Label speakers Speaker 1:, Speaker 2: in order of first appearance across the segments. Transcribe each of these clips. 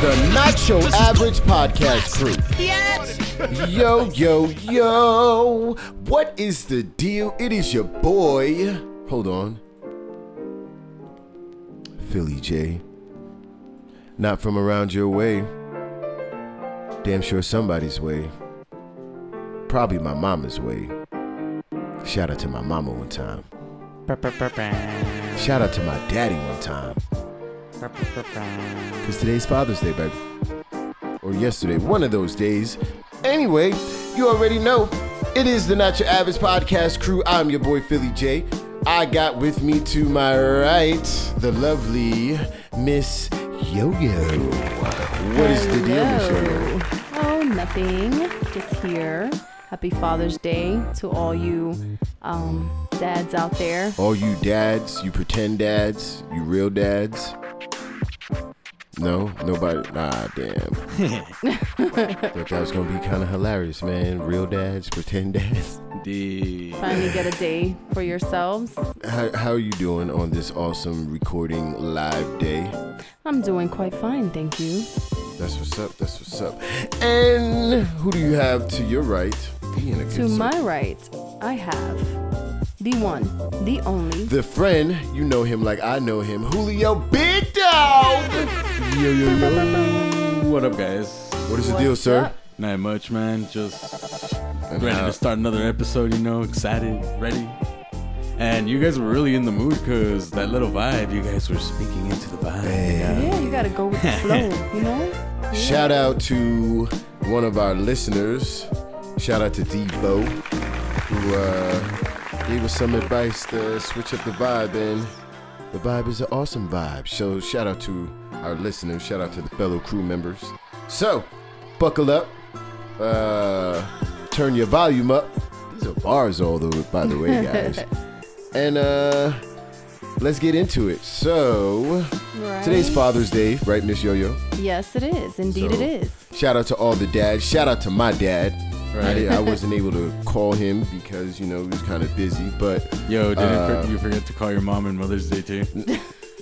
Speaker 1: the Not Your Average Podcast Crew. Yo, yo, yo. What is the deal? It is your boy. Hold on. Philly J. Not from around your way. Damn sure somebody's way. Probably my mama's way. Shout out to my mama one time. Shout out to my daddy one time. Because today's Father's Day, baby. Or yesterday, one of those days. Anyway, you already know it is the Not Your Average Podcast crew. I'm your boy, Philly J. I got with me to my right the lovely Miss Yo Yo. What is the deal, Miss Yo Yo?
Speaker 2: Oh, nothing. Just here. Happy Father's Day to all you um, dads out there.
Speaker 1: All you dads, you pretend dads, you real dads. No, nobody. Nah, damn. Thought that was gonna be kind of hilarious, man. Real dads, pretend dads.
Speaker 3: The
Speaker 2: Finally get a day for yourselves.
Speaker 1: How, how are you doing on this awesome recording live day?
Speaker 2: I'm doing quite fine, thank you.
Speaker 1: That's what's up. That's what's up. And who do you have to your right? Being a
Speaker 2: To
Speaker 1: good
Speaker 2: my right, I have the one, the only.
Speaker 1: the friend, you know him like I know him, Julio Big Dog.
Speaker 3: yo yo yo. What up, guys?
Speaker 1: What is the deal,
Speaker 2: What's
Speaker 1: sir?
Speaker 2: up?
Speaker 3: Not much, man. Just
Speaker 1: And
Speaker 3: ready
Speaker 1: how-
Speaker 3: to start another episode. You know, excited, ready. And you guys were really in the mood because that little vibe. You guys were speaking into the vibe.
Speaker 1: Man.
Speaker 2: Yeah, you gotta go with the flow, you know?
Speaker 1: Shout out to one of our listeners. Shout out to Devo, who uh, gave us some advice to switch up the vibe, and the vibe is an awesome vibe. So shout out to our listeners. Shout out to the fellow crew members. So buckle up, uh, turn your volume up. These are bars, all the by the way, guys. and uh, let's get into it. So
Speaker 2: Right?
Speaker 1: today's Father's Day, right, Miss Yo Yo?
Speaker 2: Yes, it is. Indeed,
Speaker 1: So-
Speaker 2: it is.
Speaker 1: Shout out to all the dads. Shout out to my dad. I,
Speaker 3: Right.
Speaker 1: did- I wasn't able to call him because you know he was kind of busy. But
Speaker 3: Yo, didn't
Speaker 1: Uh,
Speaker 3: for- you forget to call your mom on Mother's Day too?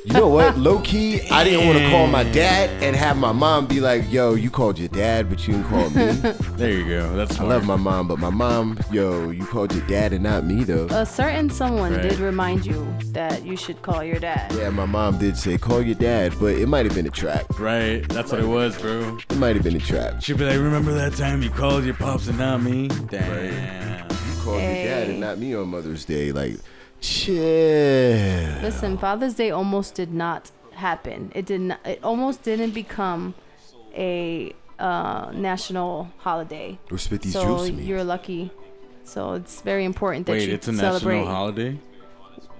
Speaker 1: you know what? Low key, I didn't want to call my dad and have my mom be like, "Yo, you called your dad, but you didn't call me."
Speaker 3: There you go. That's
Speaker 1: I love my mom, but my mom, yo, you called your dad and not me though.
Speaker 2: A certain someone
Speaker 3: Right.
Speaker 2: did remind you that you should call your dad.
Speaker 1: Yeah, my mom did say call your dad, but it might have been a trap.
Speaker 3: Right, that's what it was, bro.
Speaker 1: It might have been a trap.
Speaker 3: She'd be like, "Remember that time you called your pops and not me?" Damn.
Speaker 1: You called your dad
Speaker 2: Hey.
Speaker 1: and not me on Mother's Day. Like, chill.
Speaker 2: Listen, Father's Day almost did not happen. It did not. It almost didn't become a uh, national holiday.
Speaker 1: Or spit these
Speaker 2: So
Speaker 1: juice to me.
Speaker 2: you're lucky. So it's very important that
Speaker 3: Wait,
Speaker 2: you
Speaker 3: it's a
Speaker 2: celebrate.
Speaker 3: national holiday.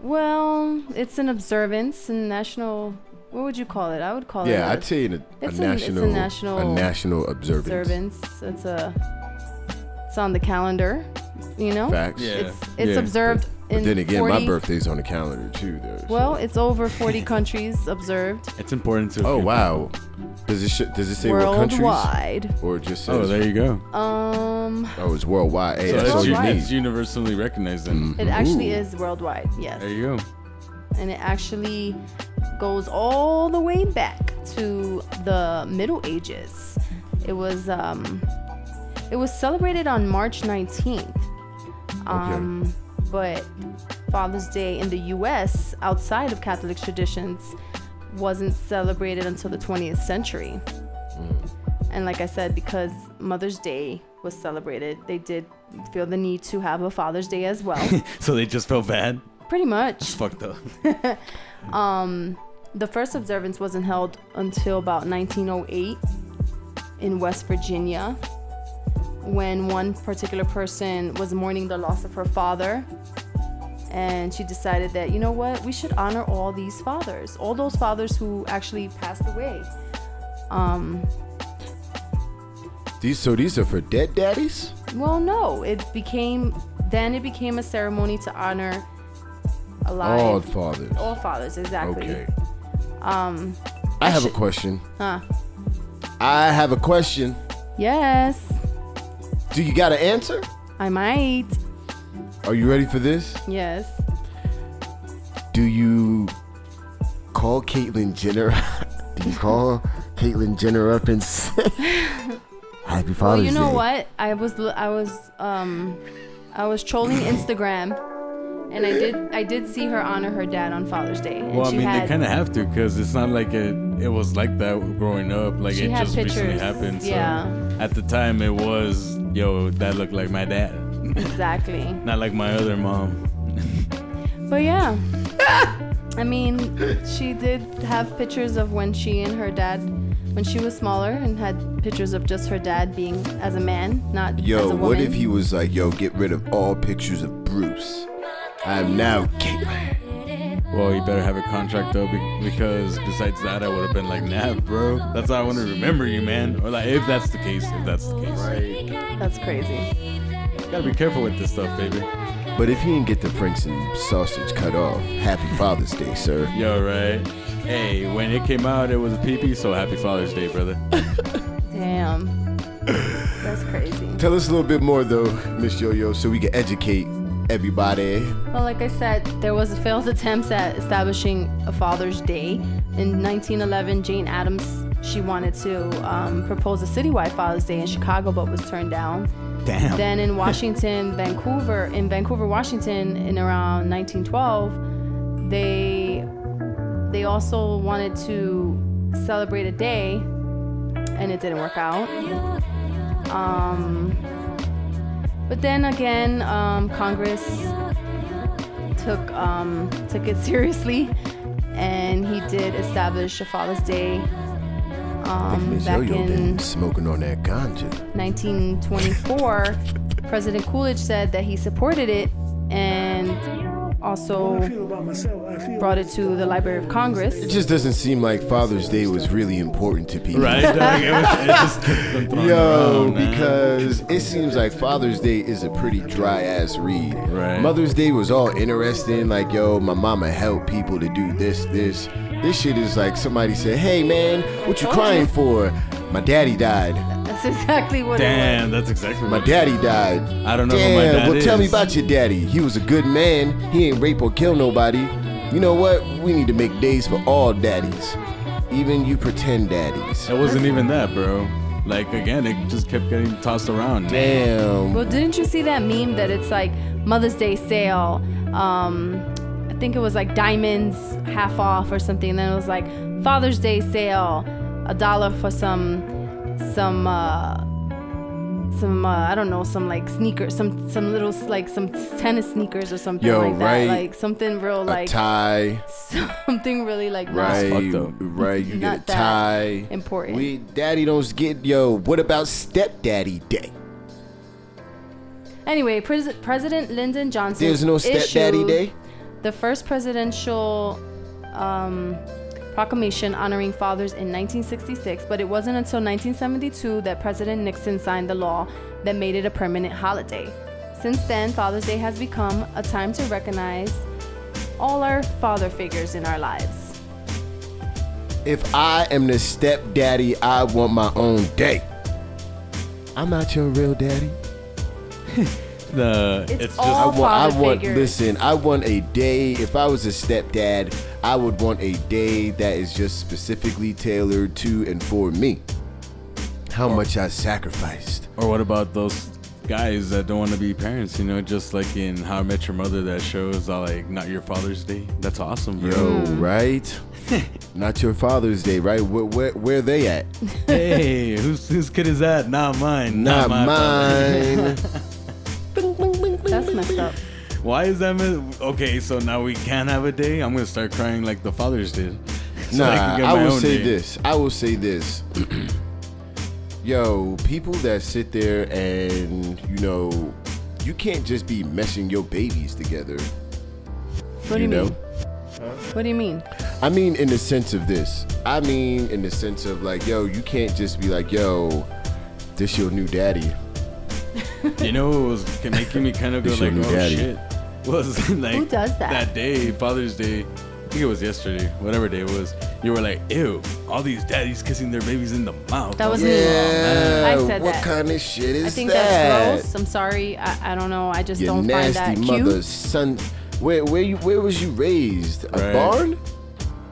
Speaker 2: Well, it's an observance and national. What would you call it? I would call
Speaker 1: Yeah,
Speaker 2: it. a
Speaker 1: I'd say an, a,
Speaker 2: It's an- it's a
Speaker 1: national,
Speaker 2: national
Speaker 1: a national observance.
Speaker 2: observance. It's a. It's on the calendar. You know.
Speaker 1: Facts.
Speaker 3: Yeah.
Speaker 2: It's it's
Speaker 3: Yeah.
Speaker 2: observed
Speaker 1: But
Speaker 2: in.
Speaker 1: then again,
Speaker 2: 40,
Speaker 1: my birthday's on the calendar too. There. so-
Speaker 2: Well, it's over 40 countries observed
Speaker 3: It's important to.
Speaker 1: oh wow. Does it sh- does it say what countries
Speaker 2: worldwide.
Speaker 1: or it just says?
Speaker 3: Oh, there you go.
Speaker 2: Um.
Speaker 1: Oh, it's worldwide. Hey,
Speaker 3: So
Speaker 1: that's
Speaker 3: that's,
Speaker 1: all you
Speaker 3: uni-
Speaker 2: worldwide.
Speaker 1: need. Mm.
Speaker 3: it's universally recognized then.
Speaker 2: It actually
Speaker 1: Ooh.
Speaker 2: is worldwide, yes.
Speaker 3: There you go.
Speaker 2: And it actually goes all the way back to the Middle Ages. It was um it was celebrated on March 19th. Um but Father's Day in the US outside of Catholic traditions wasn't celebrated until the 20th century. And like I said, because Mother's Day was celebrated, they did feel the need to have a Father's Day as well.
Speaker 3: So they just felt bad.
Speaker 2: Pretty much.
Speaker 3: It's fucked up.
Speaker 2: Um, The first observance wasn't held until about 1908 in West Virginia when one particular person was mourning the loss of her father. And she decided that, you know what, we should honor all these fathers, all those fathers who actually passed away. Um,
Speaker 1: These so these are for dead daddies.
Speaker 2: Well, no, it became, then it became a ceremony to honor
Speaker 1: All
Speaker 2: alive,
Speaker 1: fathers.
Speaker 2: all fathers, exactly.
Speaker 1: Okay. Um, I have a
Speaker 2: should-
Speaker 1: question.
Speaker 2: Huh.
Speaker 1: I have a question.
Speaker 2: Yes,
Speaker 1: Do you got an answer?
Speaker 2: I might.
Speaker 1: Are you ready for this?
Speaker 2: Yes.
Speaker 1: Do you call Caitlyn Jenner Do you call Caitlyn Jenner up and say, Happy Father's
Speaker 2: Well, you know
Speaker 1: Day?
Speaker 2: what? I was l- I was um I was trolling Instagram, and I did I did see her honor her dad on Father's Day. And
Speaker 3: Well, I
Speaker 2: she
Speaker 3: mean,
Speaker 2: had,
Speaker 3: they kind of have to because it's not like it, it was like that growing up. Like,
Speaker 2: She
Speaker 3: it
Speaker 2: had
Speaker 3: just recently
Speaker 2: pictures,
Speaker 3: happened. So
Speaker 2: yeah.
Speaker 3: At the time, it was, yo, that looked like my dad.
Speaker 2: exactly.
Speaker 3: Not like my other mom.
Speaker 2: But yeah, I mean, she did have pictures of when she and her dad, when she was smaller, and had pictures of just her dad being as a man, not as a
Speaker 1: Yo,
Speaker 2: woman.
Speaker 1: what if he was like, yo, get rid of all pictures of Bruce? I'm now Caitlyn.
Speaker 3: Well, you better have a contract though, be- because besides that, I would have been like, nah, bro. That's how I want to remember you, man. Or like, if that's the case, if that's the case.
Speaker 2: That's crazy.
Speaker 3: Gotta be careful with this stuff, baby.
Speaker 1: But if he didn't get the Franks and sausage cut off, happy Father's Day, sir.
Speaker 3: Yo, right? Hey, when it came out, it was a pee so happy Father's Day, brother.
Speaker 2: Damn. That's crazy.
Speaker 1: Tell us a little bit more though, Miss Yo-Yo, so we can educate everybody.
Speaker 2: Well, like I said, there was failed attempts at establishing a Father's Day. In 1911, Jane Addams she wanted to um, propose a citywide Father's Day in Chicago, but was turned down.
Speaker 3: Damn.
Speaker 2: Then in Washington, Vancouver, in Vancouver, Washington, in around 1912, they they also wanted to celebrate a day, and it didn't work out. Um, but then again, um, Congress took um, took it seriously, and he did establish a Father's Day um,
Speaker 1: Miss
Speaker 2: back
Speaker 1: Yo-Yo
Speaker 2: in.
Speaker 1: been smoking on that ganja.
Speaker 2: 1924, President Coolidge said that he supported it and also brought it to the Library of
Speaker 1: It
Speaker 2: Congress.
Speaker 1: just doesn't seem like Father's Day was really important to people.
Speaker 3: Right? Dog? It was- it just kept them thrown
Speaker 1: Yo,
Speaker 3: around, man.
Speaker 1: because it seems like Father's Day is a pretty dry ass read.
Speaker 3: Right.
Speaker 1: Mother's Day was all interesting, like yo, my mama helped people to do this, this. This shit is like somebody said, "Hey man, what you crying for? My daddy died.
Speaker 2: That's exactly what it
Speaker 3: Damn, that's exactly
Speaker 1: My
Speaker 3: what
Speaker 1: daddy died.
Speaker 3: I don't know who
Speaker 1: Damn,
Speaker 3: my dad
Speaker 1: well tell me
Speaker 3: is.
Speaker 1: about your daddy. He was a good man. He ain't rape or kill nobody. You know what? We need to make days for all daddies, even you pretend daddies.
Speaker 3: It wasn't even that, bro. Like, again, it just kept getting tossed around.
Speaker 1: Damn.
Speaker 2: was. Well, didn't you see that meme that it's like Mother's Day sale? Um, I think it was like diamonds half off or something. And then it was like Father's Day sale, a dollar for some, some, uh, some uh, I don't know, some like sneakers, some some little like some tennis sneakers or something
Speaker 1: Yo,
Speaker 2: like that,
Speaker 1: right.
Speaker 2: like something real
Speaker 1: A
Speaker 2: like
Speaker 1: tie.
Speaker 2: something really like not-
Speaker 1: Right,
Speaker 3: fucked up.
Speaker 1: right. You get
Speaker 2: Not
Speaker 1: a
Speaker 2: that
Speaker 1: tie.
Speaker 2: important.
Speaker 1: We daddy don't get yo. What about stepdaddy day?
Speaker 2: Anyway, pres- President Lyndon Johnson.
Speaker 1: There's no stepdaddy
Speaker 2: issued
Speaker 1: day.
Speaker 2: The first presidential um, proclamation honoring fathers in 1966, but it wasn't until 1972 that President Nixon signed the law that made it a permanent holiday. Since then, Father's Day has become a time to recognize all our father figures in our lives.
Speaker 1: If I am the stepdaddy, I want my own day. I'm not your real daddy.
Speaker 3: The,
Speaker 2: It's
Speaker 3: it's,
Speaker 1: I
Speaker 2: all-
Speaker 3: just.
Speaker 1: want. I
Speaker 2: father
Speaker 1: want.
Speaker 2: figures.
Speaker 1: Listen, I want a day. If I was a stepdad, I would want a day that is just specifically tailored to and for me. How much I sacrificed.
Speaker 3: Or what about those guys that don't want to be parents? You know, just like in How I Met Your Mother, that shows, uh, like, not your Father's Day. That's awesome, bro.
Speaker 1: Yo, right? Not your Father's Day, right? Where, where, where they at?
Speaker 3: hey, whose, whose kid is that? Not mine.
Speaker 1: Not
Speaker 3: my father.
Speaker 1: mine.
Speaker 2: That's messed up.
Speaker 3: Why is that? mis- Okay, so now we can't have a day. I'm gonna start crying like the fathers did. So
Speaker 1: nah,
Speaker 3: I can
Speaker 1: I,
Speaker 3: get my
Speaker 1: will
Speaker 3: own
Speaker 1: say
Speaker 3: day.
Speaker 1: this. I will say this. Yo, people that sit there and you know, you can't just be meshing your babies together.
Speaker 2: What do you
Speaker 1: know?
Speaker 2: mean? What do you mean?
Speaker 1: I mean, in the sense of this. I mean, in the sense of like, yo, you can't just be like, yo, this your new daddy.
Speaker 3: You know, it was ca- making me kind of go
Speaker 1: This your
Speaker 3: like,
Speaker 1: new
Speaker 3: oh
Speaker 1: daddy."
Speaker 3: shit. Was like
Speaker 2: Who does that?
Speaker 3: That day, Father's Day. I think it was yesterday, whatever day it was. You were like, ew, all these daddies kissing their babies in the mouth.
Speaker 2: That was me.
Speaker 3: Oh,
Speaker 1: Yeah,
Speaker 2: I said
Speaker 1: what
Speaker 2: that.
Speaker 1: kind of shit is
Speaker 2: I think
Speaker 1: that?
Speaker 2: that's gross. I'm sorry. I, I don't know. I just
Speaker 1: Your
Speaker 2: don't
Speaker 1: nasty
Speaker 2: find that
Speaker 1: mother's
Speaker 2: cute.
Speaker 1: son. Where where you where was you raised? A
Speaker 3: Right.
Speaker 1: barn?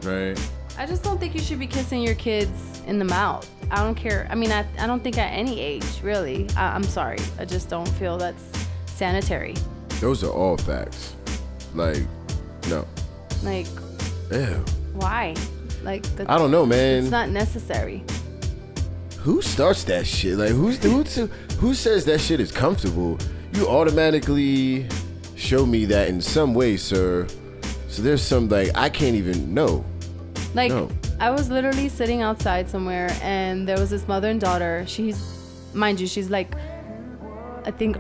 Speaker 3: right.
Speaker 2: I just don't think you should be kissing your kids in the mouth. I don't care. I mean, I, I don't think at any age, really. I, I'm sorry. I just don't feel that's sanitary.
Speaker 1: Those are all facts. Like, no.
Speaker 2: Like,
Speaker 1: Ew.
Speaker 2: why? Like, that's,
Speaker 1: I don't know, man.
Speaker 2: it's not necessary.
Speaker 1: who starts that shit? Like who's who, who says that shit is comfortable? You automatically show me that in some way, sir. So there's some like I can't even know.
Speaker 2: Like
Speaker 1: No.
Speaker 2: I was literally sitting outside somewhere and there was this mother and daughter. She's mind you, she's like I think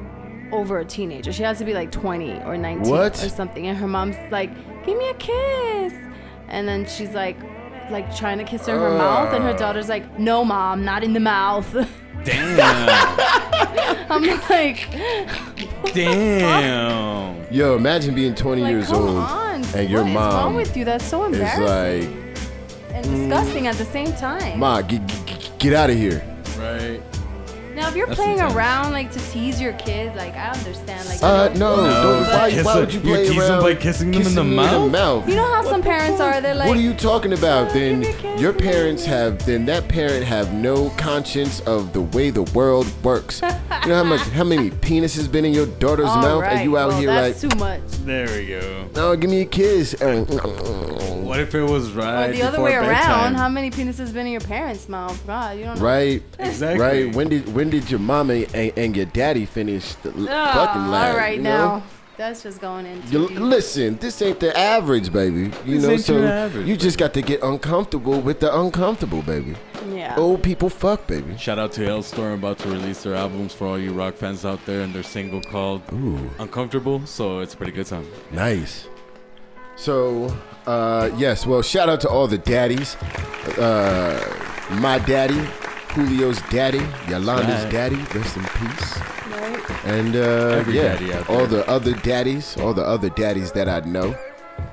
Speaker 2: over a teenager. She has to be like 20 or 19
Speaker 1: What?
Speaker 2: or something and her mom's like, "Give me a kiss." And then she's like like trying to kiss her in her mouth and her daughter's like, "No, mom, not in the mouth."
Speaker 3: Damn.
Speaker 2: I'm like,
Speaker 3: Damn.
Speaker 1: Yo, imagine being 20
Speaker 2: like
Speaker 1: years
Speaker 2: come
Speaker 1: old
Speaker 2: on.
Speaker 1: and your
Speaker 2: what is wrong
Speaker 1: mom
Speaker 2: with you? That's so
Speaker 1: is
Speaker 2: embarrassing
Speaker 1: like,
Speaker 2: and disgusting at the same time.
Speaker 1: "Ma, get, get, get out of here."
Speaker 3: Right.
Speaker 2: Now, if you're
Speaker 3: That's
Speaker 2: playing
Speaker 3: intense.
Speaker 2: around like to tease your kid, like I understand, like
Speaker 1: Uh,
Speaker 2: you
Speaker 1: no,
Speaker 2: know,
Speaker 1: don't,
Speaker 3: but-
Speaker 1: why,
Speaker 3: Kiss
Speaker 1: why
Speaker 3: her-
Speaker 1: would you
Speaker 3: you
Speaker 1: play
Speaker 3: tease them
Speaker 1: around
Speaker 3: by kissing them in the
Speaker 1: kissing me
Speaker 3: mouth?
Speaker 2: You know how some parents are. They're like,
Speaker 1: what are you talking about?
Speaker 2: "Oh,
Speaker 1: Then
Speaker 2: give me a kiss,
Speaker 1: your
Speaker 2: give me a
Speaker 1: parents
Speaker 2: kiss."
Speaker 1: have, then that parent have no conscience of the way the world works. you know how much, how many penises been in your daughter's
Speaker 2: All
Speaker 1: mouth, and
Speaker 2: right,
Speaker 1: you out
Speaker 2: well,
Speaker 1: here
Speaker 2: that's
Speaker 1: like,
Speaker 2: too much.
Speaker 3: There we go.
Speaker 1: no, give me a kiss. And-
Speaker 3: What if it was right
Speaker 2: Or the other
Speaker 3: before
Speaker 2: way around,
Speaker 3: bedtime?
Speaker 2: how many penises been in your parents' mouth? God, you don't know.
Speaker 1: Right,
Speaker 3: Exactly.
Speaker 1: right. When did when did your mama and, and your daddy finish the l-
Speaker 2: Ugh,
Speaker 1: fucking line?
Speaker 2: Oh, all right
Speaker 1: you
Speaker 2: now,
Speaker 1: know?
Speaker 2: that's just going in.
Speaker 1: You,
Speaker 2: Too deep.
Speaker 1: listen, this ain't the average, baby. You
Speaker 3: This
Speaker 1: know,
Speaker 3: ain't
Speaker 1: so
Speaker 3: your average,
Speaker 1: you just got to get uncomfortable with the uncomfortable, baby.
Speaker 2: yeah.
Speaker 1: Old people fuck, baby.
Speaker 3: Shout out to Hellstorm about to release their albums for all you rock fans out there and their single called
Speaker 1: Ooh.
Speaker 3: Uncomfortable, so it's a pretty good song.
Speaker 1: Nice. So, uh, yes, well, shout out to all the daddies. Uh, my daddy, Julio's daddy, Yolanda's
Speaker 3: Right.
Speaker 1: daddy, rest in peace.
Speaker 2: Right?
Speaker 1: And uh,
Speaker 3: Every
Speaker 1: yeah,
Speaker 3: daddy out
Speaker 1: all
Speaker 3: there.
Speaker 1: the other daddies, all the other daddies that I know.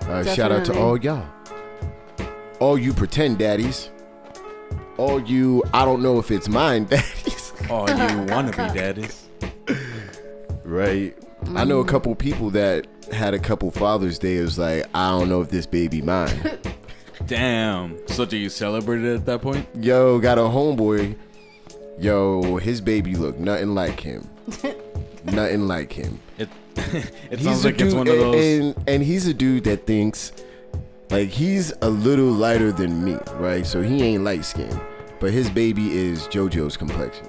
Speaker 1: Uh, shout out to
Speaker 2: Definitely.
Speaker 1: all y'all. All you pretend daddies. All you, I don't know if it's mine daddies.
Speaker 3: Oh, you wanna be daddies?
Speaker 1: Right. I know a couple people that had a couple Father's Day. It was like, I don't know if this baby mine.
Speaker 3: Damn. So do you celebrate it at that point?
Speaker 1: Yo, got a homeboy. Yo, his baby look nothing like him. nothing like him.
Speaker 3: It it
Speaker 1: He's
Speaker 3: sounds
Speaker 1: a
Speaker 3: like it's
Speaker 1: dude-
Speaker 3: one of
Speaker 1: and-
Speaker 3: those.
Speaker 1: And, and he's a dude that thinks, like, he's a little lighter than me, right? So he ain't light skinned. But his baby is JoJo's complexion.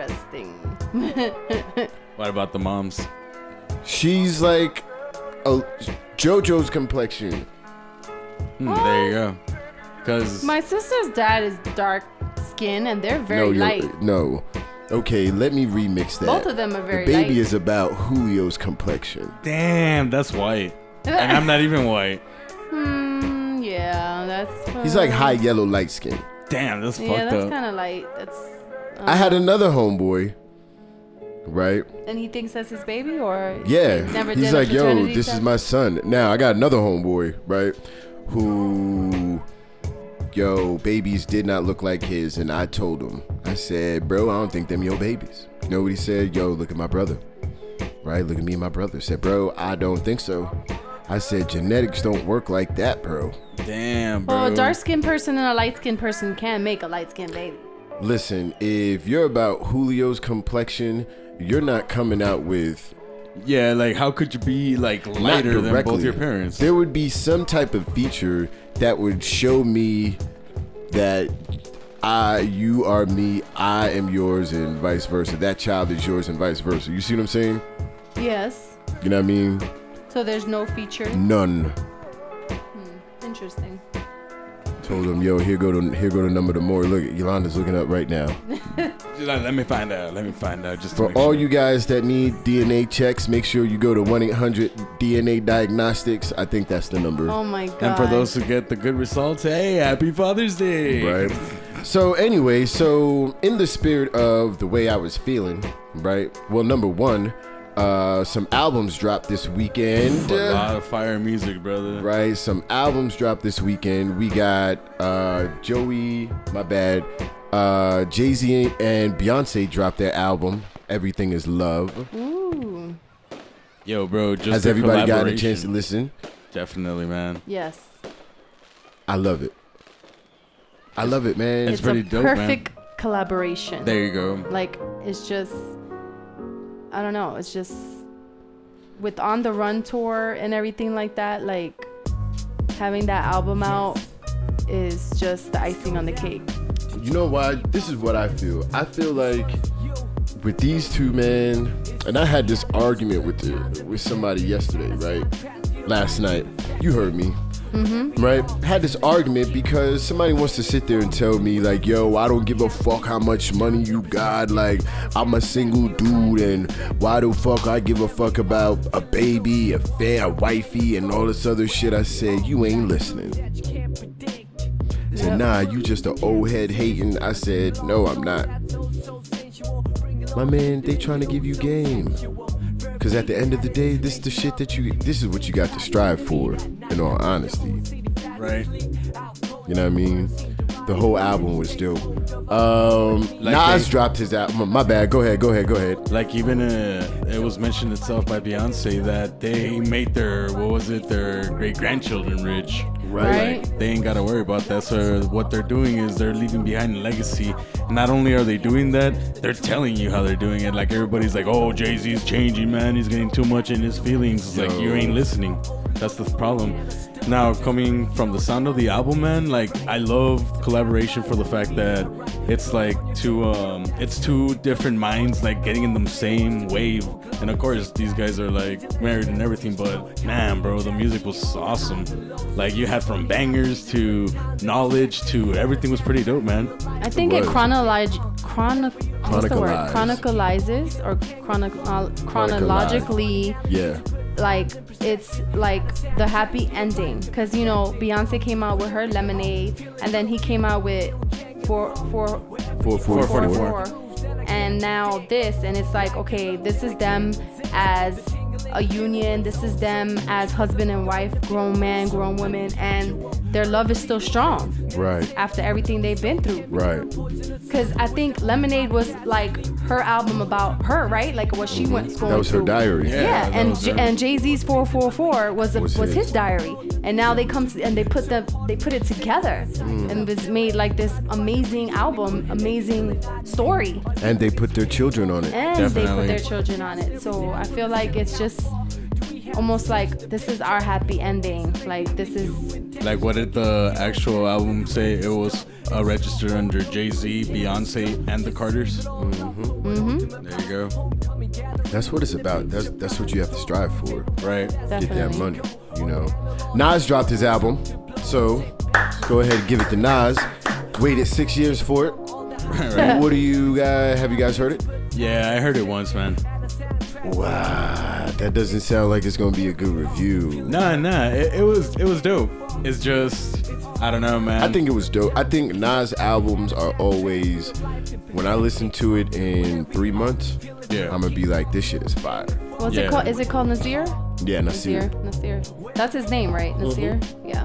Speaker 2: Interesting.
Speaker 3: what about the moms?
Speaker 1: She's like, a, JoJo's complexion.
Speaker 3: Hmm, there you go. Cause
Speaker 2: My sister's dad is dark skin, and they're very
Speaker 1: no,
Speaker 2: light.
Speaker 1: you're No. Okay, let me remix that.
Speaker 2: Both of them are very
Speaker 1: The baby
Speaker 2: light.
Speaker 1: is about Julio's complexion.
Speaker 3: damn, that's white. and I'm not even white.
Speaker 2: Hmm. Yeah, that's.
Speaker 1: He's like
Speaker 2: uh,
Speaker 1: high yellow, light skin.
Speaker 3: Damn, that's
Speaker 2: Yeah,
Speaker 3: fucked
Speaker 2: that's
Speaker 3: up.
Speaker 2: kind of light. That's.
Speaker 1: I had another homeboy, right?
Speaker 2: And he thinks that's his baby, or
Speaker 1: Yeah.
Speaker 2: he never
Speaker 1: He's
Speaker 2: did a
Speaker 1: like, yo,
Speaker 2: paternity
Speaker 1: this is
Speaker 2: test?"
Speaker 1: my son. Now I got another homeboy, right? Who, yo, babies did not look like his. And I told him, I said, bro, I don't think them your babies. You know what he said? Yo, look at my brother, right? Look at me and my brother. Said, bro, I don't think so. I said, genetics don't work like that, bro.
Speaker 3: Damn, bro.
Speaker 2: Well, a dark skinned person and a light skinned person can make a light skinned baby.
Speaker 1: Listen, if you're about Julio's complexion, you're not coming out with
Speaker 3: yeah, like how could you be like
Speaker 1: not
Speaker 3: lighter than both
Speaker 1: directly.
Speaker 3: your parents?
Speaker 1: There would be some type of feature that would show me that I, you are me, I am yours, and vice versa. That child is yours, and vice versa. You see what I'm saying?
Speaker 2: Yes.
Speaker 1: You know what I mean?
Speaker 2: So there's no feature.
Speaker 1: None.
Speaker 2: Interesting.
Speaker 1: Told him, yo, here go the here go the number. The more look, Yolanda's looking up right now.
Speaker 3: uh, Let let me find out. Let me find out. Just to
Speaker 1: For
Speaker 3: make
Speaker 1: all
Speaker 3: sure.
Speaker 1: you guys that need DNA checks, make sure you go to 1 800 DNA Diagnostics. I think that's the number.
Speaker 2: Oh my god.
Speaker 3: And for those who get the good results, hey, happy Father's Day.
Speaker 1: right? So anyway, so in the spirit of the way I was feeling, right? Well, number one, uh, some albums dropped this weekend,
Speaker 3: A lot of fire music, brother.
Speaker 1: right? Some albums dropped this weekend. We got uh, Joey, my bad, uh, Jay Z and Beyonce dropped their album. Everything is love.
Speaker 2: Ooh.
Speaker 3: Yo, bro, just
Speaker 1: Has
Speaker 3: the
Speaker 1: everybody gotten a
Speaker 3: collaboration.
Speaker 1: chance to listen?
Speaker 3: Definitely, man.
Speaker 2: Yes.
Speaker 1: I love it. I love it, man.
Speaker 3: It's
Speaker 2: it's
Speaker 3: pretty
Speaker 2: a
Speaker 3: dope, man.
Speaker 2: perfect collaboration.
Speaker 3: There you go.
Speaker 2: Like it's just I don't know, it's just with on the run tour and everything like that, like having that album out is just the icing on the cake.
Speaker 1: You know why? This is what I feel. I feel like with these two men, and I had this argument with the, with somebody yesterday, right? Last night, you heard me, right? Had this argument because somebody wants to sit there and tell me like, "Yo, I don't give a fuck how much money you got. Like, I'm a single dude, and why the fuck I give a fuck about a baby, a fair, a wifey, and all this other shit?" I said, "You ain't listening." said, nah, you just an old head hating. I said, no, I'm not. My man, they trying to give you game. Cause at the end of the day, this the shit that you this is what you got to strive for, in all honesty.
Speaker 3: Right.
Speaker 1: You know what I mean? The whole album was dope. Um
Speaker 3: Like
Speaker 1: Nas
Speaker 3: they-
Speaker 1: dropped his album. My bad. Go ahead, go ahead, go ahead.
Speaker 3: Like even uh, it was mentioned itself by Beyonce that they made their what was it their great grandchildren rich.
Speaker 2: Right.
Speaker 3: Like, they ain't gotta worry about that. So what they're doing is they're leaving behind a legacy. Not only are they doing that, they're telling you how they're doing it. Like everybody's like, "Oh, Jay Z's changing, man. He's getting too much in his feelings." It's like you
Speaker 1: Yo.
Speaker 3: ain't listening. That's the problem. Now coming from the sound of the album, man, like I love collaboration for the fact that it's like two, um, it's two different minds like getting in the same wave. And of course, these guys are like married and everything, but man, bro, the music was awesome. Like you had from bangers to knowledge to everything was pretty dope, man.
Speaker 2: I think it
Speaker 1: was.
Speaker 2: chronolog- chrono- what's the word?
Speaker 1: Chronicalized.
Speaker 2: chronicalizes or chrono- uh, chronologically
Speaker 1: Yeah.
Speaker 2: like it's like the happy ending because you know beyonce came out with her lemonade and then he came out with four four
Speaker 1: Four four
Speaker 2: four,
Speaker 1: four.
Speaker 3: 444.
Speaker 2: four. and now this and it's like okay this is them as a union this is them as husband and wife grown man grown woman and their love is still strong
Speaker 1: Right.
Speaker 2: after everything they've been through
Speaker 1: Right.
Speaker 2: because i think lemonade was like her album about her right like what she went going
Speaker 1: That was her
Speaker 2: through
Speaker 1: diary.
Speaker 3: Yeah.
Speaker 2: yeah,
Speaker 3: that
Speaker 2: and
Speaker 3: was
Speaker 2: J-
Speaker 3: it.
Speaker 2: and Jay Z's 444 was a, was,
Speaker 1: Was
Speaker 2: his.
Speaker 1: his.
Speaker 2: diary, and now they come to, and they put the they put it together,
Speaker 1: Mm.
Speaker 2: and it's made like this amazing album, amazing story,
Speaker 1: And they put their children on it.
Speaker 2: and they put
Speaker 3: Definitely.
Speaker 2: their children on it. So I feel like it's just almost like this is our happy ending. Like this is
Speaker 3: Like, what did the actual album say? It was uh, registered under Jay Z, Beyonce, and the Carters. Mm-hmm. There you go.
Speaker 1: That's what it's about. That's that's what you have to strive for.
Speaker 3: Right.
Speaker 1: get
Speaker 2: definitely
Speaker 1: that money, you know. Nas dropped his album, so go ahead and give it to Nas. Waited six years for it.
Speaker 3: Right.
Speaker 1: What do you guys have? You guys heard it?
Speaker 3: Yeah, I heard it once, man.
Speaker 1: Wow, that doesn't sound like it's gonna be a good review.
Speaker 3: Nah, nah, it, it was it was dope. It's just I don't know, man.
Speaker 1: I think it was dope. I think Nas albums are always, when I listen to it in three months,
Speaker 3: Yeah.
Speaker 1: I'm gonna be like, this shit is fire.
Speaker 2: What's
Speaker 3: Yeah.
Speaker 2: it called? Is it called Nasir?
Speaker 1: Yeah, and I see
Speaker 2: Nasir.
Speaker 1: it.
Speaker 2: Nasir. That's his name, right?
Speaker 3: Mm-hmm.
Speaker 2: Nasir. Yeah.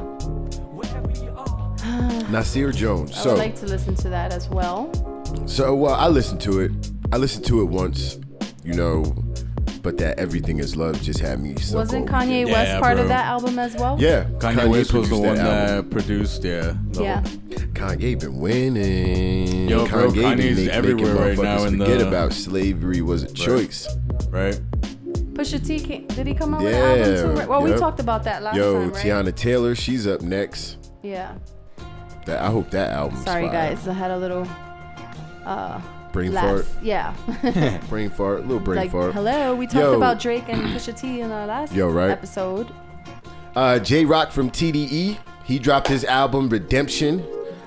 Speaker 1: Nasir Jones.
Speaker 2: I
Speaker 1: So,
Speaker 2: would like to listen to that as well.
Speaker 1: So well, I listened to it. I listened to it once, you know, but that everything is love just had me. so
Speaker 2: Wasn't
Speaker 1: cold.
Speaker 2: Kanye
Speaker 3: Yeah,
Speaker 2: West part of
Speaker 3: bro.
Speaker 2: that album as well?
Speaker 1: Yeah,
Speaker 3: Kanye, West was the
Speaker 1: produced
Speaker 3: one that,
Speaker 1: album.
Speaker 3: produced, yeah. the
Speaker 2: Yeah.
Speaker 3: whole-
Speaker 1: Kanye been winning.
Speaker 3: Yo, bro,
Speaker 1: Kanye been
Speaker 3: Kanye's
Speaker 1: make- making
Speaker 3: everywhere right now
Speaker 1: motherfuckers
Speaker 3: in the-
Speaker 1: forget about slavery was a choice.
Speaker 3: right.
Speaker 2: Pusha T came, did he come out with an album
Speaker 1: Yeah,
Speaker 2: too? Well, we
Speaker 1: yep.
Speaker 2: talked about that last
Speaker 1: Yo,
Speaker 2: time, right?
Speaker 1: Tiana Taylor, she's up next.
Speaker 2: Yeah.
Speaker 1: That I hope that album's
Speaker 2: Sorry,
Speaker 1: fire.
Speaker 2: guys. I had a little uh,
Speaker 1: Brain
Speaker 2: laugh. Yeah.
Speaker 1: fart, brain fart, little brain
Speaker 2: like,
Speaker 1: fart.
Speaker 2: hello. We talked
Speaker 1: Yo.
Speaker 2: about Drake and Pusha T in our last
Speaker 1: Yo, right?
Speaker 2: episode.
Speaker 1: Uh, J Rock from TDE, he dropped his album Redemption.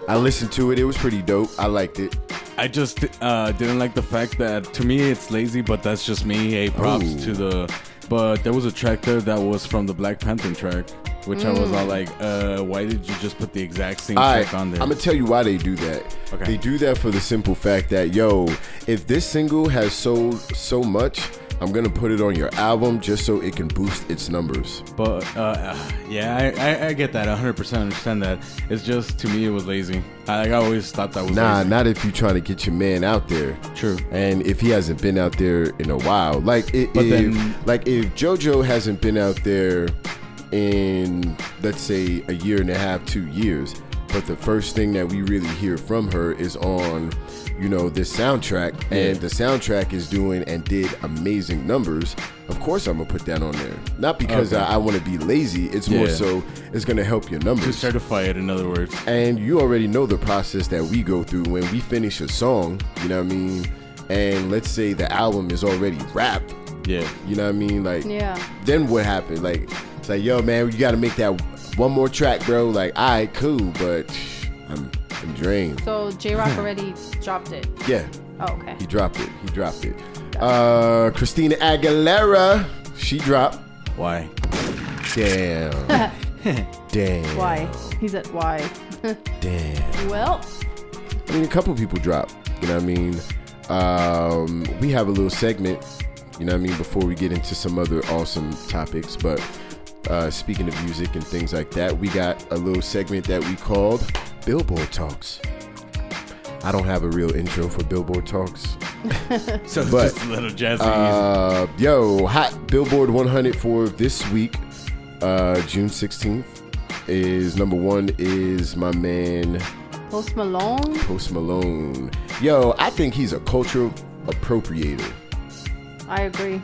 Speaker 1: I listened to it. It was pretty dope. I liked it.
Speaker 3: I just uh, didn't like the fact that to me it's lazy, but that's just me. Hey, props
Speaker 1: Ooh.
Speaker 3: to the. But there was a track there that was from the Black Panther track, which I was all
Speaker 1: Mm.
Speaker 3: like, uh, why did you just put the exact same track on there?
Speaker 1: I'm gonna tell you why they do that.
Speaker 3: Okay.
Speaker 1: They do that for the simple fact that yo, if this single has sold so much, I'm gonna put it on your album just so it can boost its numbers.
Speaker 3: but uh, uh, yeah, I, I, I get that. 100% understand that. It's just to me it was lazy. I, like, I always thought that was
Speaker 1: Nah,
Speaker 3: lazy.
Speaker 1: not if you're trying to get your man out there.
Speaker 3: True.
Speaker 1: And if he hasn't been out there in a while, like i-
Speaker 3: But
Speaker 1: if
Speaker 3: then-
Speaker 1: like if JoJo hasn't been out there in let's say a year and a half, two years. But the first thing that we really hear from her is on, you know, this soundtrack, and the soundtrack is doing and did amazing numbers. Of course, I'm gonna put that on there. Not because
Speaker 3: Okay.
Speaker 1: I, I want to be lazy. It's more
Speaker 3: Yeah.
Speaker 1: so it's gonna help your
Speaker 3: To
Speaker 1: numbers.
Speaker 3: certify it, in other words.
Speaker 1: And you already know the process that we go through when we finish a song, you know what I mean? And let's say the album is already wrapped,
Speaker 3: Yeah.
Speaker 1: you know what I mean? Like,
Speaker 2: Yeah.
Speaker 1: then what happened? Like, it's like, yo, man, you gotta make that one more track, bro. Like, all right, cool, but I'm, I'm drained.
Speaker 2: So J Rock already dropped it.
Speaker 1: Yeah,
Speaker 2: Oh, okay.
Speaker 1: he dropped it. He dropped it. Uh, Christina Aguilera, she dropped.
Speaker 3: Why?
Speaker 1: Damn. Damn.
Speaker 2: Why? He said why.
Speaker 1: Damn.
Speaker 2: well,
Speaker 1: I mean, a couple people drop. You know what I mean? Um, we have a little segment. You know what I mean? Before we get into some other awesome topics, but uh, speaking of music and things like that, we got a little segment that we called Billboard Talks. I don't have a real intro for Billboard Talks.
Speaker 3: So it's
Speaker 1: But,
Speaker 3: just a little jazzy.
Speaker 1: Uh, yo, hot Billboard 100 for this week, uh, June 16th, is number one is my man
Speaker 2: Post Malone.
Speaker 1: Post Malone. Yo, I think he's a cultural appropriator.
Speaker 2: I agree.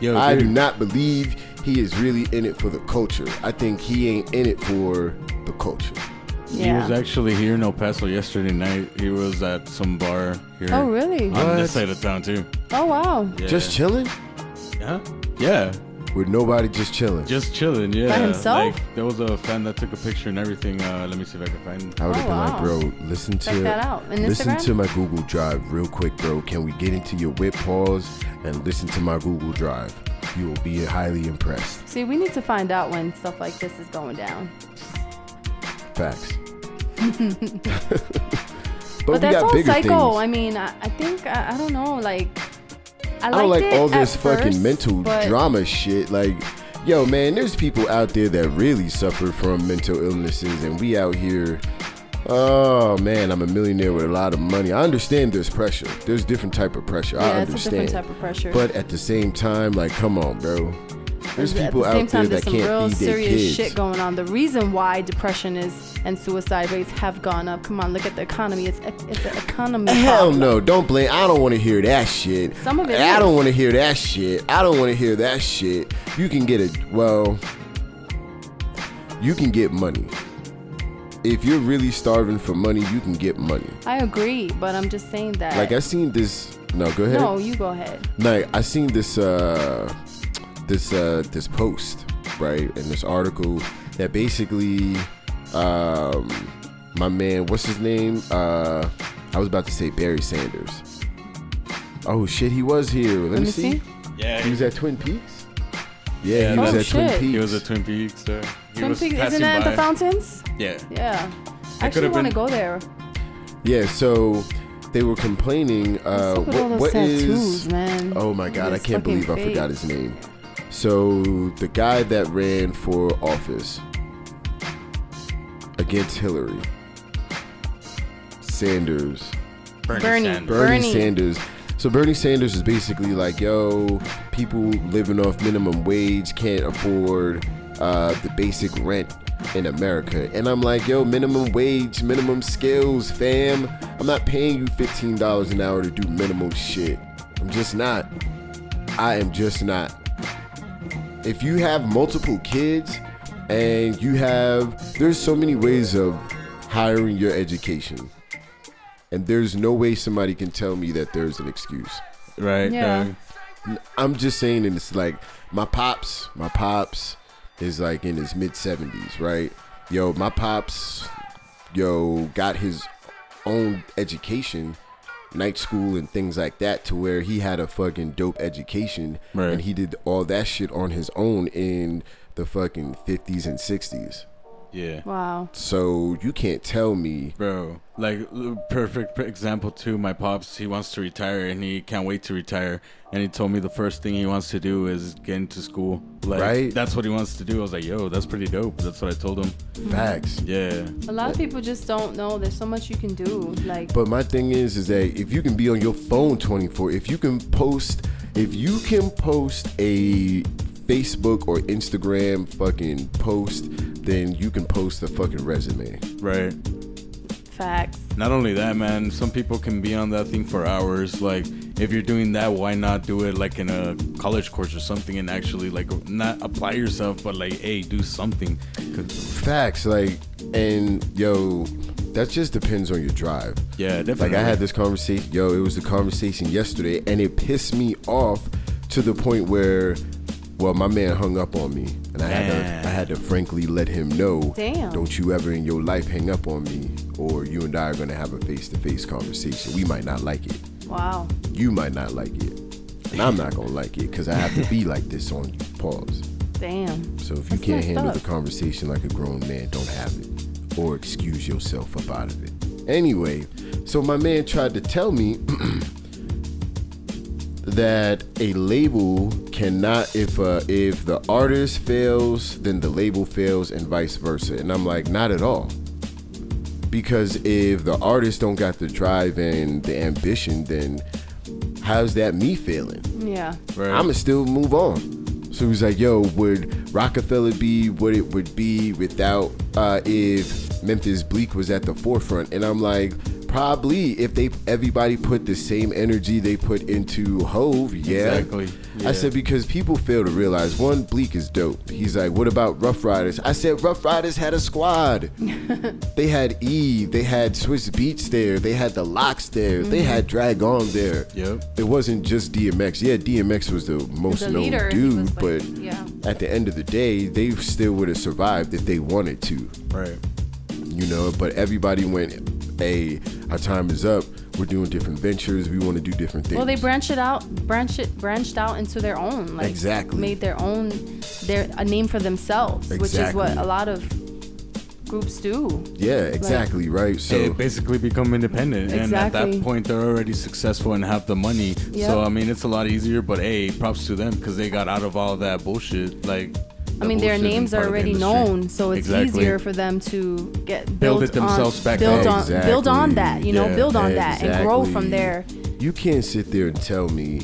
Speaker 3: Yo,
Speaker 1: I do
Speaker 3: dude,
Speaker 1: not believe he is really in it for the culture. I think he ain't in it for the culture.
Speaker 3: He
Speaker 2: Yeah.
Speaker 3: was actually here in El Paso yesterday night. He was at some bar here.
Speaker 2: Oh, really?
Speaker 3: On
Speaker 1: What?
Speaker 3: this side of town too.
Speaker 2: Oh wow.
Speaker 3: Yeah.
Speaker 1: Just chilling?
Speaker 3: yeah. Yeah.
Speaker 1: With nobody just chilling.
Speaker 3: Just chilling. Yeah.
Speaker 2: himself?
Speaker 3: Like, there was a fan that took a picture and everything. Uh, let me see if I can find.
Speaker 1: I would have
Speaker 2: Oh,
Speaker 1: been like,
Speaker 2: wow.
Speaker 1: bro, listen to
Speaker 2: Check that out. And
Speaker 1: listen
Speaker 2: Instagram?
Speaker 1: to my Google Drive real quick, bro. Can we get into your whip pause and listen to my Google Drive? You will be highly impressed.
Speaker 2: See, we need to find out when stuff like this is going down.
Speaker 1: Facts. but,
Speaker 2: But,
Speaker 1: we
Speaker 2: that's
Speaker 1: got
Speaker 2: all
Speaker 1: bigger
Speaker 2: psycho.
Speaker 1: things.
Speaker 2: I mean, I, I think I, I don't know. Like, I,
Speaker 1: I don't
Speaker 2: liked
Speaker 1: like
Speaker 2: it
Speaker 1: all this
Speaker 2: at
Speaker 1: fucking
Speaker 2: first,
Speaker 1: mental
Speaker 2: but
Speaker 1: drama shit. Like, yo, man, there's people out there that really suffer from mental illnesses, and we out here. Oh man, I'm a millionaire with a lot of money. I understand there's pressure. There's different type of pressure. I
Speaker 2: Yeah, it's a
Speaker 1: understand.
Speaker 2: different type of pressure.
Speaker 1: But at the same time, like, come on, bro. There's
Speaker 2: at
Speaker 1: people
Speaker 2: the same
Speaker 1: out
Speaker 2: time,
Speaker 1: there
Speaker 2: there's
Speaker 1: that
Speaker 2: some real
Speaker 1: can't feed their
Speaker 2: serious
Speaker 1: kids.
Speaker 2: shit going on. The reason why depression is and suicide rates have gone up. Come on, look at the economy. It's e, it's an economy.
Speaker 1: Hell
Speaker 2: problem.
Speaker 1: no, don't blame. I don't want to hear that shit.
Speaker 2: Some of it
Speaker 1: I
Speaker 2: is.
Speaker 1: don't want to hear that shit. I don't want to hear that shit. You can get a well. You can get money. If you're really starving for money, you can get money.
Speaker 2: I agree, but I'm just saying that.
Speaker 1: Like I seen this. No, go ahead.
Speaker 2: no, you go ahead.
Speaker 1: Like I seen this uh this uh this post, right, and this article that basically um my man, what's his name? Uh I was about to say Barry Sanders. Oh shit, he was here. Let,
Speaker 2: Let
Speaker 1: me,
Speaker 2: me
Speaker 1: see.
Speaker 2: see.
Speaker 3: Yeah.
Speaker 1: He was at Twin Peaks? Yeah, he
Speaker 3: Yeah.
Speaker 1: was
Speaker 2: Oh,
Speaker 1: at Twin
Speaker 2: shit.
Speaker 1: Peaks.
Speaker 3: He was at Twin Peaks. There. He
Speaker 2: Twin
Speaker 3: was
Speaker 2: Peaks,
Speaker 3: passing
Speaker 2: isn't that at
Speaker 3: by.
Speaker 2: the fountains?
Speaker 3: Yeah.
Speaker 2: Yeah. I
Speaker 3: could've
Speaker 2: actually want to
Speaker 3: been-
Speaker 2: go there.
Speaker 1: yeah, so they were complaining uh
Speaker 2: What's up with all
Speaker 1: what,
Speaker 2: those
Speaker 1: what
Speaker 2: tattoos,
Speaker 1: is
Speaker 2: man?
Speaker 1: Oh my god, I
Speaker 2: His
Speaker 1: can't
Speaker 2: fucking
Speaker 1: believe I forgot
Speaker 2: face.
Speaker 1: his name. So the guy that ran for office against Hillary, Sanders,
Speaker 3: Bernie.
Speaker 2: Bernie.
Speaker 3: Sanders.
Speaker 2: Ber-
Speaker 1: Bernie,
Speaker 2: Bernie.
Speaker 1: Sanders. So Bernie Sanders is basically like, yo, people living off minimum wage can't afford uh, the basic rent in America. And I'm like, yo, minimum wage, minimum skills, fam. I'm not paying you $15 an hour to do minimum shit. I'm just not. I am just not. If you have multiple kids and you have, there's so many ways of hiring your education. And there's no way somebody can tell me that there's an excuse.
Speaker 3: Right.
Speaker 2: Yeah.
Speaker 3: right.
Speaker 1: I'm just saying, and it's like my pops, my pops is like in his mid 70s, right? Yo, my pops, yo, got his own education, night school and things like that, to where he had a fucking dope education,
Speaker 3: Right.
Speaker 1: and he did all that shit on his own in the fucking 50s and 60s.
Speaker 3: Yeah.
Speaker 2: Wow.
Speaker 1: So you can't tell me
Speaker 3: Bro, like l- perfect p- example too. My pops, he wants to retire and he can't wait to retire. And he told me the first thing he wants to do is get into school. Like,
Speaker 1: Right.
Speaker 3: That's what he wants to do. I was like, yo, that's pretty dope. That's what I told him.
Speaker 1: facts.
Speaker 3: Yeah.
Speaker 2: A lot of people just don't know. There's so much you can do. Like,
Speaker 1: But my thing is, is that if you can be on your phone 24, if you can post, if you can post a Facebook or Instagram fucking post than you can post a fucking resume.
Speaker 3: Right.
Speaker 2: Facts.
Speaker 3: Not only that, man, some people can be on that thing for hours. Like, if you're doing that, why not do it like in a college course or something and actually, like, not apply yourself, but like, hey, do something. 'Cause-
Speaker 1: Facts, like, and yo, that just depends on your drive.
Speaker 3: Yeah, definitely.
Speaker 1: Like I had this conversation, yo, it was the conversation yesterday, and it pissed me off to the point where, well, my man hung up on me, and I had
Speaker 3: Man.
Speaker 1: to, I had to frankly let him know,
Speaker 2: Damn.
Speaker 1: don't you ever in your life hang up on me, or you and I are gonna have a face-to-face conversation. We might not like it.
Speaker 2: Wow.
Speaker 1: You might not like it, and I'm not gonna like it because I have to be like this on you. Pause.
Speaker 2: Damn.
Speaker 1: So if you
Speaker 2: That's
Speaker 1: can't
Speaker 2: messed
Speaker 1: handle
Speaker 2: up.
Speaker 1: the conversation like a grown man, don't have it. Or excuse yourself up out of it. Anyway, so my man tried to tell me that a label cannot if uh, if the artist fails, then the label fails and vice versa. And I'm like, not at all. Because if the artist don't got the drive and the ambition, then how's that me failing?
Speaker 2: Yeah.
Speaker 3: Right.
Speaker 1: I'ma still move on. So he's like, yo, would Rockefeller be what it would be without uh, if Memphis Bleak was at the forefront? And I'm like, probably if they everybody put the same energy they put into Hove, yeah.
Speaker 3: Exactly, yeah.
Speaker 1: I said because people fail to realize one, Bleak is dope. He's like, what about Rough Riders? I said Rough Riders had a squad. They had Eve, they had Swiss Beats there, they had the Locks there, they
Speaker 2: Mm.
Speaker 1: had Dragon there.
Speaker 3: Yep.
Speaker 1: It wasn't just DMX. Yeah, DMX was the most
Speaker 2: The
Speaker 1: known
Speaker 2: leader, he
Speaker 1: dude,
Speaker 2: was
Speaker 1: but
Speaker 2: like- yeah.
Speaker 1: at the end of the day, they still would have survived if they wanted to,
Speaker 3: right.
Speaker 1: you know. But everybody went, hey, our time is up. We're doing different ventures. We want to do different things.
Speaker 2: Well, they branch it out, branch it, branched out into their own, like
Speaker 1: Exactly.
Speaker 2: made their own, their a name for themselves, which is what
Speaker 1: Exactly.
Speaker 2: a lot of groups do.
Speaker 1: yeah, exactly, right? So
Speaker 3: they basically become independent and at
Speaker 2: Exactly.
Speaker 3: that point they're already successful and have the money
Speaker 2: Yep.
Speaker 3: so i mean it's a lot easier but hey props to them because they got out of all that bullshit like
Speaker 2: I
Speaker 3: that
Speaker 2: mean, their
Speaker 3: bullshit is
Speaker 2: names
Speaker 3: part
Speaker 2: are
Speaker 3: of the
Speaker 2: already
Speaker 3: industry.
Speaker 2: known, so it's
Speaker 3: Exactly.
Speaker 2: easier for them to get
Speaker 3: Build
Speaker 2: built
Speaker 3: it themselves
Speaker 2: on,
Speaker 3: back
Speaker 2: build
Speaker 3: up.
Speaker 2: on, build on
Speaker 1: Exactly.
Speaker 2: that, you know,
Speaker 3: Yeah.
Speaker 2: build on that and grow from
Speaker 1: Exactly.
Speaker 2: there.
Speaker 1: You can't sit there and tell me,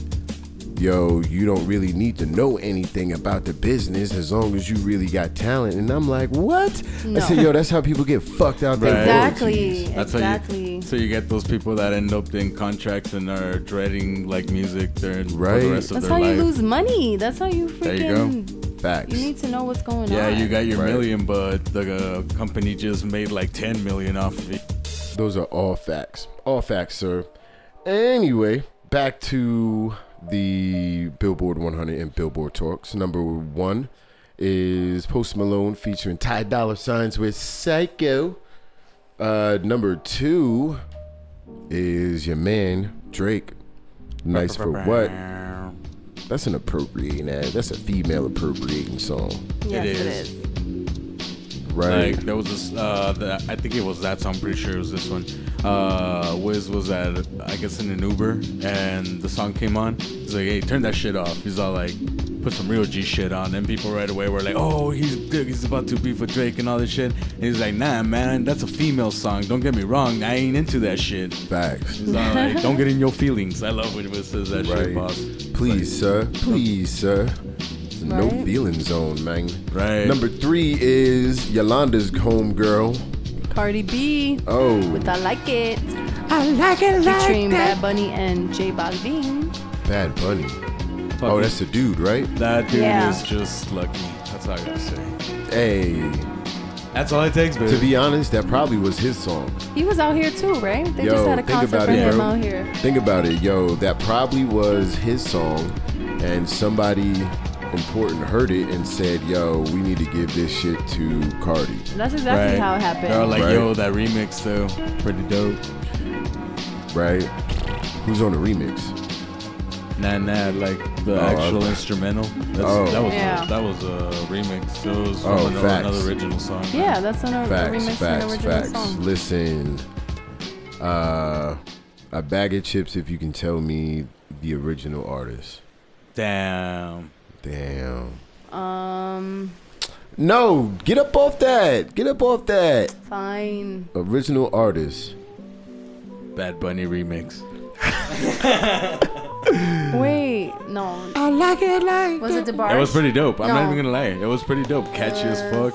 Speaker 1: yo, you don't really need to know anything about the business as long as you really got talent. And I'm like, what?
Speaker 2: No.
Speaker 1: I said, yo, that's how people get fucked out. their
Speaker 2: Exactly,
Speaker 1: royalties."
Speaker 3: That's How
Speaker 2: exactly.
Speaker 3: you, so you get those people that end up in contracts and are dreading like music their for
Speaker 1: Right.
Speaker 3: the rest of
Speaker 2: That's
Speaker 3: their
Speaker 2: how
Speaker 3: life.
Speaker 2: you lose money. That's how you
Speaker 3: There you go.
Speaker 2: freaking. You,
Speaker 1: Facts.
Speaker 2: need to know what's going
Speaker 3: yeah,
Speaker 2: on.
Speaker 3: you got your
Speaker 1: Right.
Speaker 3: million, but the uh, company just made like 10 million off of it.
Speaker 1: Those are all facts. All facts, sir. Anyway, back to the Billboard 100 and Billboard Talks. Number one is Post Malone featuring Ty Dolla Signs with Psycho. Uh, number two is your man Drake. Nice for what? That's an appropriating ad. That's a female appropriating song,
Speaker 2: Yes,
Speaker 3: It
Speaker 2: it
Speaker 3: is.
Speaker 2: is.
Speaker 1: right?
Speaker 3: Like there was this, uh, the, I think it was that song. I'm pretty sure it was this one. Uh, Wiz was at, I guess, in an Uber, and the song came on. He's like, "Hey, turn that shit off." He's all like, "Put some real G shit on." And people right away were like, "Oh, he's good. He's about to beef with Drake and all this shit." And he's like, "Nah, man, that's a female song. Don't get me wrong. I ain't into that shit."
Speaker 1: Facts.
Speaker 3: He's all like, "Don't get in your feelings." I love when Wiz says that shit, boss.
Speaker 1: Please, sir. Please, sir. It's a No
Speaker 2: Right.
Speaker 1: feeling zone, man.
Speaker 3: Right.
Speaker 1: Number three is Yolanda's homegirl.
Speaker 2: Cardi B.
Speaker 1: Oh,
Speaker 2: With I Like It,
Speaker 4: I like it like
Speaker 2: featuring
Speaker 4: that.
Speaker 2: Bad Bunny and J Balvin.
Speaker 1: Bad Bunny. Oh, that's the dude, right?
Speaker 3: that dude
Speaker 2: Yeah.
Speaker 3: is just lucky. That's all I gotta say.
Speaker 1: Hey,
Speaker 3: That's all it takes, baby.
Speaker 1: to be honest, that probably was his song.
Speaker 2: He was out here too, right? They
Speaker 1: Yo,
Speaker 2: just had a
Speaker 1: think
Speaker 2: concert
Speaker 1: about
Speaker 2: for
Speaker 1: it,
Speaker 2: him
Speaker 1: bro.
Speaker 2: out here.
Speaker 1: Think about it, yo. That probably was his song, and somebody important heard it and said, yo, we need to give this shit to Cardi.
Speaker 2: That's exactly how it happened.
Speaker 3: They're all like,
Speaker 1: Right.
Speaker 3: yo, that remix though, pretty dope.
Speaker 1: right? Who's on the remix?
Speaker 3: Nah, nah, like the
Speaker 1: Oh,
Speaker 3: actual
Speaker 1: okay.
Speaker 3: instrumental. That's,
Speaker 1: Oh.
Speaker 3: That was
Speaker 2: Yeah.
Speaker 3: a, that was a remix. It was from
Speaker 1: Oh,
Speaker 3: another,
Speaker 1: facts.
Speaker 3: another original song.
Speaker 2: yeah, that's an, a
Speaker 1: Facts,
Speaker 2: remix
Speaker 1: facts,
Speaker 2: of an original
Speaker 1: facts.
Speaker 2: song.
Speaker 1: Listen, uh, a bag of chips if you can tell me the original artist.
Speaker 3: Damn.
Speaker 1: Damn.
Speaker 2: Um,
Speaker 1: No, get up off that. Get up off that.
Speaker 2: fine.
Speaker 1: Original artist.
Speaker 3: Bad Bunny remix.
Speaker 2: Wait, right? No.
Speaker 4: I like it like
Speaker 2: Was it
Speaker 4: that.
Speaker 2: DeBarge?
Speaker 3: It was pretty dope. I'm not
Speaker 2: No.
Speaker 3: even gonna lie. It was pretty dope. Catchy as fuck.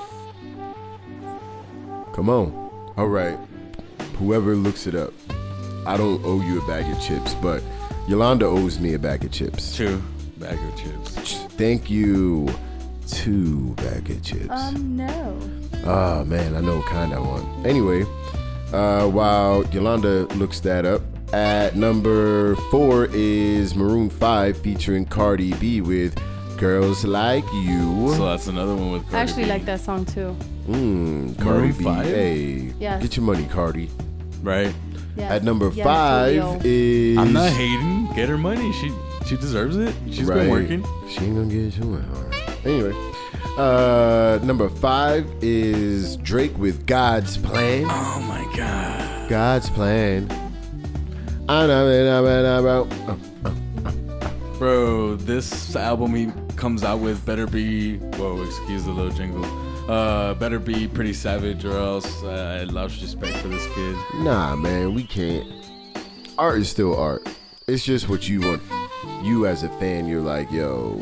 Speaker 1: Come on. All right. Whoever looks it up, I don't owe you a bag of chips, but Yolanda owes me a bag of chips.
Speaker 3: Two bag of chips.
Speaker 1: Thank you. Two bag of chips.
Speaker 2: Um, no.
Speaker 1: Ah, man, I know what kind I want. Anyway, uh, while Yolanda looks that up, at number four is Maroon 5 featuring Cardi B with Girls Like
Speaker 3: So
Speaker 1: You.
Speaker 3: that's another one with. Cardi
Speaker 2: I actually
Speaker 3: B.
Speaker 2: like that song too.
Speaker 1: Mm, Cardi
Speaker 3: Maroon
Speaker 1: B.
Speaker 3: 5?
Speaker 1: Hey,
Speaker 2: Yes.
Speaker 1: get your money, Cardi.
Speaker 3: Right.
Speaker 2: Yes.
Speaker 1: At number
Speaker 2: Yes, Julio.
Speaker 1: five is.
Speaker 3: I'm not hating. Get her money. She she deserves it. She's
Speaker 1: Right.
Speaker 3: been working.
Speaker 1: She ain't gonna get too hard. Anyway, uh, number five is Drake with God's Plan.
Speaker 3: Oh my god.
Speaker 1: God's plan. I know it, I know it, I know it. Oh,
Speaker 3: Bro, this album he comes out with better be whoa, excuse the little jingle. Uh, better be pretty savage, or else uh, I lost respect for this kid.
Speaker 1: Nah, man, we can't. Art is still art. It's just what you want. You as a fan, you're like, yo,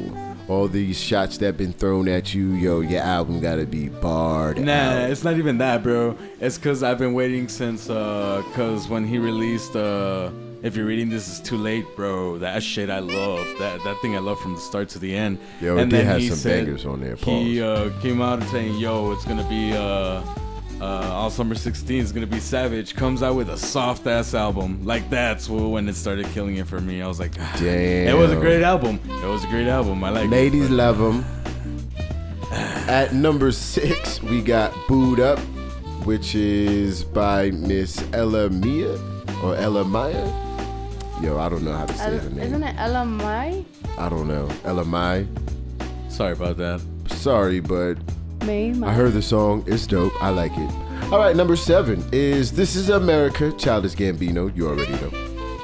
Speaker 1: all these shots that been thrown at you, yo, your album gotta be barred.
Speaker 3: Nah,
Speaker 1: out.
Speaker 3: it's not even that, bro. It's cause I've been waiting since uh, cause when he released uh, if you're reading this is too late, bro. That shit I love. That that thing I love from the start to the end.
Speaker 1: Yo,
Speaker 3: and
Speaker 1: they
Speaker 3: then
Speaker 1: had
Speaker 3: he
Speaker 1: some
Speaker 3: said-
Speaker 1: bangers on there,
Speaker 3: He uh, came out and saying, "Yo, it's gonna be uh, uh, all summer '16 is gonna be savage." Comes out with a soft ass album. Like that's wh- when it started killing it for me. I was like,
Speaker 1: Damn.
Speaker 3: It was a great album. It was a great album. I like
Speaker 1: Ladies
Speaker 3: it. but-
Speaker 1: love them. At number six, we got Booed Up, which is by Miss Ella Mia or Ella Maya. Yo, I don't know how to say
Speaker 2: El-
Speaker 1: her name.
Speaker 2: isn't it Ella Mai?
Speaker 1: I don't know. Ella Mai.
Speaker 3: Sorry about that.
Speaker 1: Sorry, but
Speaker 2: May Mai.
Speaker 1: I heard the song. It's dope. I like it. All right, number seven is This Is America, Childish Gambino. You already know.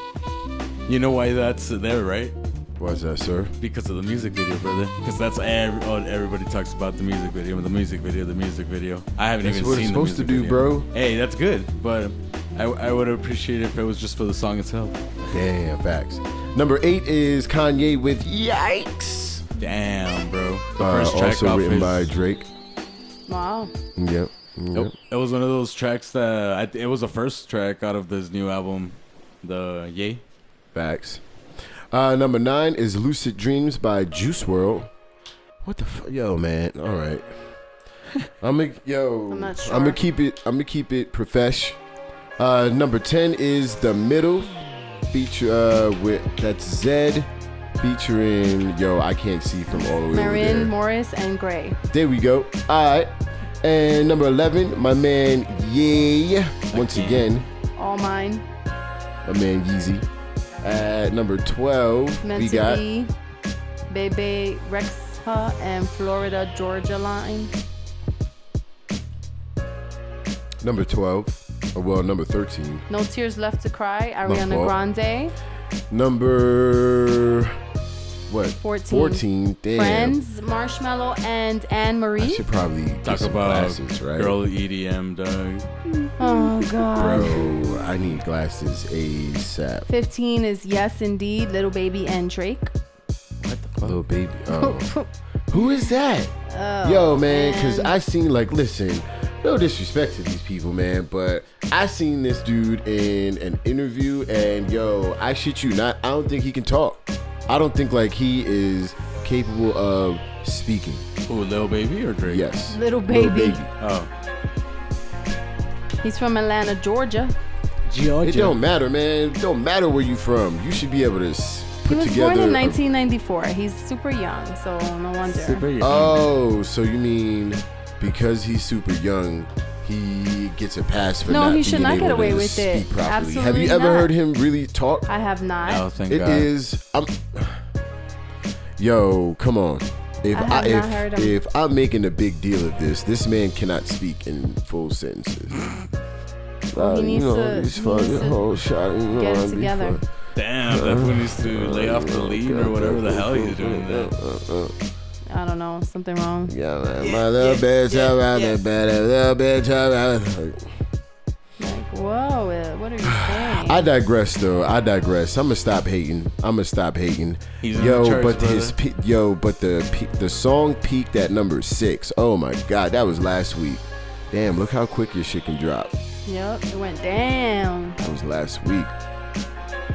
Speaker 3: You know why that's there, right?
Speaker 1: What's that, sir?
Speaker 3: Because of the music video, brother. Because that's every, all everybody talks about the music video, the music video, the music video. I haven't
Speaker 1: That's
Speaker 3: even
Speaker 1: what
Speaker 3: seen
Speaker 1: it's
Speaker 3: the
Speaker 1: supposed to
Speaker 3: music
Speaker 1: do,
Speaker 3: video.
Speaker 1: bro.
Speaker 3: Hey, that's good, but I, I would appreciate it if it was just for the song itself.
Speaker 1: Damn, facts. Number eight is Kanye with Yikes.
Speaker 3: Damn, bro. The
Speaker 1: Uh,
Speaker 3: first track
Speaker 1: also
Speaker 3: off
Speaker 1: written
Speaker 3: his-
Speaker 1: by Drake.
Speaker 2: Wow.
Speaker 1: Yep.
Speaker 3: Nope.
Speaker 1: Yep.
Speaker 3: It was one of those tracks that I, th- it was the first track out of this new album, the Yay.
Speaker 1: Facts. Uh, number nine is Lucid Dreams by Juice World. What the fuck? Yo, man. All right. I'm gonna yo.
Speaker 2: I'm not sure.
Speaker 1: I'm gonna keep it. I'm gonna keep it profesh. Uh, number ten is the middle feature uh, with that's Zed featuring yo. I can't see from all the way over there.
Speaker 2: Marin, Morris, and Gray.
Speaker 1: There we go. All right. And number eleven, my man Yay. Once
Speaker 3: Okay.
Speaker 1: again,
Speaker 2: All mine.
Speaker 1: my man Yeezy. At number twelve,
Speaker 2: Meant
Speaker 1: we
Speaker 2: to
Speaker 1: got.
Speaker 2: be. Bebe, Rexa, and Florida Georgia line.
Speaker 1: Number 12. Or well, number 13.
Speaker 2: No tears left to cry. Ariana
Speaker 1: fault.
Speaker 2: Grande.
Speaker 1: Number. What?
Speaker 2: 14.
Speaker 1: 14. Damn.
Speaker 2: Friends, Marshmallow, and Anne
Speaker 1: I
Speaker 2: Marie.
Speaker 1: should probably get
Speaker 3: Talk
Speaker 1: some
Speaker 3: about
Speaker 1: glasses, right?
Speaker 3: girl E EDM, dog.
Speaker 2: Oh God.
Speaker 1: Bro, I need glasses ASAP.
Speaker 2: 15 is Yes Indeed, Little Baby, and Drake.
Speaker 1: Little baby. Oh. Who is that? Yo, man, because
Speaker 2: Oh, man.
Speaker 1: I seen, like, listen, no disrespect to these people, man, but I seen this dude in an interview, and yo, I shit you not, I don't think he can talk. I don't think, like, he is capable of speaking.
Speaker 3: Who, Lil Baby or Drake?
Speaker 1: Yes.
Speaker 2: Little baby.
Speaker 3: Oh.
Speaker 2: He's from Atlanta, Georgia.
Speaker 1: It
Speaker 3: Georgia.
Speaker 1: don't matter, man. It don't matter where you from. You should be able to s-
Speaker 2: He
Speaker 1: put
Speaker 2: was
Speaker 1: together.
Speaker 2: born in
Speaker 1: a-
Speaker 2: 1994. He's super young, so no wonder.
Speaker 1: oh, so you mean because he's super young, he gets a pass for
Speaker 2: No,
Speaker 1: not
Speaker 2: he should
Speaker 1: being
Speaker 2: not get
Speaker 1: able to
Speaker 2: away with
Speaker 1: speak
Speaker 2: it.
Speaker 1: properly. Have
Speaker 2: Absolutely
Speaker 1: you ever
Speaker 2: not.
Speaker 1: heard him really talk?
Speaker 2: I have not.
Speaker 3: Oh, thank
Speaker 1: It
Speaker 3: God.
Speaker 1: is. I'm. Yo, come on. If
Speaker 2: I
Speaker 1: I,
Speaker 2: have
Speaker 1: if
Speaker 2: not heard him.
Speaker 1: if I'm making a big deal of this, this man cannot speak in full sentences. Uh, you
Speaker 2: needs
Speaker 1: know,
Speaker 2: to-
Speaker 1: it's
Speaker 2: he
Speaker 1: fun.
Speaker 2: needs
Speaker 1: the
Speaker 2: to
Speaker 1: whole shot. You know,
Speaker 2: get it
Speaker 1: it'd be
Speaker 2: together.
Speaker 1: fun.
Speaker 3: Damn, that fool needs to lay off the lean or whatever the hell he's doing there.
Speaker 2: I don't know. Something wrong.
Speaker 1: Yeah, man. My little bitch around the bed, a little bitch around.
Speaker 2: Like, whoa, uh, what are you saying?
Speaker 1: I digress, though. I digress. I'm gonna stop hating. I'm gonna stop hating.
Speaker 3: He's in
Speaker 1: yo,
Speaker 3: the church,
Speaker 1: but
Speaker 3: brother.
Speaker 1: his pe- yo, but the pe- the song peaked at number six. Oh my god, that was last week. Damn, look how quick your shit can drop.
Speaker 2: Yep, it went down.
Speaker 1: That was last week.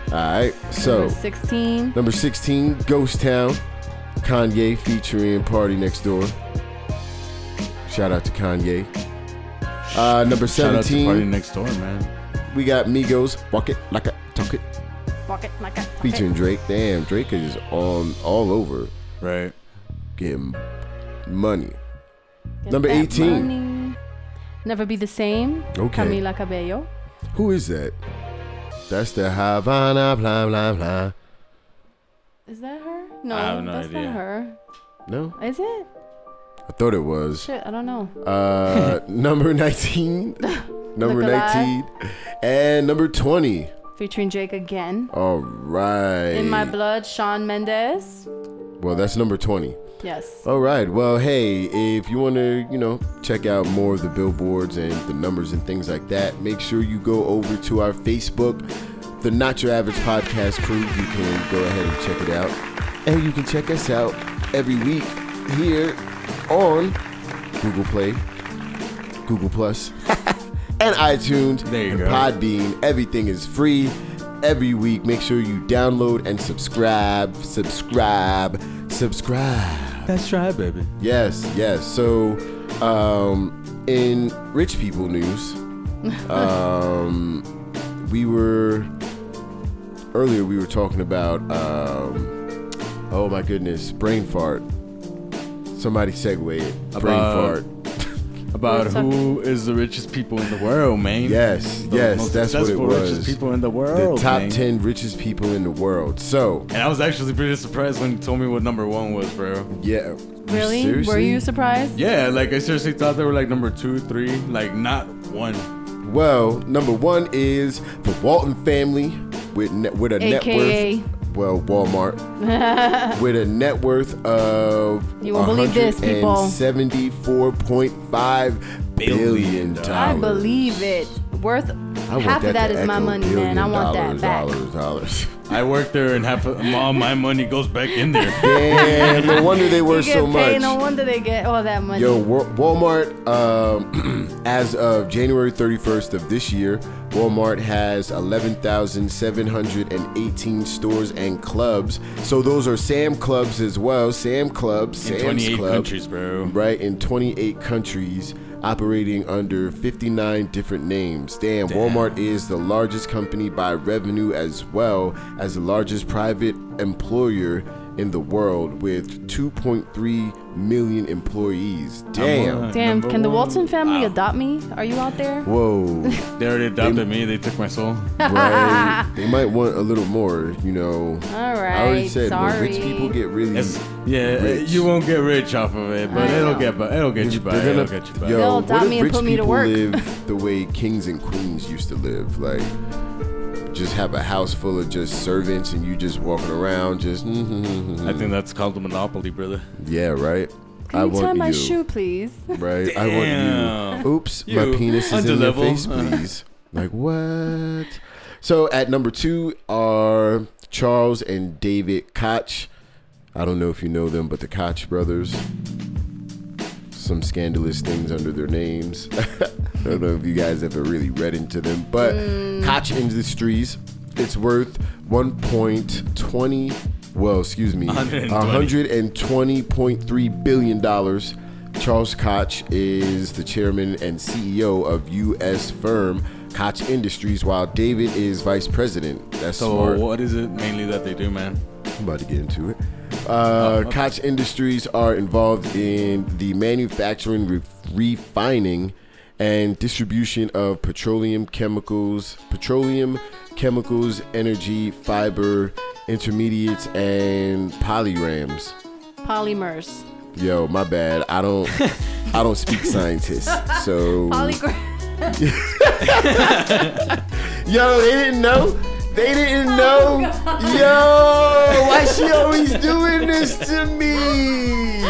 Speaker 1: All right, so
Speaker 2: Number 16.
Speaker 1: number sixteen, Ghost Town, Kanye featuring Party Next Door. Shout out to Kanye. Uh, number
Speaker 3: Shout out to Party
Speaker 1: seventeen,
Speaker 3: Next Door, man.
Speaker 1: we got Migos, Walk It Like a Talk It.
Speaker 2: Fuck it, like a- fuck it.
Speaker 1: featuring Drake. Damn, Drake is on all over
Speaker 3: Right.
Speaker 1: getting money.
Speaker 2: Get
Speaker 1: number
Speaker 2: that
Speaker 1: 18.
Speaker 2: money. Never be the same.
Speaker 1: Okay.
Speaker 2: Camila Cabello.
Speaker 1: Who is that? That's the Havana, blah blah blah.
Speaker 2: Is that her? No,
Speaker 3: have no
Speaker 2: that's
Speaker 3: idea.
Speaker 2: not her.
Speaker 1: No,
Speaker 2: Is it?
Speaker 1: I thought it was.
Speaker 2: Shit, I don't know.
Speaker 1: Uh, number nineteen, number
Speaker 2: Look alive.
Speaker 1: nineteen, and number twenty.
Speaker 2: Featuring Drake again.
Speaker 1: All right.
Speaker 2: In my blood, Sean Mendes.
Speaker 1: Well, that's number twenty.
Speaker 2: Yes.
Speaker 1: All right. Well, hey, if you want to, you know, check out more of the billboards and the numbers and things like that, make sure you go over to our Facebook, the Not Your Average Podcast Crew. You can go ahead and check it out. And you can check us out every week here on Google Play, Google Plus, and iTunes,
Speaker 3: There you
Speaker 1: and
Speaker 3: go.
Speaker 1: Podbean. Everything is free every week. Make sure you download and subscribe, subscribe, subscribe.
Speaker 3: That's right, baby.
Speaker 1: Yes, yes. So, um, in rich people news, um, we were earlier we were talking about um, oh my goodness, brain fart. Somebody segue it. Brain
Speaker 3: About-
Speaker 1: fart.
Speaker 3: About
Speaker 2: We're
Speaker 3: who is the richest people in the world, man?
Speaker 1: Yes,
Speaker 3: The
Speaker 1: yes,
Speaker 3: most
Speaker 1: that's what it
Speaker 3: successful
Speaker 1: was.
Speaker 3: richest people in the
Speaker 1: The
Speaker 3: world.
Speaker 1: top
Speaker 3: man.
Speaker 1: ten richest people in the world. So
Speaker 3: And I was actually pretty surprised when you told me what number one was, bro.
Speaker 1: yeah.
Speaker 2: Really?
Speaker 1: Seriously?
Speaker 2: Were you surprised?
Speaker 3: Yeah, like I seriously thought they were like number two, three, like not one.
Speaker 1: Well, number one is the Walton family with ne- with a
Speaker 2: AKA.
Speaker 1: net worth. Well, Walmart with a net worth of
Speaker 2: You won't believe this, people.
Speaker 1: seventy-four point five billion
Speaker 3: Billion
Speaker 1: dollars.
Speaker 2: I believe it. Worth
Speaker 1: I want
Speaker 2: half of that
Speaker 1: to
Speaker 2: is my
Speaker 1: echo
Speaker 2: money, man. I
Speaker 1: billion
Speaker 2: want
Speaker 1: dollars,
Speaker 2: that back.
Speaker 1: Dollars, dollars.
Speaker 3: I work there, and half of all my money goes back in there.
Speaker 1: Damn, no wonder they
Speaker 2: You
Speaker 1: were
Speaker 2: get
Speaker 1: so
Speaker 2: paid,
Speaker 1: much.
Speaker 2: no wonder they get all that money.
Speaker 1: Yo, Wa- Walmart, um, as of January 31st of this year, Walmart has 11,718 stores and clubs. So those are Sam clubs as well. Sam clubs,
Speaker 3: In
Speaker 1: Sam's
Speaker 3: 28
Speaker 1: club,
Speaker 3: countries, bro.
Speaker 1: Right, in 28 countries operating under 59 different names. Damn, Walmart is the largest company by revenue as well as the largest private employer in the world with 2.3 million employees. Damn.
Speaker 2: Damn,
Speaker 3: Number
Speaker 2: can the
Speaker 3: one.
Speaker 2: Walton family
Speaker 3: Wow.
Speaker 2: adopt me? Are you out there?
Speaker 1: Whoa.
Speaker 3: They already adopted me. They took my soul.
Speaker 1: right. They might want a little more, you know.
Speaker 2: All right.
Speaker 1: I already said when
Speaker 2: sorry.
Speaker 1: rich people get really
Speaker 3: It's, yeah,
Speaker 1: Mm. Rich.
Speaker 3: you won't get rich off of it, but
Speaker 2: I
Speaker 3: it'll
Speaker 2: know.
Speaker 3: get by. It'll get you by.
Speaker 1: They're
Speaker 3: It'll
Speaker 1: gonna-
Speaker 3: get you by.
Speaker 1: Yo,
Speaker 2: They'll
Speaker 1: what
Speaker 2: adopt
Speaker 1: if
Speaker 2: me and
Speaker 1: rich
Speaker 2: put me to
Speaker 1: people
Speaker 2: work.
Speaker 1: live the way kings and queens used to live, like just have a house full of just servants and you just walking around, just mm-hmm,
Speaker 3: I think that's called a monopoly, brother.
Speaker 1: yeah, right.
Speaker 2: Can
Speaker 1: I
Speaker 2: you
Speaker 1: want
Speaker 2: tie my
Speaker 1: you,
Speaker 2: shoe, please?
Speaker 1: right? I want
Speaker 3: Damn.
Speaker 1: you. Oops, my
Speaker 3: You,
Speaker 1: penis is in your
Speaker 3: underlevel. Uh-huh.
Speaker 1: face, please. like what? So at number two are Charles and David Koch. I don't know if you know them, but the Koch brothers. Some scandalous things under their names. I don't know if you guys ever really read into them, but Koch Industries, it's worth 1.20. Well, excuse me,
Speaker 3: 120.
Speaker 1: 120.3 billion dollars. Charles Koch is the chairman and CEO of U.S. firm Koch Industries, while David is vice president. That's
Speaker 3: So
Speaker 1: smart.
Speaker 3: what is it mainly that they do, man?
Speaker 1: I'm about to get into it.
Speaker 3: Oh,
Speaker 1: Uh, Koch Industries are involved in the manufacturing, re- refining, and distribution of petroleum chemicals, petroleum chemicals, energy, fiber, intermediates, and polyrams.
Speaker 2: Polymers.
Speaker 1: Yo, my bad. I don't. I don't speak scientist, so
Speaker 2: Polygram.
Speaker 1: yo, they didn't know. They didn't know. Yo, why she always doing this to me?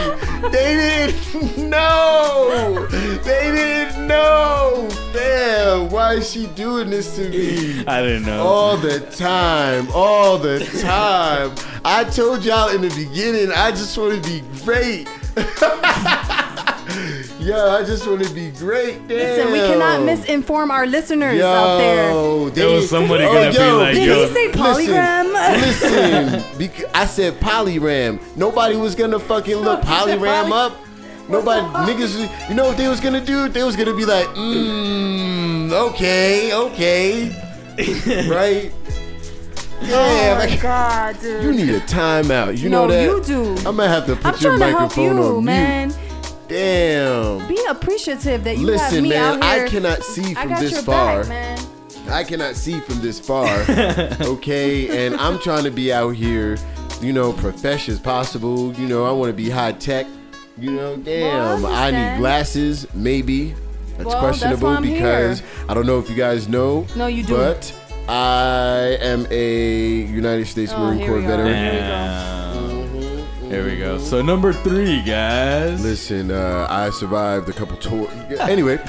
Speaker 1: They didn't know. They didn't know. Damn, why is she doing this to me?
Speaker 3: I didn't know.
Speaker 1: All the time, all the time. I told y'all in the beginning, I just want to be great. Yo, I just want to be great. Damn.
Speaker 2: Listen, we cannot misinform our listeners out there.
Speaker 3: There was somebody
Speaker 1: Oh,
Speaker 3: gonna be like,
Speaker 2: Did
Speaker 3: yo.
Speaker 2: he say polygram?
Speaker 1: Listen, listen bec- I said polyram. Nobody was gonna fucking look
Speaker 2: You said
Speaker 1: polyram
Speaker 2: poly-
Speaker 1: up. Nobody niggas. was- You know what they was gonna do? They was gonna be like, mm, okay, okay, right? Damn,
Speaker 2: oh my
Speaker 1: like,
Speaker 2: god, dude.
Speaker 1: you need a timeout. You know
Speaker 2: No,
Speaker 1: that?
Speaker 2: you do.
Speaker 1: I'm gonna have to
Speaker 2: I'm
Speaker 1: put your
Speaker 2: trying to help
Speaker 1: microphone on
Speaker 2: you,
Speaker 1: mute.
Speaker 2: man.
Speaker 1: Damn.
Speaker 2: Be appreciative that you have
Speaker 1: Listen,
Speaker 2: me
Speaker 1: man,
Speaker 2: out here.
Speaker 1: I cannot see
Speaker 2: I
Speaker 1: from
Speaker 2: got
Speaker 1: this
Speaker 2: your
Speaker 1: far.
Speaker 2: back, man.
Speaker 1: I cannot see from this far, okay? And I'm trying to be out here, you know, profesh as possible. You know, I want to be high tech. You know, damn,
Speaker 2: Well, I
Speaker 1: I need
Speaker 2: understand.
Speaker 1: glasses, maybe. That's
Speaker 2: Well, that's
Speaker 1: questionable
Speaker 2: why I'm
Speaker 1: because
Speaker 2: here.
Speaker 1: I don't know if you guys know.
Speaker 2: No, you do.
Speaker 1: But I am a United States
Speaker 2: Oh,
Speaker 1: Marine
Speaker 2: here
Speaker 1: Corps
Speaker 2: we go.
Speaker 1: veteran.
Speaker 2: Here we go.
Speaker 3: Damn. Here we go. So number three, guys.
Speaker 1: Listen, uh, I survived a couple tours. anyway,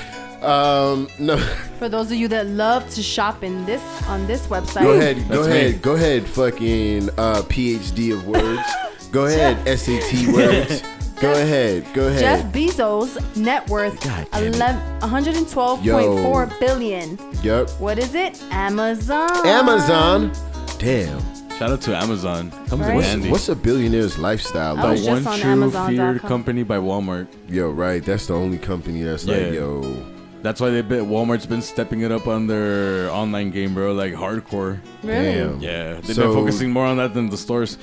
Speaker 1: um, no,
Speaker 2: For those of you that love to shop in this on this website,
Speaker 1: go ahead, go
Speaker 3: That's
Speaker 1: ahead,
Speaker 3: me.
Speaker 1: go ahead, fucking uh, PhD of words. go ahead, SAT words. Go ahead, go ahead.
Speaker 2: Jeff Bezos' net worth
Speaker 1: God damn it.
Speaker 2: 11- 112.4 billion.
Speaker 1: Yep.
Speaker 2: What is it? Amazon.
Speaker 1: Amazon. Damn.
Speaker 3: Shout out to Amazon. Comes in
Speaker 2: Right.
Speaker 1: What's,
Speaker 3: handy.
Speaker 1: what's a billionaire's lifestyle
Speaker 2: I
Speaker 1: like?
Speaker 2: was
Speaker 3: the one
Speaker 2: just on
Speaker 3: true
Speaker 2: Amazon.com.
Speaker 3: feared company by Walmart.
Speaker 1: Yo, right. That's the only company that's
Speaker 3: Yeah.
Speaker 1: like, yo.
Speaker 3: That's why they bet Walmart's been stepping it up on their online game, bro. Like hardcore.
Speaker 2: Really?
Speaker 1: Damn.
Speaker 3: Yeah, they've
Speaker 1: So-
Speaker 3: been focusing more on that than the stores.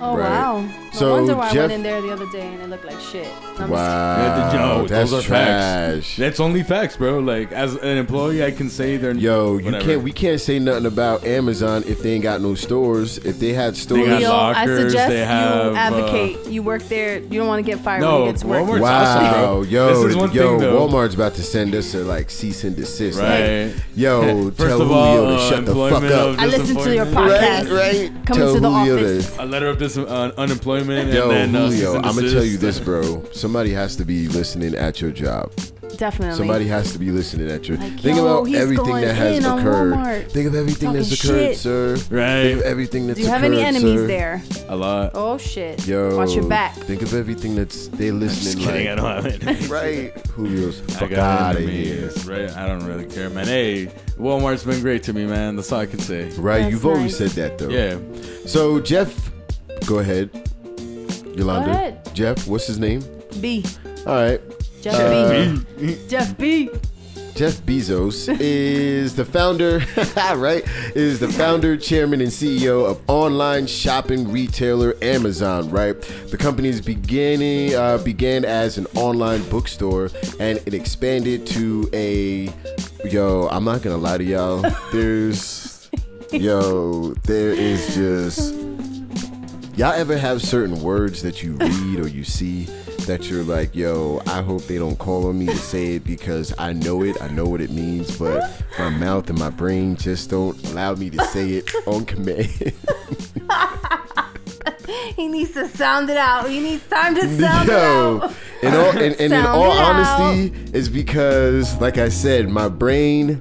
Speaker 2: Oh
Speaker 1: Right.
Speaker 2: wow. No
Speaker 1: So,
Speaker 2: wonder why I
Speaker 1: Jeff-
Speaker 2: went in there the other day and it looked like shit. No, I'm just-
Speaker 1: Wow.
Speaker 3: Yo,
Speaker 1: that's
Speaker 3: those are
Speaker 1: trash.
Speaker 3: facts. That's only facts, bro. Like as an employee, I can say they're
Speaker 1: Yo, you
Speaker 3: whatever.
Speaker 1: can't. We can't say nothing about Amazon if they ain't got no stores. If they had stores,
Speaker 3: got
Speaker 2: Leo, I
Speaker 3: lockers,
Speaker 2: suggest
Speaker 3: they have,
Speaker 2: you
Speaker 3: uh,
Speaker 2: advocate. you work there. You don't want to get fired when
Speaker 3: No,
Speaker 2: you get to work.
Speaker 3: Walmart's
Speaker 1: wow,
Speaker 3: awesome, bro.
Speaker 1: yo,
Speaker 3: This is one
Speaker 1: yo,
Speaker 3: thing, though.
Speaker 1: Walmart's about to send us a like cease and desist. Like,
Speaker 3: right?
Speaker 1: yo,
Speaker 3: First
Speaker 1: tell
Speaker 3: of all,
Speaker 1: Julio to
Speaker 3: uh,
Speaker 1: shut the fuck
Speaker 3: employment
Speaker 1: up.
Speaker 3: of-
Speaker 2: I listen to your
Speaker 1: Right,
Speaker 2: podcast.
Speaker 1: right.
Speaker 2: Come
Speaker 1: tell
Speaker 2: into the
Speaker 1: Julio
Speaker 2: office.
Speaker 1: to-
Speaker 3: A letter of dis- uh, unemployment.
Speaker 1: Yo,
Speaker 3: and then, uh,
Speaker 1: Julio,
Speaker 3: cease and
Speaker 1: I'm gonna tell
Speaker 3: desist.
Speaker 1: you this, bro. Somebody has to be listening at your job.
Speaker 2: Definitely.
Speaker 1: Somebody has to be listening at your.
Speaker 2: Like,
Speaker 1: think
Speaker 2: yo,
Speaker 1: about
Speaker 2: he's
Speaker 1: everything
Speaker 2: going
Speaker 1: that has
Speaker 2: in on
Speaker 1: occurred.
Speaker 2: Walmart.
Speaker 1: Think of everything that's
Speaker 2: Talking
Speaker 1: occurred,
Speaker 2: shit.
Speaker 1: sir. Think of
Speaker 3: right?
Speaker 1: everything that's
Speaker 2: Do you have
Speaker 1: occurred,
Speaker 2: any enemies
Speaker 1: sir.
Speaker 2: there?
Speaker 3: A lot.
Speaker 2: Oh shit.
Speaker 1: Yo,
Speaker 2: Watch your back.
Speaker 1: Think of everything that's they
Speaker 3: Just
Speaker 1: listening
Speaker 3: kidding. I
Speaker 1: like.
Speaker 3: don't have any.
Speaker 1: Right, Julio's
Speaker 3: I
Speaker 1: fuck
Speaker 3: got
Speaker 1: out of here.
Speaker 3: enemies, Right? I don't really care, man. Hey, Walmart's been great to me, man. That's all I can say.
Speaker 1: Right,
Speaker 2: That's
Speaker 1: you've always said
Speaker 2: nice.
Speaker 1: that though.
Speaker 3: Yeah.
Speaker 1: So Jeff, go ahead. Yolanda.
Speaker 2: Go ahead.
Speaker 1: Jeff, what's his name?
Speaker 2: B.
Speaker 1: All right. Uh,
Speaker 2: Jeff B. Jeff B.
Speaker 1: Jeff Bezos is the founder, right? Is the founder, chairman, and CEO of online shopping retailer Amazon, right? The company's beginning uh, began as an online bookstore, and it expanded to a. Yo, I'm not gonna lie to y'all. There's, yo, there is just. Y'all ever have certain words that you read or you see that you're like, yo, I hope they don't call on me to say it because I know it, I know what it means, but my mouth and my brain just don't allow me to say it on command.
Speaker 2: He needs to sound it out. He needs time to sound it
Speaker 1: yo,
Speaker 2: out.
Speaker 1: in all, and, and in
Speaker 2: Sound
Speaker 1: all
Speaker 2: it out.
Speaker 1: honesty, it's because, like I said, my brain,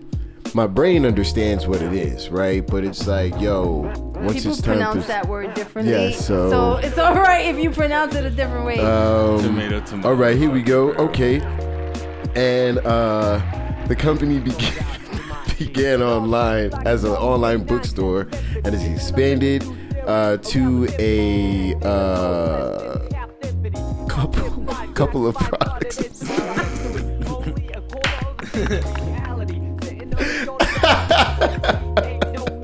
Speaker 1: my brain understands what it is, right? But it's like, yo, once
Speaker 2: People
Speaker 1: it's time
Speaker 2: pronounce
Speaker 1: to,
Speaker 2: that word differently.
Speaker 1: Yeah, so-
Speaker 2: it's all right if you pronounce it a different way.
Speaker 1: Um,
Speaker 3: Tomato, tomato.
Speaker 1: All right, here we go. Okay. And uh, the company began, began online as an online bookstore and has expanded uh, to a uh, couple, couple of products.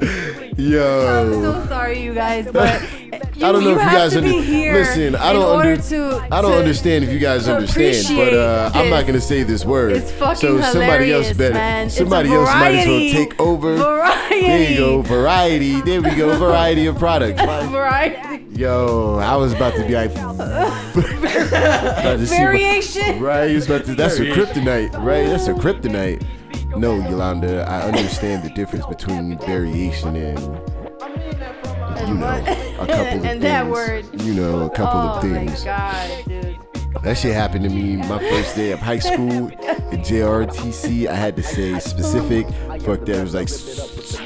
Speaker 2: I'm
Speaker 1: Yo.
Speaker 2: so sorry, you guys, but you,
Speaker 1: Oh. I don't know
Speaker 2: you
Speaker 1: if you
Speaker 2: have
Speaker 1: guys
Speaker 2: to be
Speaker 1: under-
Speaker 2: here.
Speaker 1: listen, I
Speaker 2: in
Speaker 1: don't
Speaker 2: order
Speaker 1: under-
Speaker 2: to,
Speaker 1: I don't
Speaker 2: to-
Speaker 1: understand if you guys
Speaker 2: to
Speaker 1: understand, but
Speaker 2: appreciate
Speaker 1: uh, I'm not
Speaker 2: this.
Speaker 1: gonna say this word.
Speaker 2: It's fucking
Speaker 1: so somebody else
Speaker 2: hilarious,
Speaker 1: better.
Speaker 2: man. It's a
Speaker 1: Somebody else might as well
Speaker 2: variety.
Speaker 1: take over.
Speaker 2: Variety.
Speaker 1: There you go, variety. There we go, variety of products.
Speaker 2: Variety.
Speaker 1: Yo, I was about to be like, about to see what-
Speaker 2: Variation.
Speaker 1: right? It's about to, that's a
Speaker 3: Variation.
Speaker 1: kryptonite, right? That's a kryptonite. No, Yolanda, I understand the difference between variation and you
Speaker 2: And
Speaker 1: know
Speaker 2: what?
Speaker 1: a couple of
Speaker 2: And that
Speaker 1: things.
Speaker 2: word.
Speaker 1: You know, a couple
Speaker 2: oh
Speaker 1: of things.
Speaker 2: my god, dude.
Speaker 1: That shit happened to me my first day of high school at JRTC. I had to say specific. Fuck that. It was like, s-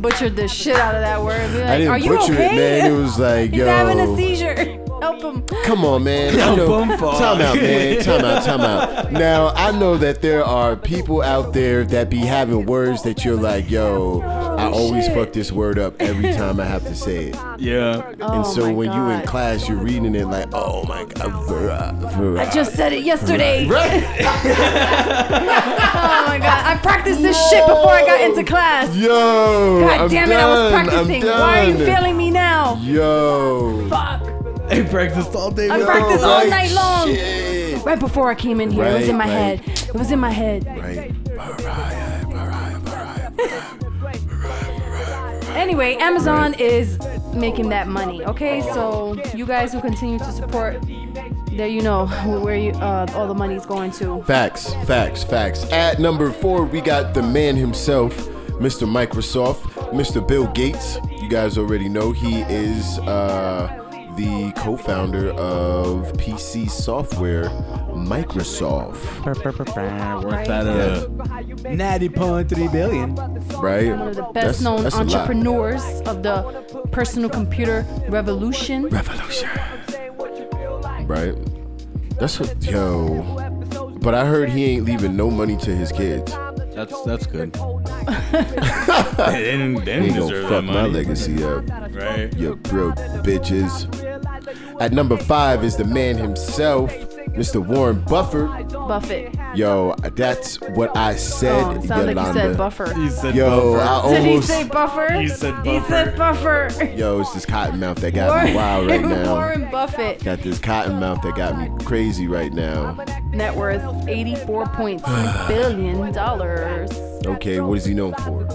Speaker 2: Butchered the shit out of that word. Be Like,
Speaker 1: I
Speaker 2: Are
Speaker 1: didn't
Speaker 2: you
Speaker 1: butcher
Speaker 2: okay?
Speaker 1: it, man. It was like,
Speaker 2: He's
Speaker 1: yo.
Speaker 2: having a seizure. Help him.
Speaker 1: Come on, man. I know.
Speaker 3: bum fuck.
Speaker 1: Time
Speaker 2: Uh,
Speaker 1: out, man. Time out, time out. Now, I know that there are people out there that be having words that you're like, yo, I always
Speaker 2: Oh, shit.
Speaker 1: fuck this word up every time I have to say it.
Speaker 3: Yeah.
Speaker 2: Oh
Speaker 1: and so
Speaker 2: my
Speaker 1: when you in
Speaker 2: God.
Speaker 1: class, you're reading it like, oh my God. Vera, Vera.
Speaker 2: I just said it yesterday.
Speaker 1: Right?
Speaker 2: Oh my god, I practiced this shit before I got into class.
Speaker 1: Yo.
Speaker 2: God
Speaker 1: I'm
Speaker 2: damn it,
Speaker 1: done.
Speaker 2: I was
Speaker 1: I'm
Speaker 2: practicing. Why are you
Speaker 1: done.
Speaker 2: failing me now?
Speaker 1: Yo.
Speaker 2: Fuck.
Speaker 3: I practiced all day.
Speaker 2: I
Speaker 3: with
Speaker 2: practiced
Speaker 3: those.
Speaker 2: all
Speaker 1: Like
Speaker 2: night long.
Speaker 1: shit.
Speaker 2: Right before I came in here, it was in my
Speaker 1: Right,
Speaker 2: head.
Speaker 1: right.
Speaker 2: It was in my head.
Speaker 1: Right. Mariah, Mariah, Mariah.
Speaker 2: Anyway, Amazon is making that money. Okay, so you guys who continue to support, there you know where you, uh, all the money's going to.
Speaker 1: Facts, facts, facts. At number four, we got the man himself, Mr. Microsoft, Mr. Bill Gates. You guys already know he is uh, the co founder of PC software, Microsoft,
Speaker 3: Worked at a natty point three billion.
Speaker 1: right?
Speaker 2: One of the best known
Speaker 1: a lot.
Speaker 2: entrepreneurs of the personal computer revolution.
Speaker 1: Revolution. Right? That's what, yo. But I heard he ain't leaving no money to his kids.
Speaker 3: That's that's good. they didn't, they
Speaker 1: He ain't
Speaker 3: didn't
Speaker 1: gonna
Speaker 3: deserve that
Speaker 1: fuck my
Speaker 3: money.
Speaker 1: legacy up.
Speaker 3: Right.
Speaker 1: you broke bitches. At number five is the man himself, Mr. Warren Buffett.
Speaker 2: Buffett.
Speaker 1: Yo, that's what I said,
Speaker 2: Oh, it sounds
Speaker 1: Yolanda.
Speaker 2: like you said buffer.
Speaker 3: He said
Speaker 1: Yo, I
Speaker 3: buffer.
Speaker 2: Did he
Speaker 1: almost.
Speaker 2: say buffer?
Speaker 3: He said
Speaker 2: He said buffer.
Speaker 1: yo, it's this cotton mouth that got me wild right now.
Speaker 2: Warren Buffett,
Speaker 1: Got this cotton mouth that got me crazy right now.
Speaker 2: net worth $84.2 billion.
Speaker 1: Okay, what is he known for?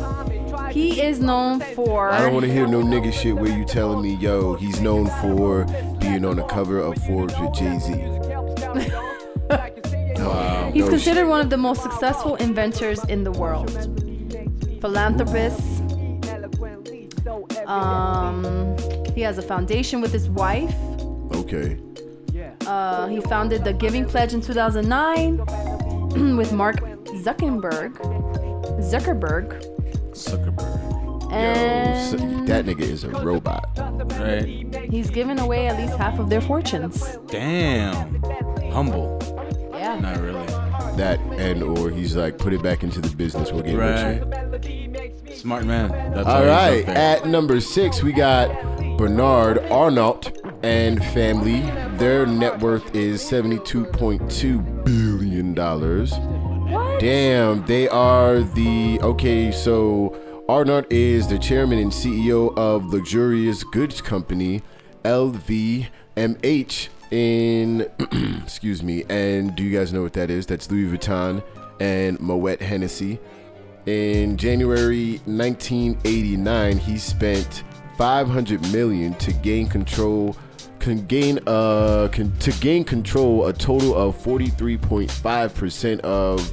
Speaker 2: He is known for.
Speaker 1: I don't want to hear no nigga shit where you telling me, yo, he's known for being on the cover of Forbes with Jay Z. wow.
Speaker 2: He's considered one of the most successful inventors in the world. Philanthropist. Um, he has a foundation with his wife.
Speaker 1: Okay.
Speaker 2: Uh, he founded the Giving Pledge in 2009 with Mark Zuckerberg. Zuckerberg.
Speaker 1: Yo,
Speaker 3: Zuckerberg.
Speaker 2: And
Speaker 1: so- that nigga is a robot.
Speaker 3: Right.
Speaker 2: he's given away at least half of their fortunes.
Speaker 3: Damn. Humble.
Speaker 2: Yeah.
Speaker 3: Not really.
Speaker 1: that and or he's like put it back into the business we'll get
Speaker 3: Right.
Speaker 1: richer
Speaker 3: Smart man. That's
Speaker 1: all
Speaker 3: why he's
Speaker 1: right
Speaker 3: up there.
Speaker 1: at number six we got bernard arnault and family their net worth is 72.2 billion dollars damn they are the okay so arnault is the chairman and ceo of luxurious goods company lvmh in excuse me and do you guys know what that is that's louis vuitton and moet hennessy in January 1989, he spent 500 million to gain control can gain uh can, to gain control a total of 43.5% of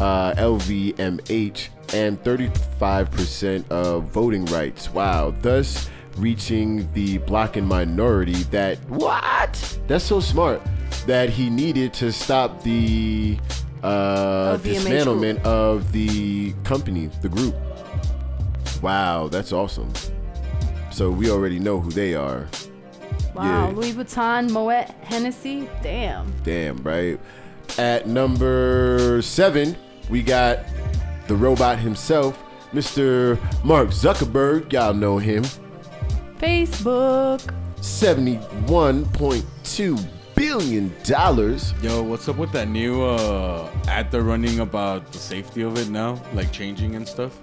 Speaker 1: uh, LVMH and 35% of voting rights. Wow, thus reaching the black and minority that what? That's so smart that he needed to stop the uh,
Speaker 2: Of the MH
Speaker 1: dismantlement of the company, the group. Wow, that's awesome. So we already know who they are.
Speaker 2: Wow.
Speaker 1: Yeah.
Speaker 2: Louis Vuitton, Moet, Hennessy. Damn.
Speaker 1: Damn, right? At number seven, we got the robot himself, Mr. Mark Zuckerberg. Y'all know him.
Speaker 2: Facebook.
Speaker 1: $71.2 billion.
Speaker 3: Yo, what's up with that new uh, ad they're running about the safety of it now, like changing and stuff?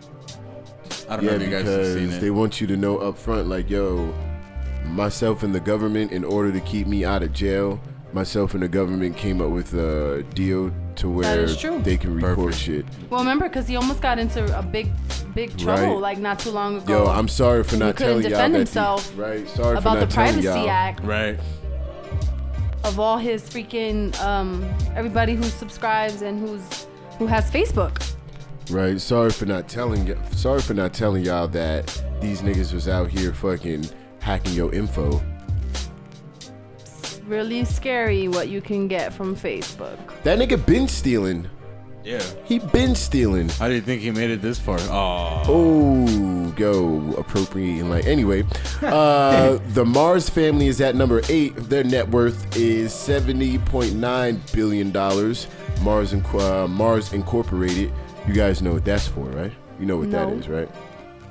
Speaker 3: I don't know
Speaker 1: Yeah,
Speaker 3: if you guys have seen
Speaker 1: because
Speaker 3: it.
Speaker 1: they want you to know up front, like, yo, myself and the government, in order to keep me out of jail, myself and the government came up with a deal to where
Speaker 2: is true.
Speaker 1: they can record
Speaker 3: Perfect.
Speaker 1: shit.
Speaker 2: Well, remember, because he almost got into a big, big trouble
Speaker 1: Right.
Speaker 2: like not too long ago.
Speaker 1: Yo, I'm sorry for
Speaker 2: And he
Speaker 1: not
Speaker 2: Oh. couldn't
Speaker 1: telling y'all
Speaker 2: defend
Speaker 1: that
Speaker 2: himself
Speaker 1: the, right. Sorry for
Speaker 2: about the
Speaker 1: not telling
Speaker 2: Privacy
Speaker 1: y'all.
Speaker 2: Act
Speaker 3: right.
Speaker 2: of all his freaking um, everybody who subscribes and who's who has Facebook.
Speaker 1: Right. Sorry for not telling. Y- sorry for not telling y'all that these niggas was out here fucking hacking your info.
Speaker 2: Really scary what you can get from Facebook.
Speaker 1: That nigga been stealing.
Speaker 3: Yeah.
Speaker 1: He been stealing.
Speaker 3: How do you think he made it this far? Oh,
Speaker 1: Oh, go appropriating like anyway. Uh, the Mars family is at number eight. Their net worth is seventy point nine billion dollars. Mars and uh, Mars Incorporated. You guys know what that's for, right? You know what that
Speaker 2: No.
Speaker 1: is, right?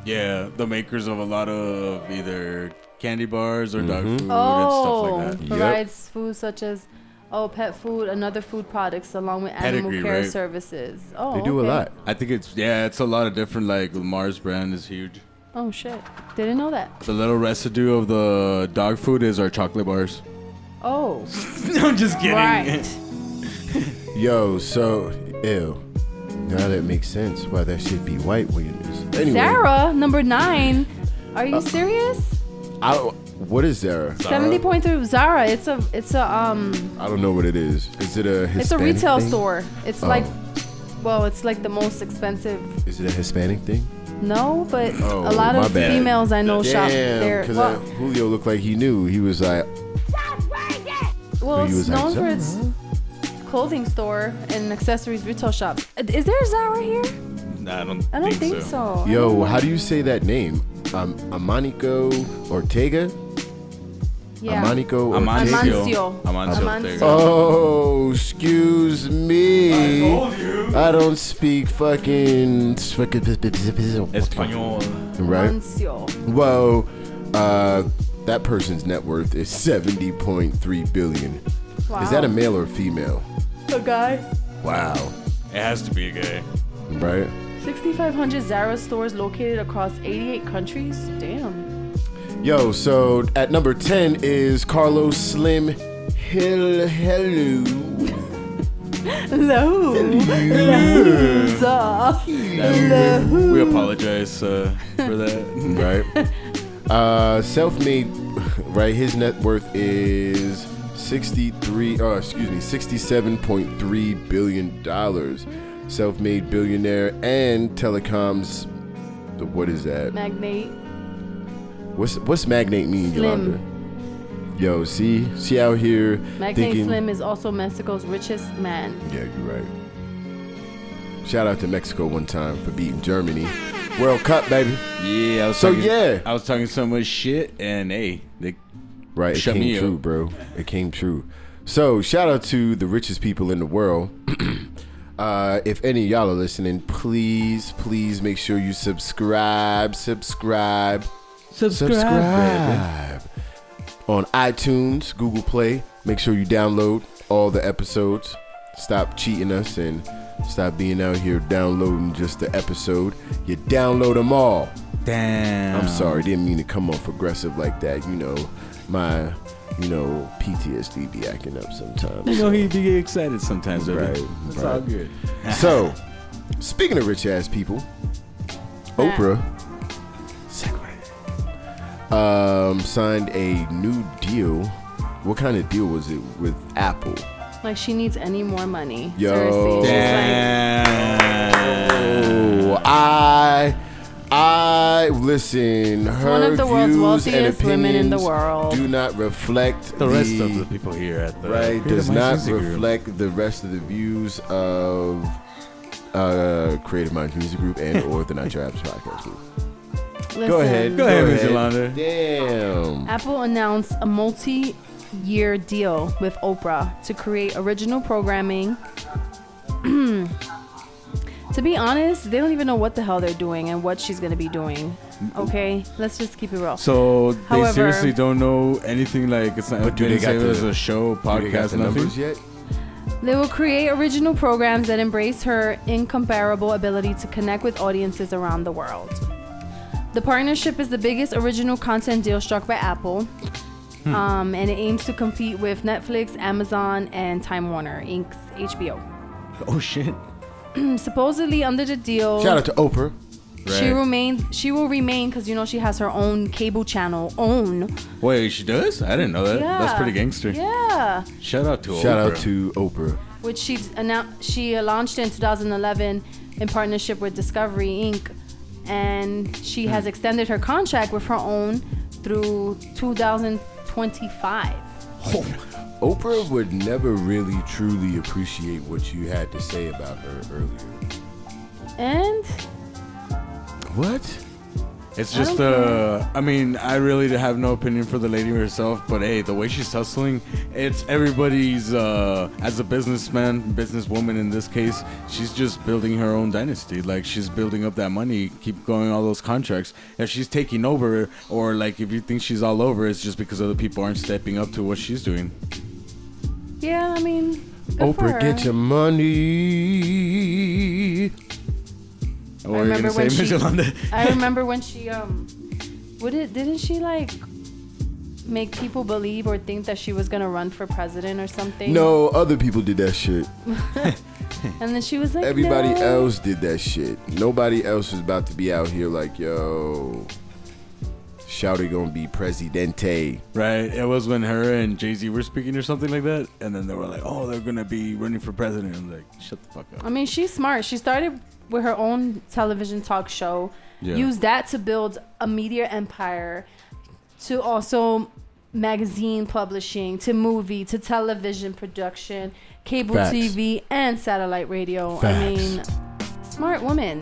Speaker 3: yeah. The makers of a lot of either candy bars or dog food
Speaker 2: Oh,
Speaker 3: and stuff like that.
Speaker 1: Yep.
Speaker 2: provides food such as oh pet food and other food products along with animal
Speaker 3: Pedigree,
Speaker 2: care
Speaker 3: right?
Speaker 2: services. Oh,
Speaker 1: They do a
Speaker 2: okay.
Speaker 1: lot.
Speaker 3: I think it's yeah, it's a lot of different. Like the Mars brand is huge.
Speaker 2: Oh shit, didn't know that.
Speaker 3: The little residue of the dog food is our chocolate bars.
Speaker 2: Oh,
Speaker 3: No, I'm just kidding.
Speaker 2: right.
Speaker 1: Yo, so ew. Now that makes sense why that should be white when it is. Anyway, Uh,
Speaker 2: Sarah, number nine. Are you serious?
Speaker 1: I don't, what is Zara?
Speaker 2: Seventy point three Zara. It's a it's a um
Speaker 1: I don't know what it is. Is it a Hispanic
Speaker 2: it's a retail
Speaker 1: thing?
Speaker 2: store. It's
Speaker 1: Oh.
Speaker 2: like well, it's like the most expensive.
Speaker 1: Is it a Hispanic thing?
Speaker 2: No, but
Speaker 1: Oh,
Speaker 2: a lot
Speaker 1: my
Speaker 2: of
Speaker 1: bad.
Speaker 2: females I know shop there.
Speaker 1: because
Speaker 2: Well,
Speaker 1: uh, Julio looked like he knew. He was like,
Speaker 2: Well,
Speaker 1: Where you
Speaker 2: it's
Speaker 1: was at,
Speaker 2: known for
Speaker 1: Zara?
Speaker 2: its clothing store and accessories retail shop. Uh, Is there a Zara here?
Speaker 3: Nah, I don't.
Speaker 2: I don't think, so. I
Speaker 1: yo,
Speaker 2: don't
Speaker 1: how
Speaker 2: know.
Speaker 1: do you say that name? Um, Amanico Ortega?
Speaker 2: yeah.
Speaker 1: Amanico Ortega?
Speaker 3: Amancio.
Speaker 2: Amancio.
Speaker 3: Amancio.
Speaker 2: Amancio.
Speaker 3: Ortega.
Speaker 1: Oh, excuse me. I, don't speak fucking.
Speaker 3: Español.
Speaker 1: Right?
Speaker 2: Ancio.
Speaker 1: Well, uh, that person's net worth is 70.3 billion.
Speaker 2: Wow.
Speaker 1: Is that a male or a female?
Speaker 2: a guy?
Speaker 1: Wow.
Speaker 3: It has to be a guy.
Speaker 1: Right?
Speaker 2: 6,500 Zara stores located across 88 countries. Damn.
Speaker 1: Yo, so at number 10 is Carlos Slim Hill Hello.
Speaker 2: Hello.
Speaker 3: We apologize uh, for that.
Speaker 1: Right? uh, self made, right? His net worth is 63, uh, excuse me, $67.3 billion. Self made billionaire and telecoms. What is that?
Speaker 2: Magnate.
Speaker 1: What's what's magnate mean,
Speaker 2: Slim.
Speaker 1: Yolanda? Yo, see, she out here
Speaker 2: Magnate
Speaker 1: thinking.
Speaker 2: Slim is also Mexico's richest man.
Speaker 1: Yeah, you're right. Shout out to Mexico one time for beating Germany. World Cup, baby.
Speaker 3: Yeah. I was
Speaker 1: So,
Speaker 3: talking,
Speaker 1: yeah.
Speaker 3: I was talking so much shit, and hey, they,
Speaker 1: Right, it
Speaker 3: Shut
Speaker 1: came
Speaker 3: me up.
Speaker 1: true, bro. It came true. So shout out to the richest people in the world. uh, if any of y'all are listening, please, please make sure you subscribe, subscribe, subscribe on iTunes, Google Play. Make sure you download all the episodes. Stop cheating us and stop being out here downloading just the episode. You download them all.
Speaker 3: Damn.
Speaker 1: I'm sorry, didn't mean to come off aggressive like that. You know, my, you know, PTSD be acting up sometimes.
Speaker 3: You know he'd be excited sometimes, baby.
Speaker 1: Right,
Speaker 3: It's
Speaker 1: right.
Speaker 3: all good.
Speaker 1: so, speaking of rich ass people, Oprah um, signed a new deal. What kind of deal was it with Apple?
Speaker 2: Like she needs any more money.
Speaker 1: Yo.
Speaker 2: Seriously. She's like,
Speaker 3: Damn.
Speaker 1: Oh, I, I listen. Her
Speaker 2: one of the
Speaker 1: views
Speaker 2: world's
Speaker 1: and
Speaker 2: wealthiest women in the
Speaker 1: opinions
Speaker 2: world.
Speaker 1: do not reflect
Speaker 3: The rest of the people here at the
Speaker 1: right
Speaker 3: Freedom
Speaker 1: does
Speaker 3: House
Speaker 1: not
Speaker 3: Music Group.
Speaker 1: reflect the rest of the views of uh, Creative Minds Music Group and or the Not Your Apps podcast group.
Speaker 2: Listen,
Speaker 1: Go ahead,
Speaker 3: Go ahead, Miss Yolanda.
Speaker 1: Damn.
Speaker 2: Apple announced a multi year deal with Oprah to create original programming. to be honest, they don't even know what the hell they're doing and what she's going to be doing. Okay? Let's just keep it real.
Speaker 3: So they
Speaker 2: However-
Speaker 3: seriously don't know anything. Like it's not.
Speaker 1: But do they
Speaker 3: didn't
Speaker 1: got
Speaker 3: say there's
Speaker 1: the-
Speaker 3: a show,
Speaker 1: Do they got
Speaker 3: podcast,
Speaker 1: the
Speaker 3: nothing?
Speaker 1: numbers yet?
Speaker 2: They will create original programs that embrace her incomparable ability to connect with audiences around the world. The partnership is the biggest original content deal struck by Apple,
Speaker 1: Hmm.
Speaker 2: um, and it aims to compete with Netflix, Amazon, and Time Warner Inc.'s HBO.
Speaker 3: Oh shit.
Speaker 2: Supposedly, under the deal,
Speaker 1: Shout out to Oprah.
Speaker 2: she
Speaker 3: Right.
Speaker 2: remained. She will remain because you know she has her own cable channel. Own.
Speaker 3: Wait, she does? I didn't know that.
Speaker 2: Yeah.
Speaker 3: That's pretty gangster.
Speaker 2: Yeah.
Speaker 3: Shout out to
Speaker 1: Shout
Speaker 3: Oprah.
Speaker 1: out to Oprah.
Speaker 2: which she announced she launched in 2011 in partnership with Discovery Inc. And she
Speaker 1: Hmm.
Speaker 2: has extended her contract with her own through 2025.
Speaker 1: Oprah would never really truly appreciate what you had to say about her earlier.
Speaker 2: And
Speaker 1: What?
Speaker 3: It's just, uh, I mean, I really have no opinion for the lady herself, but hey, the way she's hustling, it's everybody's, uh, as a businessman, businesswoman in this case, she's just building her own dynasty. Like, she's building up that money, keep going all those contracts. If she's taking over, or like, if you think she's all over, it's just because other people aren't stepping up to what she's doing.
Speaker 2: yeah, I mean, good for
Speaker 1: Oprah,
Speaker 2: her.
Speaker 1: get your money.
Speaker 3: What were you
Speaker 2: remember
Speaker 3: gonna say,
Speaker 2: when she-
Speaker 3: Miss Yolanda?
Speaker 2: I remember when she um, what did didn't she like make people believe or think that she was gonna run for president or something?
Speaker 1: No, other people did that shit.
Speaker 2: And then she was like,
Speaker 1: Everybody
Speaker 2: "No."
Speaker 1: else did that shit. Nobody else was about to be out here like, yo, Shouty gonna be presidente.
Speaker 3: Right. It was when her and Jay Z were speaking or something like that. And then they were like, oh, they're going to be running for president. I'm like, shut the fuck
Speaker 2: I
Speaker 3: up.
Speaker 2: mean, she's smart. She started with her own television talk show,
Speaker 3: Yeah.
Speaker 2: used that to build a media empire, to also magazine publishing, to movie, to television production, cable
Speaker 3: Facts.
Speaker 2: TV, and satellite radio. I mean, smart woman.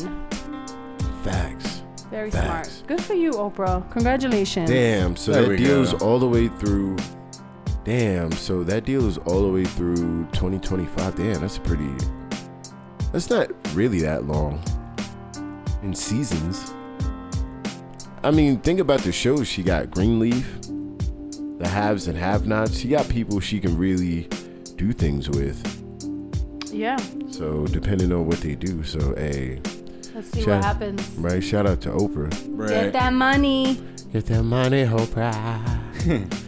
Speaker 1: Facts.
Speaker 2: Very
Speaker 1: Facts.
Speaker 2: smart. Good for you, Oprah. Congratulations.
Speaker 1: Damn, so
Speaker 3: There
Speaker 1: that
Speaker 3: we
Speaker 1: deal is
Speaker 3: go.
Speaker 1: all the way through. Damn, so that deal is all the way through 2025. Damn, that's a pretty. That's not really that long. In seasons. I mean, think about the shows she got Greenleaf, the haves and have nots. She got people she can really do things with.
Speaker 2: Yeah.
Speaker 1: So, depending on what they do. So, hey,
Speaker 2: Let's see
Speaker 1: Shout-
Speaker 2: what happens.
Speaker 1: right? Shout out to Oprah.
Speaker 2: Get
Speaker 3: Right.
Speaker 2: that money.
Speaker 1: Get that money, Oprah.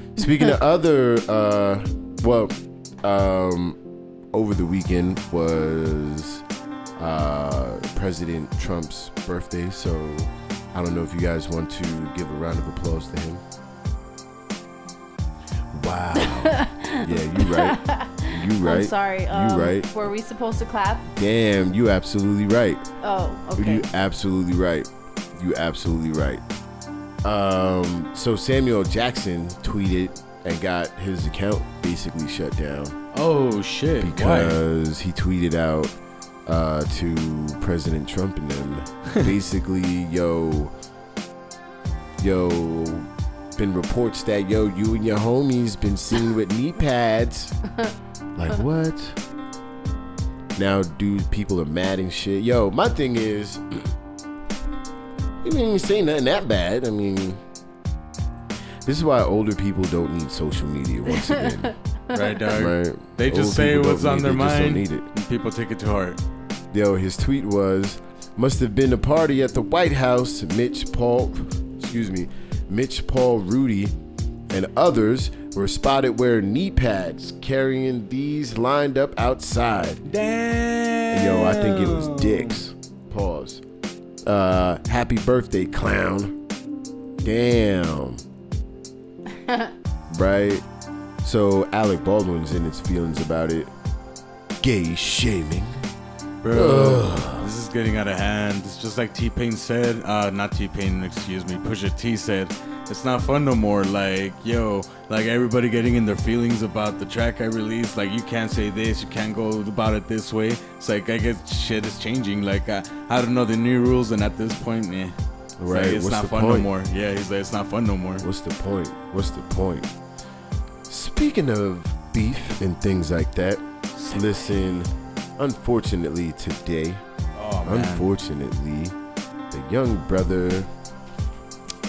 Speaker 1: Speaking of other, uh, well, um, over the weekend was uh, President Trump's birthday, so I don't know if you guys want to give a round of applause to him. Wow. yeah, you right. You right.
Speaker 2: I'm sorry. Um,
Speaker 1: right.
Speaker 2: Were we supposed to clap?
Speaker 1: Damn, you absolutely right.
Speaker 2: Oh, okay.
Speaker 1: You absolutely right. You absolutely right. Um, so Samuel Jackson tweeted and got his account basically shut down
Speaker 3: Oh, shit. Why?
Speaker 1: because he tweeted out uh, to President Trump and them basically, yo, yo, been reports that yo, you and your homies been seen with knee pads. like what? Now, dude, people are mad and shit. Yo, my thing is, you didn't say nothing that bad. I mean. This is why older people don't need social media once again.
Speaker 3: Right, dog.
Speaker 1: right?
Speaker 3: They
Speaker 1: Old
Speaker 3: just say
Speaker 1: people don't
Speaker 3: what's on
Speaker 1: need-
Speaker 3: their
Speaker 1: they just don't
Speaker 3: mind.
Speaker 1: need it.
Speaker 3: and People take it to heart.
Speaker 1: Yo, his tweet was, must have been a party at the White House. Mitch Paul, excuse me, Mitch Paul Rudy and others were spotted wearing knee pads, carrying these lined up outside.
Speaker 3: Damn.
Speaker 1: Yo, I think it was dicks. Pause. Uh, happy birthday, clown. Damn. right? So Alec Baldwin's in his feelings about it. Gay shaming.
Speaker 3: Bro, this is getting out of hand. It's just like T Pain said, uh, not T Pain, excuse me, Pusha T said, it's not fun no more. Like, yo, like everybody getting in their feelings about the track I released. Like, you can't say this, you can't go about it this way. It's like, I guess shit is changing. Like, I, I don't know the new rules, and at this point, eh. It's like,
Speaker 1: Right,
Speaker 3: it's
Speaker 1: what's
Speaker 3: not
Speaker 1: the
Speaker 3: fun no
Speaker 1: point?
Speaker 3: more. Yeah, he's like, it's not fun no more.
Speaker 1: What's the point? What's the point? Speaking of beef and things like that, listen, unfortunately today,
Speaker 3: Oh, man.
Speaker 1: unfortunately, the young brother,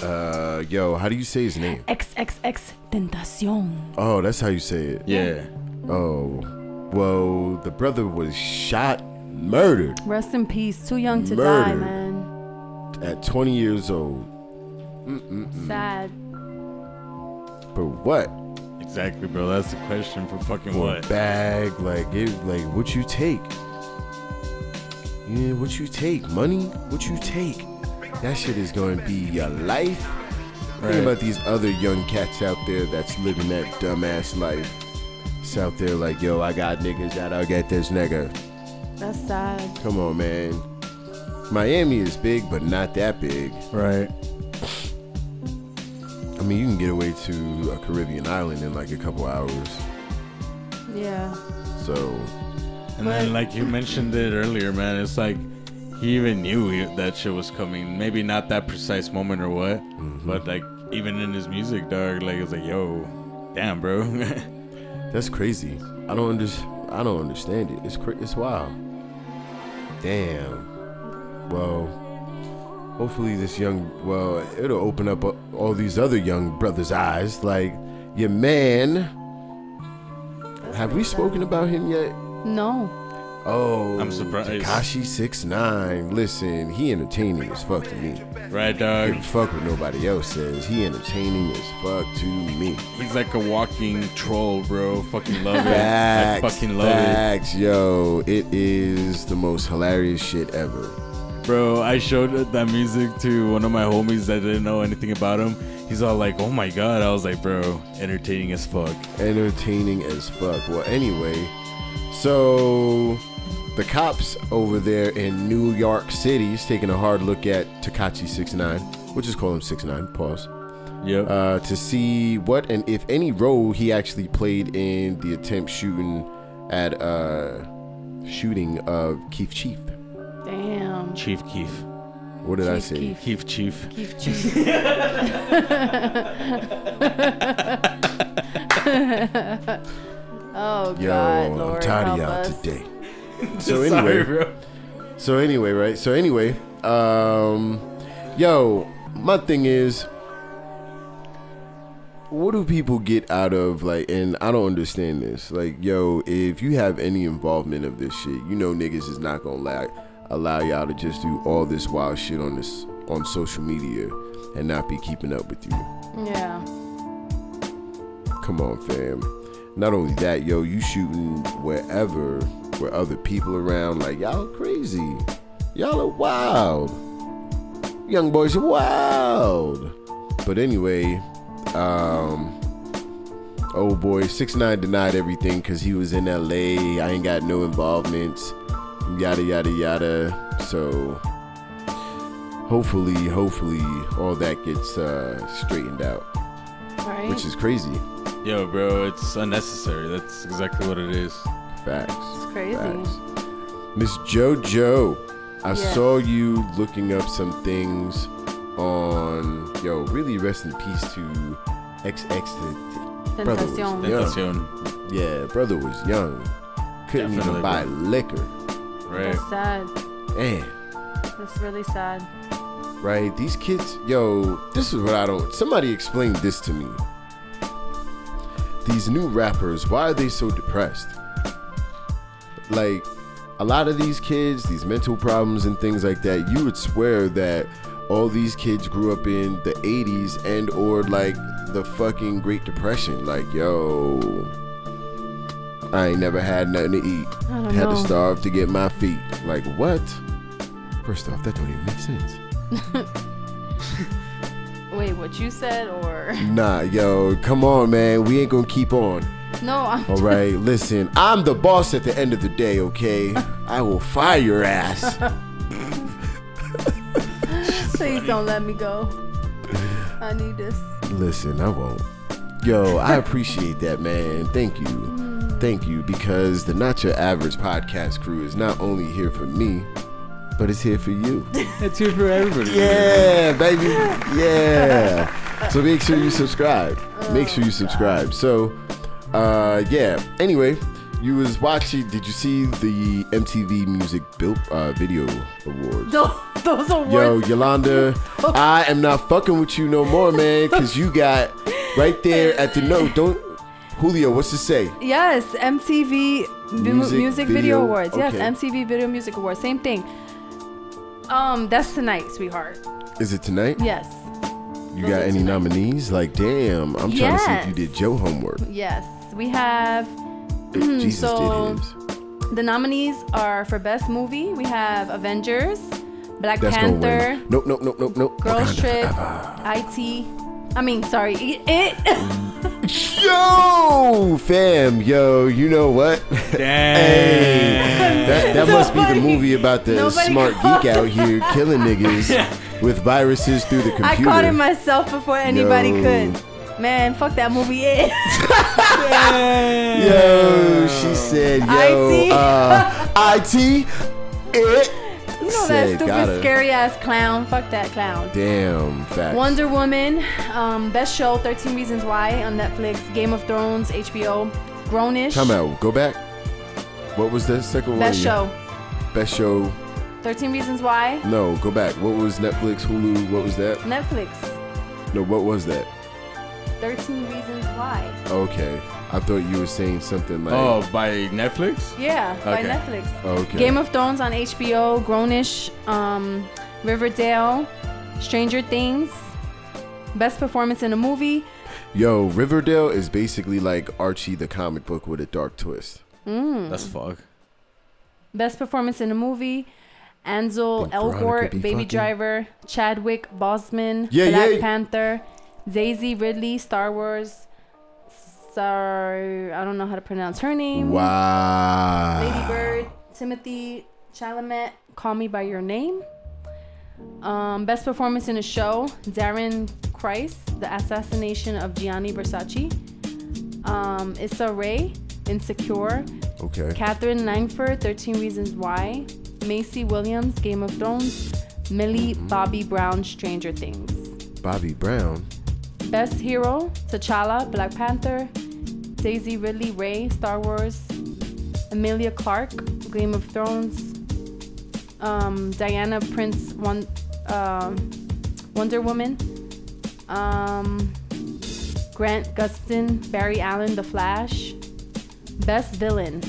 Speaker 1: uh, yo, how do you say his name?
Speaker 2: XXX Tentacion.
Speaker 1: Oh, that's how you say it.
Speaker 3: Yeah.
Speaker 1: Oh, well, the brother was shot, murdered
Speaker 2: Rest in peace. Too young to die,
Speaker 1: Murdered.
Speaker 2: man.
Speaker 1: at 20 years old.
Speaker 2: Sad.
Speaker 1: For what?
Speaker 3: Exactly, bro. That's the question for fucking
Speaker 1: For a
Speaker 3: what?
Speaker 1: bag, like it, like what you take. Yeah, what you take, money, what you take. That shit is gonna be your life. Think
Speaker 3: Right.
Speaker 1: about these other young cats out there that's living that dumbass life. It's out there like, yo, I got niggas that I get this nigga.
Speaker 2: That's sad.
Speaker 1: Come on, man. Miami is big, but not that big.
Speaker 3: Right.
Speaker 1: I mean, you can get away to a Caribbean island in like a couple hours.
Speaker 2: Yeah.
Speaker 1: So,
Speaker 3: And then, like you mentioned it earlier, man, it's like he even knew he, that shit was coming. Maybe not that precise moment or what,
Speaker 1: Mm-hmm.
Speaker 3: but like even in his music, dog, like it's like, yo, damn, bro.
Speaker 1: That's crazy. I don't under- I don't understand it. It's cra- it's wild. Damn. Well, hopefully this young well it'll open up uh, all these other young brothers' eyes. Like your man. Have we spoken about him yet?
Speaker 2: No.
Speaker 1: Oh,
Speaker 3: I'm surprised.
Speaker 1: Takashi six nine. Listen, he entertaining as fuck to me.
Speaker 3: right, dog.
Speaker 1: Give a fuck what nobody else says. He entertaining as fuck to me.
Speaker 3: He's like a walking troll, bro. Fucking love it. I
Speaker 1: Facts,
Speaker 3: fucking love
Speaker 1: facts, yo. It is the most hilarious shit ever.
Speaker 3: it, bro. I showed that music to one of my homies that didn't know anything about him. He's all like, "Oh my god!" I was like, "Bro, entertaining as fuck."
Speaker 1: Entertaining as fuck. Well, anyway, so the cops over there in New York City is taking a hard look at Takachi 69. We'll just call him 69. Pause.
Speaker 3: Yep.
Speaker 1: Uh, to see what and if any role he actually played in the attempt shooting at uh shooting of Keith Chief.
Speaker 2: Damn.
Speaker 3: Chief Keef.
Speaker 1: What did I
Speaker 2: Chief
Speaker 1: say?
Speaker 2: Keef.
Speaker 3: Keef Chief.
Speaker 2: Keith Chief. oh
Speaker 1: Yo,
Speaker 2: God,
Speaker 1: I'm
Speaker 2: Lord,
Speaker 1: tired of
Speaker 2: help
Speaker 1: y'all
Speaker 2: us.
Speaker 1: today. So
Speaker 3: Sorry,
Speaker 1: anyway,
Speaker 3: bro.
Speaker 1: So anyway, right? So anyway, um yo, my thing is what do people get out of like and I don't understand this. Like, yo, if you have any involvement of this shit, you know niggas is not going to allow allow y'all to just do all this wild shit on this on social media and not be keeping up with you.
Speaker 2: Yeah.
Speaker 1: Come on, fam. Not only that, yo, you shooting wherever where other people around. Like y'all crazy. Y'all are wild. Young boys are wild. But anyway, um, oh boy, six nine denied everything because he was in L.A. I ain't got no involvements. Yada yada yada. So hopefully, hopefully, all that gets uh, straightened out,
Speaker 2: Right.
Speaker 1: which is crazy.
Speaker 3: Yo, bro, it's unnecessary. That's exactly what it is.
Speaker 1: Facts.
Speaker 2: It's crazy.
Speaker 1: Facts. Miss JoJo, I
Speaker 2: Yes.
Speaker 1: saw you looking up some things on. Yo, really rest in peace to XX. Brother was-
Speaker 2: Tentacion.
Speaker 1: Yeah.
Speaker 3: Tentacion.
Speaker 1: Yeah, brother was young. Couldn't
Speaker 3: Definitely.
Speaker 1: even buy liquor.
Speaker 3: Right.
Speaker 2: That's sad.
Speaker 1: Damn.
Speaker 2: That's really sad.
Speaker 1: Right? These kids, yo, this is what I don't. Somebody explain this to me. These new rappers, why are they so depressed? Like, a lot of these kids, these mental problems and things like that, you would swear that all these kids grew up in the 80s and or like the fucking Great Depression. Like, yo, I ain't never had nothing to eat.
Speaker 2: I don't
Speaker 1: Had
Speaker 2: know.
Speaker 1: to starve to get my feet. Like, what? First off, that don't even make sense.
Speaker 2: Wait, what you said or
Speaker 1: Nah, yo, come on, man. We ain't gonna keep on.
Speaker 2: no? I'm
Speaker 1: All right, listen, I'm the boss at the end of the day, okay? I will fire your ass.
Speaker 2: Please don't let me go. I need this.
Speaker 1: listen, I won't. Yo, I appreciate that, man. Thank you. Thank you, because the Not Your Average podcast crew is not only here for me, but it's here for you.
Speaker 3: It's here for everybody.
Speaker 1: Yeah, baby. Yeah. So make sure you subscribe. Make
Speaker 3: Oh,
Speaker 1: sure you subscribe. So, uh, yeah. Anyway, you was watching. Did you see the MTV Music Built uh, Video Awards?
Speaker 2: Those, those are
Speaker 1: Yo,
Speaker 2: words.
Speaker 1: Yolanda,
Speaker 2: Oh.
Speaker 1: I am not fucking with you no more, man. Cause you got right there at the no. Don't, Julio. What's it say?
Speaker 2: Yes, MTV Mu-
Speaker 1: Music
Speaker 2: Music, Video,
Speaker 1: Video,
Speaker 2: Awards. Yes,
Speaker 1: okay.
Speaker 2: MTV Video Music Awards. Same thing. Um, that's tonight, sweetheart.
Speaker 1: Is it tonight?
Speaker 2: Yes,
Speaker 1: You got
Speaker 2: those are
Speaker 1: any
Speaker 2: tonight.
Speaker 1: nominees? Like, damn, I'm trying to see if
Speaker 2: Yes.
Speaker 1: you did your homework.
Speaker 2: yes. We have
Speaker 1: Jesus
Speaker 2: So-
Speaker 1: did his.
Speaker 2: the nominees are for best movie. We have Avengers, Black
Speaker 1: That's gonna
Speaker 2: Panther,
Speaker 1: win. Nope, nope, nope, nope, nope.
Speaker 2: Girls
Speaker 1: Wakanda
Speaker 2: Trip,
Speaker 1: forever.
Speaker 2: IT. I mean, sorry, it.
Speaker 1: Yo, fam, yo, you know what? Hey,
Speaker 3: Dang.
Speaker 1: that, that must be the
Speaker 2: Nobody-
Speaker 1: movie about the
Speaker 2: nobody
Speaker 1: smart
Speaker 2: called
Speaker 1: geek out here killing niggas with viruses through the computer.
Speaker 2: I caught it myself before anybody
Speaker 1: Yo.
Speaker 2: could. Man, fuck that movie. Yeah. Oh.
Speaker 1: Yo, she said, yo,
Speaker 2: IT.
Speaker 1: uh, Eh. IT, it.
Speaker 2: you know that
Speaker 1: Said,
Speaker 2: stupid,
Speaker 1: gotta-
Speaker 2: scary ass clown. Fuck that clown.
Speaker 1: Damn, facts.
Speaker 2: Wonder Woman, um, best show, 13 Reasons Why on Netflix. Game of Thrones, HBO. Grownish.
Speaker 1: Time out. Go back. What was the second one?
Speaker 2: Best show.
Speaker 1: Best show.
Speaker 2: 13 Reasons Why.
Speaker 1: No, go back. What was Netflix, Hulu? What was that?
Speaker 2: Netflix.
Speaker 1: No, what was that?
Speaker 2: 13 Reasons Why.
Speaker 1: Okay, I thought you were saying something like.
Speaker 3: Oh, by Netflix?
Speaker 2: Yeah, by
Speaker 3: Okay.
Speaker 2: Netflix.
Speaker 1: Okay.
Speaker 2: Game of Thrones on HBO. Grownish. Um, Riverdale. Stranger Things. Best performance in a movie.
Speaker 1: Yo, Riverdale is basically like Archie the comic book with a dark twist.
Speaker 3: That's fuck.
Speaker 2: Best performance in a movie. Ansel
Speaker 1: Think Veronica
Speaker 2: Elgort,
Speaker 1: be
Speaker 2: Baby
Speaker 1: fucking-
Speaker 2: Driver, Chadwick Bosman,
Speaker 1: Yeah,
Speaker 2: Black
Speaker 1: yeah.
Speaker 2: Panther, Daisy Ridley, Star Wars. Star, I don't know how to pronounce her name.
Speaker 1: Wow.
Speaker 2: Lady Bird, Timothy Chalamet, Call Me by Your Name. Um, best performance in a show: Darren Criss, The Assassination of Gianni Versace. Um, Issa Rae, Insecure.
Speaker 1: Okay.
Speaker 2: Catherine Langford, 13 Reasons Why. Macy Williams, Game of Thrones. Millie Bobby Brown, Stranger Things.
Speaker 1: Bobby Brown.
Speaker 2: Best Hero, T'Challa, Black Panther. Daisy Ridley Ray, Star Wars. Amelia Clark, Game of Thrones. Um, Diana Prince, one, um Wonder Woman. Um, Grant Gustin, Barry Allen, The Flash. Best villain,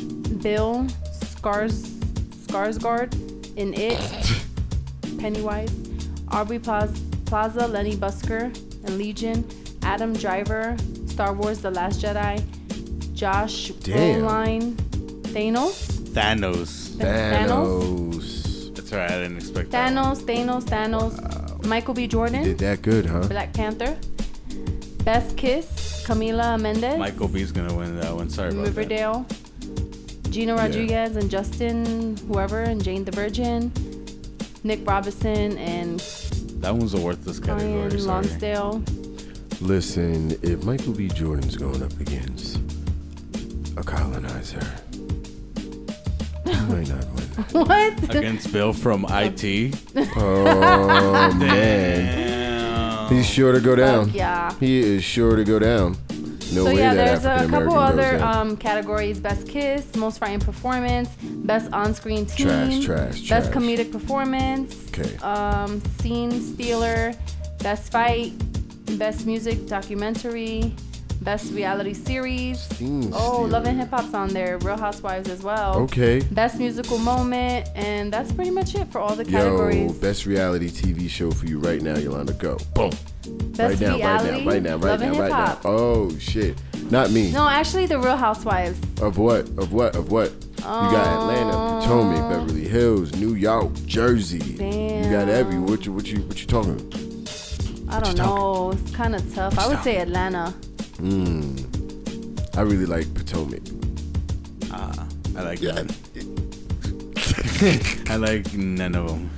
Speaker 2: Bill Scars Skarsgård in It, Pennywise, Aubrey Plaza, Plaza, Lenny Busker in Legion, Adam Driver, Star Wars: The Last Jedi, Josh
Speaker 1: Damn.
Speaker 2: Brolin, Thanos,
Speaker 3: Thanos.
Speaker 1: Thanos.
Speaker 3: That's right. I didn't expect that. one.
Speaker 2: Thanos, Thanos, Thanos, Michael B. Jordan,
Speaker 1: Did that good, huh?
Speaker 2: Black Panther, Best Kiss, Camila Mendez,
Speaker 3: Michael B's gonna win that one. Sorry about that.
Speaker 2: Riverdale, Gina Rodriguez and Justin, whoever, and Jane the Virgin, Nick Robinson and
Speaker 3: That one's a worthless
Speaker 2: Brian
Speaker 3: category. Sorry.
Speaker 2: Lonsdale.
Speaker 1: Listen, if Michael B. Jordan's going up against a colonizer, he might not win.
Speaker 2: What?
Speaker 3: Against Bill from IT.
Speaker 1: Oh, man. He's sure to go down.
Speaker 2: Fuck yeah.
Speaker 1: He is sure to go down. No
Speaker 2: So
Speaker 1: way
Speaker 2: yeah,
Speaker 1: that
Speaker 2: there's a
Speaker 1: African
Speaker 2: couple
Speaker 1: American goes
Speaker 2: other
Speaker 1: down.
Speaker 2: um, categories: best kiss, most frightening performance, best on-screen team,
Speaker 1: Trash, trash, trash.
Speaker 2: best comedic performance,
Speaker 1: Okay.
Speaker 2: um, scene stealer, best fight, best music documentary, best reality series.
Speaker 1: Scene
Speaker 2: oh, Love and
Speaker 1: stealer.
Speaker 2: Hip Hop's on there, Real Housewives as well.
Speaker 1: Okay.
Speaker 2: Best musical moment, and that's pretty much it for all the
Speaker 1: Yo,
Speaker 2: categories.
Speaker 1: best reality TV show for you right now, Yolanda. Go. Boom.
Speaker 2: best
Speaker 1: right now,
Speaker 2: reality,
Speaker 1: right now, right
Speaker 2: Love
Speaker 1: now,
Speaker 2: and
Speaker 1: right now, right
Speaker 2: Hip
Speaker 1: now.
Speaker 2: Hop.
Speaker 1: Oh shit. Not me.
Speaker 2: No, actually, the Real Housewives.
Speaker 1: Of what? Of what? Of what? you got Atlanta, Potomac,
Speaker 2: Um,
Speaker 1: Beverly Hills, New York, Jersey. You got
Speaker 2: Damn.
Speaker 1: every what you what you what you talking about?
Speaker 2: I don't
Speaker 1: you
Speaker 2: know. It's kind of tough. I would
Speaker 1: talking?
Speaker 2: say Atlanta.
Speaker 1: I really like Potomac.
Speaker 3: I like
Speaker 1: Yeah.
Speaker 3: that. I like none of them.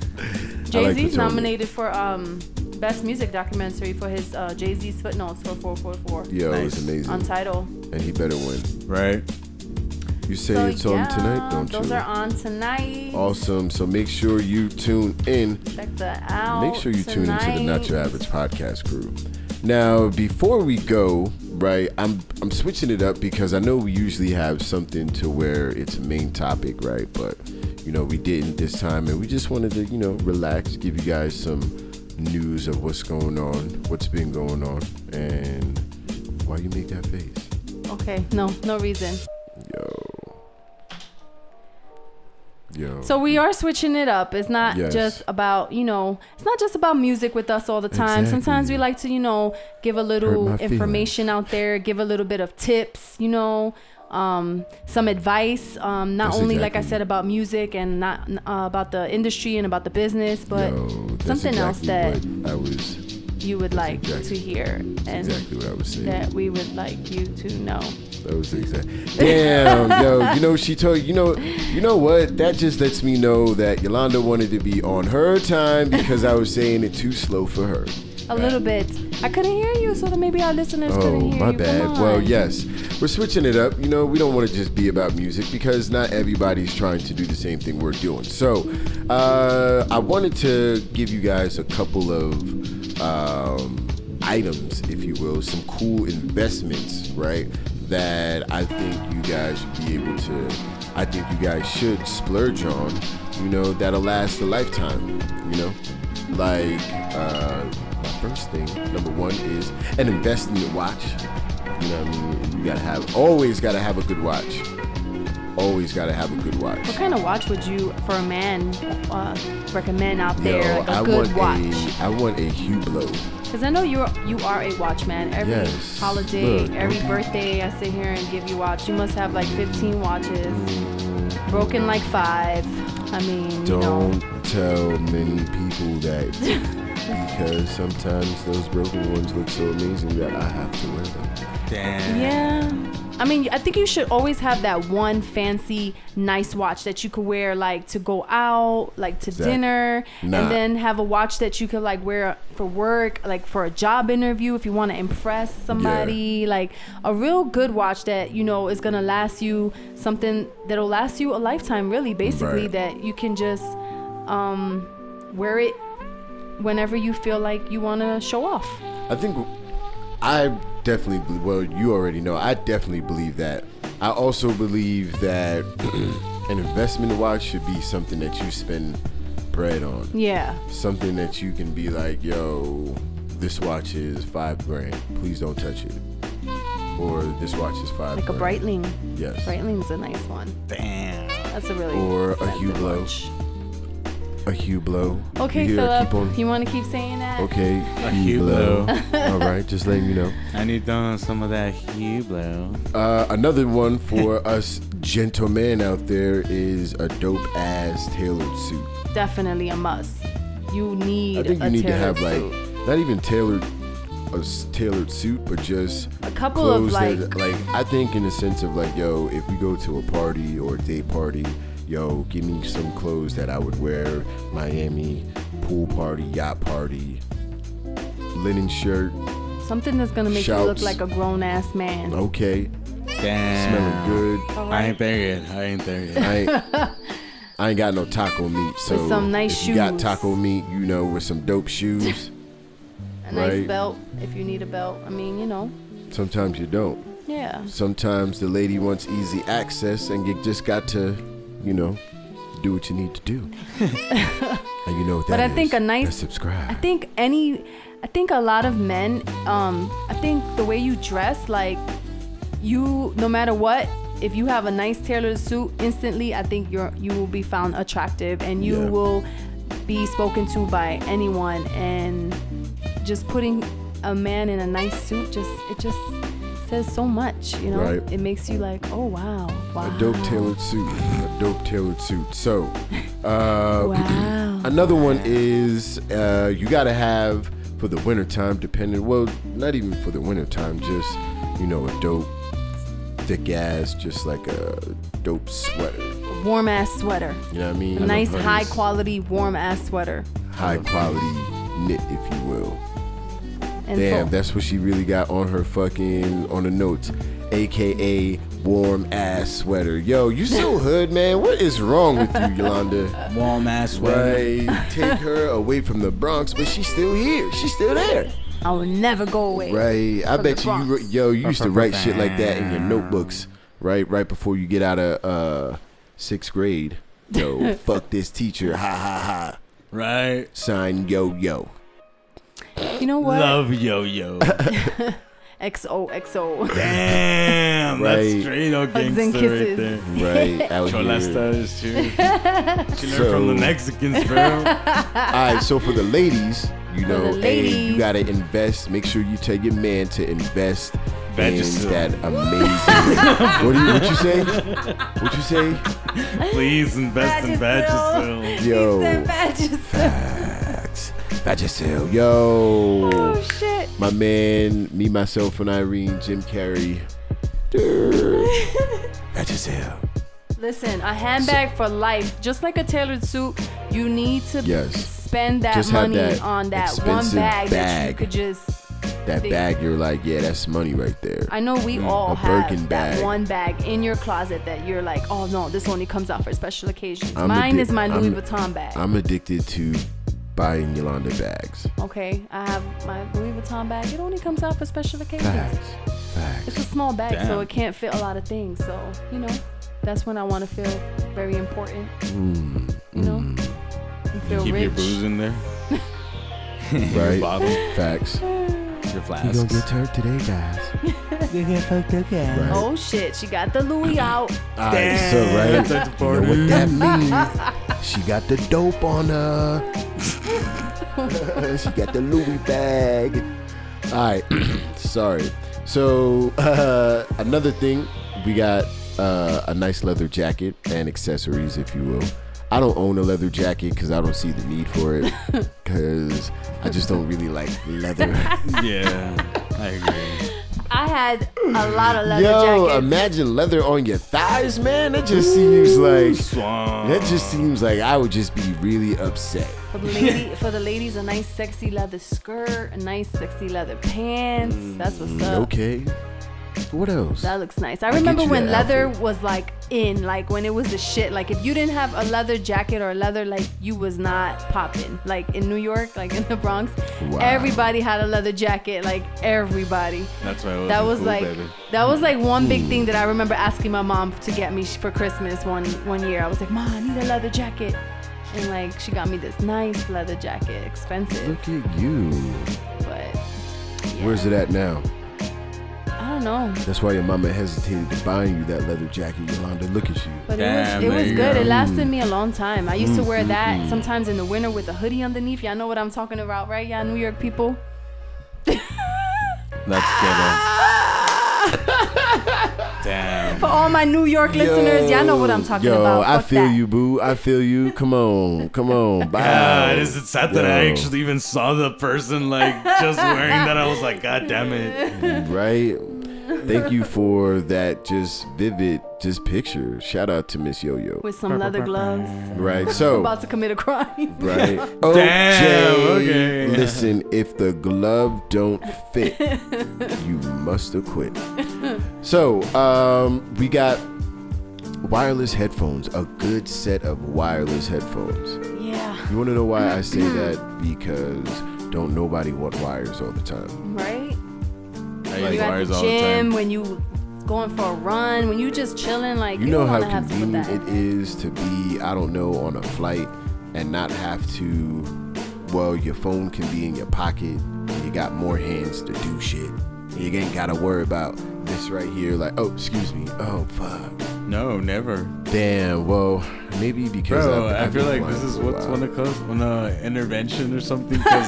Speaker 1: I
Speaker 2: Jay
Speaker 1: like
Speaker 2: Z's
Speaker 1: Potomac.
Speaker 2: nominated for um best music documentary for his uh, Jay Z's footnotes for 444
Speaker 1: Yo, it's
Speaker 3: Nice.
Speaker 1: amazing.
Speaker 2: on title.
Speaker 1: and he better win.
Speaker 3: Right?
Speaker 1: You say
Speaker 2: So
Speaker 1: it's
Speaker 2: yeah,
Speaker 1: on tonight, don't
Speaker 2: those
Speaker 1: you?
Speaker 2: are on tonight.
Speaker 1: awesome. So make sure you tune in.
Speaker 2: Check that out.
Speaker 1: Make sure you tune into the Not
Speaker 2: tonight.
Speaker 1: Your Average podcast crew. Now, before we go, right, I'm I'm switching it up because I know we usually have something to where it's a main topic, right? But you know, we didn't this time, and we just wanted to, you know, relax, give you guys some news of what's going on, what's been going on, and why you make that face,
Speaker 2: Okay, no, no reason.
Speaker 1: yo, yo.
Speaker 2: So we are switching it up. It's not
Speaker 1: Yes.
Speaker 2: just about, you know, it's not just about music with us all the time. Sometimes
Speaker 1: Exactly.
Speaker 2: we like to, you know, give a
Speaker 1: my
Speaker 2: little
Speaker 1: feelings.
Speaker 2: information out there, give a little bit of tips, you know, um, some advice. Um, not
Speaker 1: That's
Speaker 2: only, like I
Speaker 1: exactly-
Speaker 2: said, about music and not uh, about the industry and about the business, but
Speaker 1: Yo, that's
Speaker 2: something else
Speaker 1: exactly
Speaker 2: that
Speaker 1: what I was
Speaker 2: you would like
Speaker 1: exact-
Speaker 2: to hear and
Speaker 1: exactly what I was saying.
Speaker 2: that we would like you to know.
Speaker 1: That was the exact. Damn, yo, you know she told you know, you know what? That just lets me know that Yolanda wanted to be on her time because I was saying it too slow for her.
Speaker 2: A little bit. I couldn't hear you, so that maybe our listeners
Speaker 1: Oh,
Speaker 2: couldn't hear
Speaker 1: my
Speaker 2: you.
Speaker 1: bad.
Speaker 2: Come on.
Speaker 1: Well, yes, we're switching it up. You know, we don't want to just be about music because not everybody's trying to do the same thing we're doing. So, uh, I wanted to give you guys a couple of um, items, if you will, some cool investments, right? That I think you guys should be able to. I think you guys should splurge on. You know, that'll last a lifetime. You know, like. Uh, my first thing, number one, is an invest in your watch. You know what I mean? You gotta have, always gotta have a good watch. Always gotta have a good watch.
Speaker 2: What kind of watch would you, for a man, uh, recommend out
Speaker 1: Yo,
Speaker 2: there? like a
Speaker 1: I
Speaker 2: good
Speaker 1: want
Speaker 2: watch.
Speaker 1: a, I want a Hublot.
Speaker 2: Because I know you're you are a watchman. Every
Speaker 1: Yes.
Speaker 2: holiday,
Speaker 1: Look,
Speaker 2: every
Speaker 1: don't be-
Speaker 2: birthday, I sit here and give you watch. You must have like 15 watches, broken like five. I mean, you know.
Speaker 1: Mm. Don't tell many people that because sometimes those broken ones look so amazing that I have to wear them.
Speaker 3: Damn.
Speaker 2: Yeah. I mean, I think you should always have that one fancy, nice watch that you could wear, like to go out, like to
Speaker 1: Exactly.
Speaker 2: dinner,
Speaker 1: Nah.
Speaker 2: and then have a watch that you could like wear for work, like for a job interview if you want to impress somebody. Like a real good watch that you know is gonna last you something that'll last you a lifetime, really, basically
Speaker 1: Right.
Speaker 2: that you can just um, wear it whenever you feel like you want to show off.
Speaker 1: I think I definitely, be- well, you already know, I definitely believe that. I also believe that an investment watch should be something that you spend bread on.
Speaker 2: Yeah.
Speaker 1: Something that you can be like, yo, this watch is five grand. Please don't touch it. Or this watch is five
Speaker 2: Like a
Speaker 1: grand.
Speaker 2: Breitling.
Speaker 1: Yes.
Speaker 2: Breitling's a nice one.
Speaker 3: Damn.
Speaker 2: That's a really
Speaker 1: Or a
Speaker 2: expensive
Speaker 1: Hublot.
Speaker 2: watch.
Speaker 1: A Hublot.
Speaker 2: Okay,
Speaker 1: You hear I
Speaker 2: Philip,
Speaker 1: keep on-
Speaker 2: you want to keep saying that?
Speaker 1: Okay,
Speaker 3: A
Speaker 1: All right, just letting you know.
Speaker 3: I need uh, some of that Hublot.
Speaker 1: Uh, another one for us gentlemen out there is a dope ass tailored suit.
Speaker 2: Definitely a must. You need.
Speaker 1: I think
Speaker 2: a
Speaker 1: you need to
Speaker 2: tailored
Speaker 1: have
Speaker 2: suit.
Speaker 1: like not even tailored a s- tailored suit, but just
Speaker 2: A couple of,
Speaker 1: that-
Speaker 2: like-
Speaker 1: I think in the sense of like yo, if we go to a party or a day party, yo, give me some clothes that I would wear Miami pool party, yacht party, linen shirt,
Speaker 2: something that's gonna make you look
Speaker 1: shouts.
Speaker 2: like a grown ass man.
Speaker 1: okay,
Speaker 3: Damn.
Speaker 1: smelling good.
Speaker 2: All
Speaker 3: I
Speaker 2: right?
Speaker 3: ain't there yet. I ain't there yet.
Speaker 1: I ain't, I ain't got no taco meat. So
Speaker 2: With some nice
Speaker 1: if You got
Speaker 2: shoes.
Speaker 1: taco meat, you know, with some dope shoes.
Speaker 2: a nice
Speaker 1: right.
Speaker 2: belt if you need a belt. I mean, you know.
Speaker 1: Sometimes you don't.
Speaker 2: Yeah.
Speaker 1: Sometimes the lady wants easy access, and you just got to, you know, do what you need to do. and you know what that
Speaker 2: But I
Speaker 1: is.
Speaker 2: think a nice-
Speaker 1: That's subscribe.
Speaker 2: I think any, I think a lot of men, um, I think the way you dress, like you, no matter what, if you have a nice tailored suit, instantly I think you're you will be found attractive and you
Speaker 1: Yeah.
Speaker 2: will be spoken to by anyone. And just putting a man in a nice suit, just it just says so much, you know.
Speaker 1: Right.
Speaker 2: It makes you like, oh wow, wow,
Speaker 1: a dope tailored suit. A dope tailored suit. So, uh,
Speaker 2: Wow.
Speaker 1: another one is uh, you got to have for the wintertime, depending, well, not even for the wintertime, just, you know, a dope, thick ass, just like a dope sweater.
Speaker 2: warm ass sweater,
Speaker 1: You know what I mean?
Speaker 2: a nice high quality warm ass sweater.
Speaker 1: High quality knit, if you will.
Speaker 2: And
Speaker 1: Damn,
Speaker 2: so-
Speaker 1: that's what she really got on her fucking on the notes, aka warm ass sweater. Yo, you so hood, man. What is wrong with you, Yolanda?
Speaker 3: Warm ass weather.
Speaker 1: Right, take her away from the Bronx, but she's still here. She's still there.
Speaker 2: I will never go away.
Speaker 1: Right. I
Speaker 2: From
Speaker 1: bet
Speaker 2: the
Speaker 1: you, you,
Speaker 2: Bronx.
Speaker 1: yo, you used to write shit like that in your notebooks, right? Right before you get out of uh, sixth grade. Yo, fuck this teacher. Ha ha ha.
Speaker 3: Right.
Speaker 1: Sign yo yo.
Speaker 2: You know what?
Speaker 3: Love yo yo.
Speaker 2: XOXO.
Speaker 3: Damn.
Speaker 1: Right.
Speaker 3: That's straight up
Speaker 2: Hugs
Speaker 3: gangster
Speaker 2: and
Speaker 3: right
Speaker 2: kisses.
Speaker 3: there.
Speaker 1: Right. out
Speaker 3: Chola
Speaker 1: here.
Speaker 3: stars too. She learned
Speaker 1: So-
Speaker 3: from the Mexicans, bro.
Speaker 1: All right, so for the ladies, you know,
Speaker 2: the
Speaker 1: A, you
Speaker 2: ladies.
Speaker 1: gotta invest. Make sure you tell your man to invest
Speaker 3: Vagisil.
Speaker 1: in that amazing. what do you? What you say? What you say?
Speaker 3: Please invest in
Speaker 2: Vagisil.
Speaker 3: Vagisil.
Speaker 1: Yo,
Speaker 2: He said Vagisil.
Speaker 1: facts. Vagisil. Yo.
Speaker 2: Oh shit.
Speaker 1: My man, me, myself, and Irene, Jim Carrey. Vagisil.
Speaker 2: Listen, a handbag for life, just like a tailored suit. You need to
Speaker 1: Yes.
Speaker 2: spend that
Speaker 1: Just have
Speaker 2: money
Speaker 1: that
Speaker 2: on that one
Speaker 1: expensive
Speaker 2: bag, that you
Speaker 1: bag.
Speaker 2: could just.
Speaker 1: That
Speaker 2: Big.
Speaker 1: bag, you're like, yeah, that's money right there.
Speaker 2: I know we all
Speaker 1: Mm, a
Speaker 2: have
Speaker 1: Birkin
Speaker 2: that
Speaker 1: bag.
Speaker 2: one bag in your closet that you're like, oh no, this only comes out for special occasions.
Speaker 1: I'm
Speaker 2: Mine
Speaker 1: addic-
Speaker 2: is my Louis
Speaker 1: I'm-
Speaker 2: Vuitton bag.
Speaker 1: I'm addicted to buying Yolanda bags.
Speaker 2: okay, I have my Louis Vuitton bag. It only comes out for special occasions.
Speaker 1: Facts. Facts.
Speaker 2: It's a small bag,
Speaker 3: Damn.
Speaker 2: so it can't fit a lot of things. So you know, that's when I want to feel very important. you know, and feel
Speaker 3: Keep your
Speaker 2: rich.
Speaker 3: booze in there.
Speaker 1: Right?
Speaker 3: bottle.
Speaker 1: Mm. Facts.
Speaker 3: Your
Speaker 1: You gonna get
Speaker 3: flasks.
Speaker 1: turned today, guys. Right.
Speaker 2: Oh shit, she got the Louis out.
Speaker 1: Alright, so right.
Speaker 3: It's
Speaker 1: You
Speaker 3: like the
Speaker 1: know
Speaker 3: party.
Speaker 1: what that means? She got the dope on her. she got the Louis bag. Alright, sorry. So uh, another thing, we got uh, a nice leather jacket and accessories, if you will. I don't own a leather jacket because I don't see the need for it. Because I just don't really like leather.
Speaker 3: Yeah, I agree.
Speaker 2: I had a lot of leather
Speaker 1: Yo,
Speaker 2: jackets.
Speaker 1: imagine leather on your thighs, man. That just seems like
Speaker 3: Swan.
Speaker 1: that just seems like I would just be really upset.
Speaker 2: for the lady, for the ladies, a nice sexy leather skirt, a nice sexy leather pants. That's what's up.
Speaker 1: Mm, Okay. What else?
Speaker 2: That looks nice. I
Speaker 1: get
Speaker 2: remember
Speaker 1: you
Speaker 2: when
Speaker 1: that
Speaker 2: leather
Speaker 1: outfit.
Speaker 2: was like in, like when it was the shit. Like if you didn't have a leather jacket or leather, like you was not popping. Like in New York, like in the Bronx,
Speaker 1: Wow.
Speaker 2: everybody had a leather jacket. Like everybody.
Speaker 3: That's why I was
Speaker 2: That was
Speaker 3: cool,
Speaker 2: like
Speaker 3: baby.
Speaker 2: that was like one big thing that I remember asking my mom to get me sh- for Christmas one one year. I was like, "Ma, I need a leather jacket," and like she got me this nice leather jacket, expensive,
Speaker 1: Look at you.
Speaker 2: but yeah.
Speaker 1: Where's it at now?
Speaker 2: I don't know.
Speaker 1: That's why your mama hesitated to buying you that leather jacket, Yolanda. Look at you.
Speaker 2: But
Speaker 3: Damn,
Speaker 2: it was,
Speaker 3: there
Speaker 2: it was
Speaker 3: you
Speaker 2: good.
Speaker 3: go.
Speaker 2: It lasted me a long time. I used to wear
Speaker 1: Mm-hmm.
Speaker 2: that sometimes in the winter with a hoodie underneath. Y'all know what I'm talking about, right? Y'all New York people. ah.
Speaker 3: That's ghetto. Damn.
Speaker 2: For all my New York listeners, y'all know what I'm talking
Speaker 1: yo,
Speaker 2: about.
Speaker 1: I
Speaker 2: Fuck
Speaker 1: feel
Speaker 2: that.
Speaker 1: you, boo. I feel you. Come on, come on. Bye.
Speaker 3: God, is it sad that I
Speaker 1: Yo.
Speaker 3: actually even saw the person like just wearing that? I was like, God damn it.
Speaker 1: right? Thank you for that just vivid just picture. Shout out to Miss Yo Yo.
Speaker 2: With some leather gloves.
Speaker 1: Right. So
Speaker 2: About to commit a crime.
Speaker 1: Right.
Speaker 3: Damn,
Speaker 1: OJ,
Speaker 3: okay.
Speaker 1: Listen, if the glove don't fit, you must acquit. So, um, we got wireless headphones, a good set of wireless headphones.
Speaker 2: yeah.
Speaker 1: You want to know why I
Speaker 3: Mm.
Speaker 1: say that? Because don't nobody want wires all the time.
Speaker 2: Right?
Speaker 3: I
Speaker 2: you
Speaker 3: use
Speaker 2: at
Speaker 3: wires
Speaker 2: the
Speaker 3: all the
Speaker 2: gym,
Speaker 3: time.
Speaker 2: when you going for a run, when you just chilling, like
Speaker 1: You
Speaker 2: you,
Speaker 1: know
Speaker 2: don't
Speaker 1: how
Speaker 2: want to have to put
Speaker 1: convenient
Speaker 2: that.
Speaker 1: it is to be, I don't know, on a flight and not have to. Well, your phone can be in your pocket. And you got more hands to do shit. And you ain't gotta worry about this right here. Like, oh, excuse me. Oh, fuck.
Speaker 3: No, never.
Speaker 1: Damn. Well, maybe because
Speaker 3: Bro,
Speaker 1: I've-
Speaker 3: I
Speaker 1: I've
Speaker 3: feel
Speaker 1: been
Speaker 3: like this
Speaker 1: flying
Speaker 3: is
Speaker 1: for a
Speaker 3: what's
Speaker 1: while.
Speaker 3: one of close when uh intervention or something. 'cause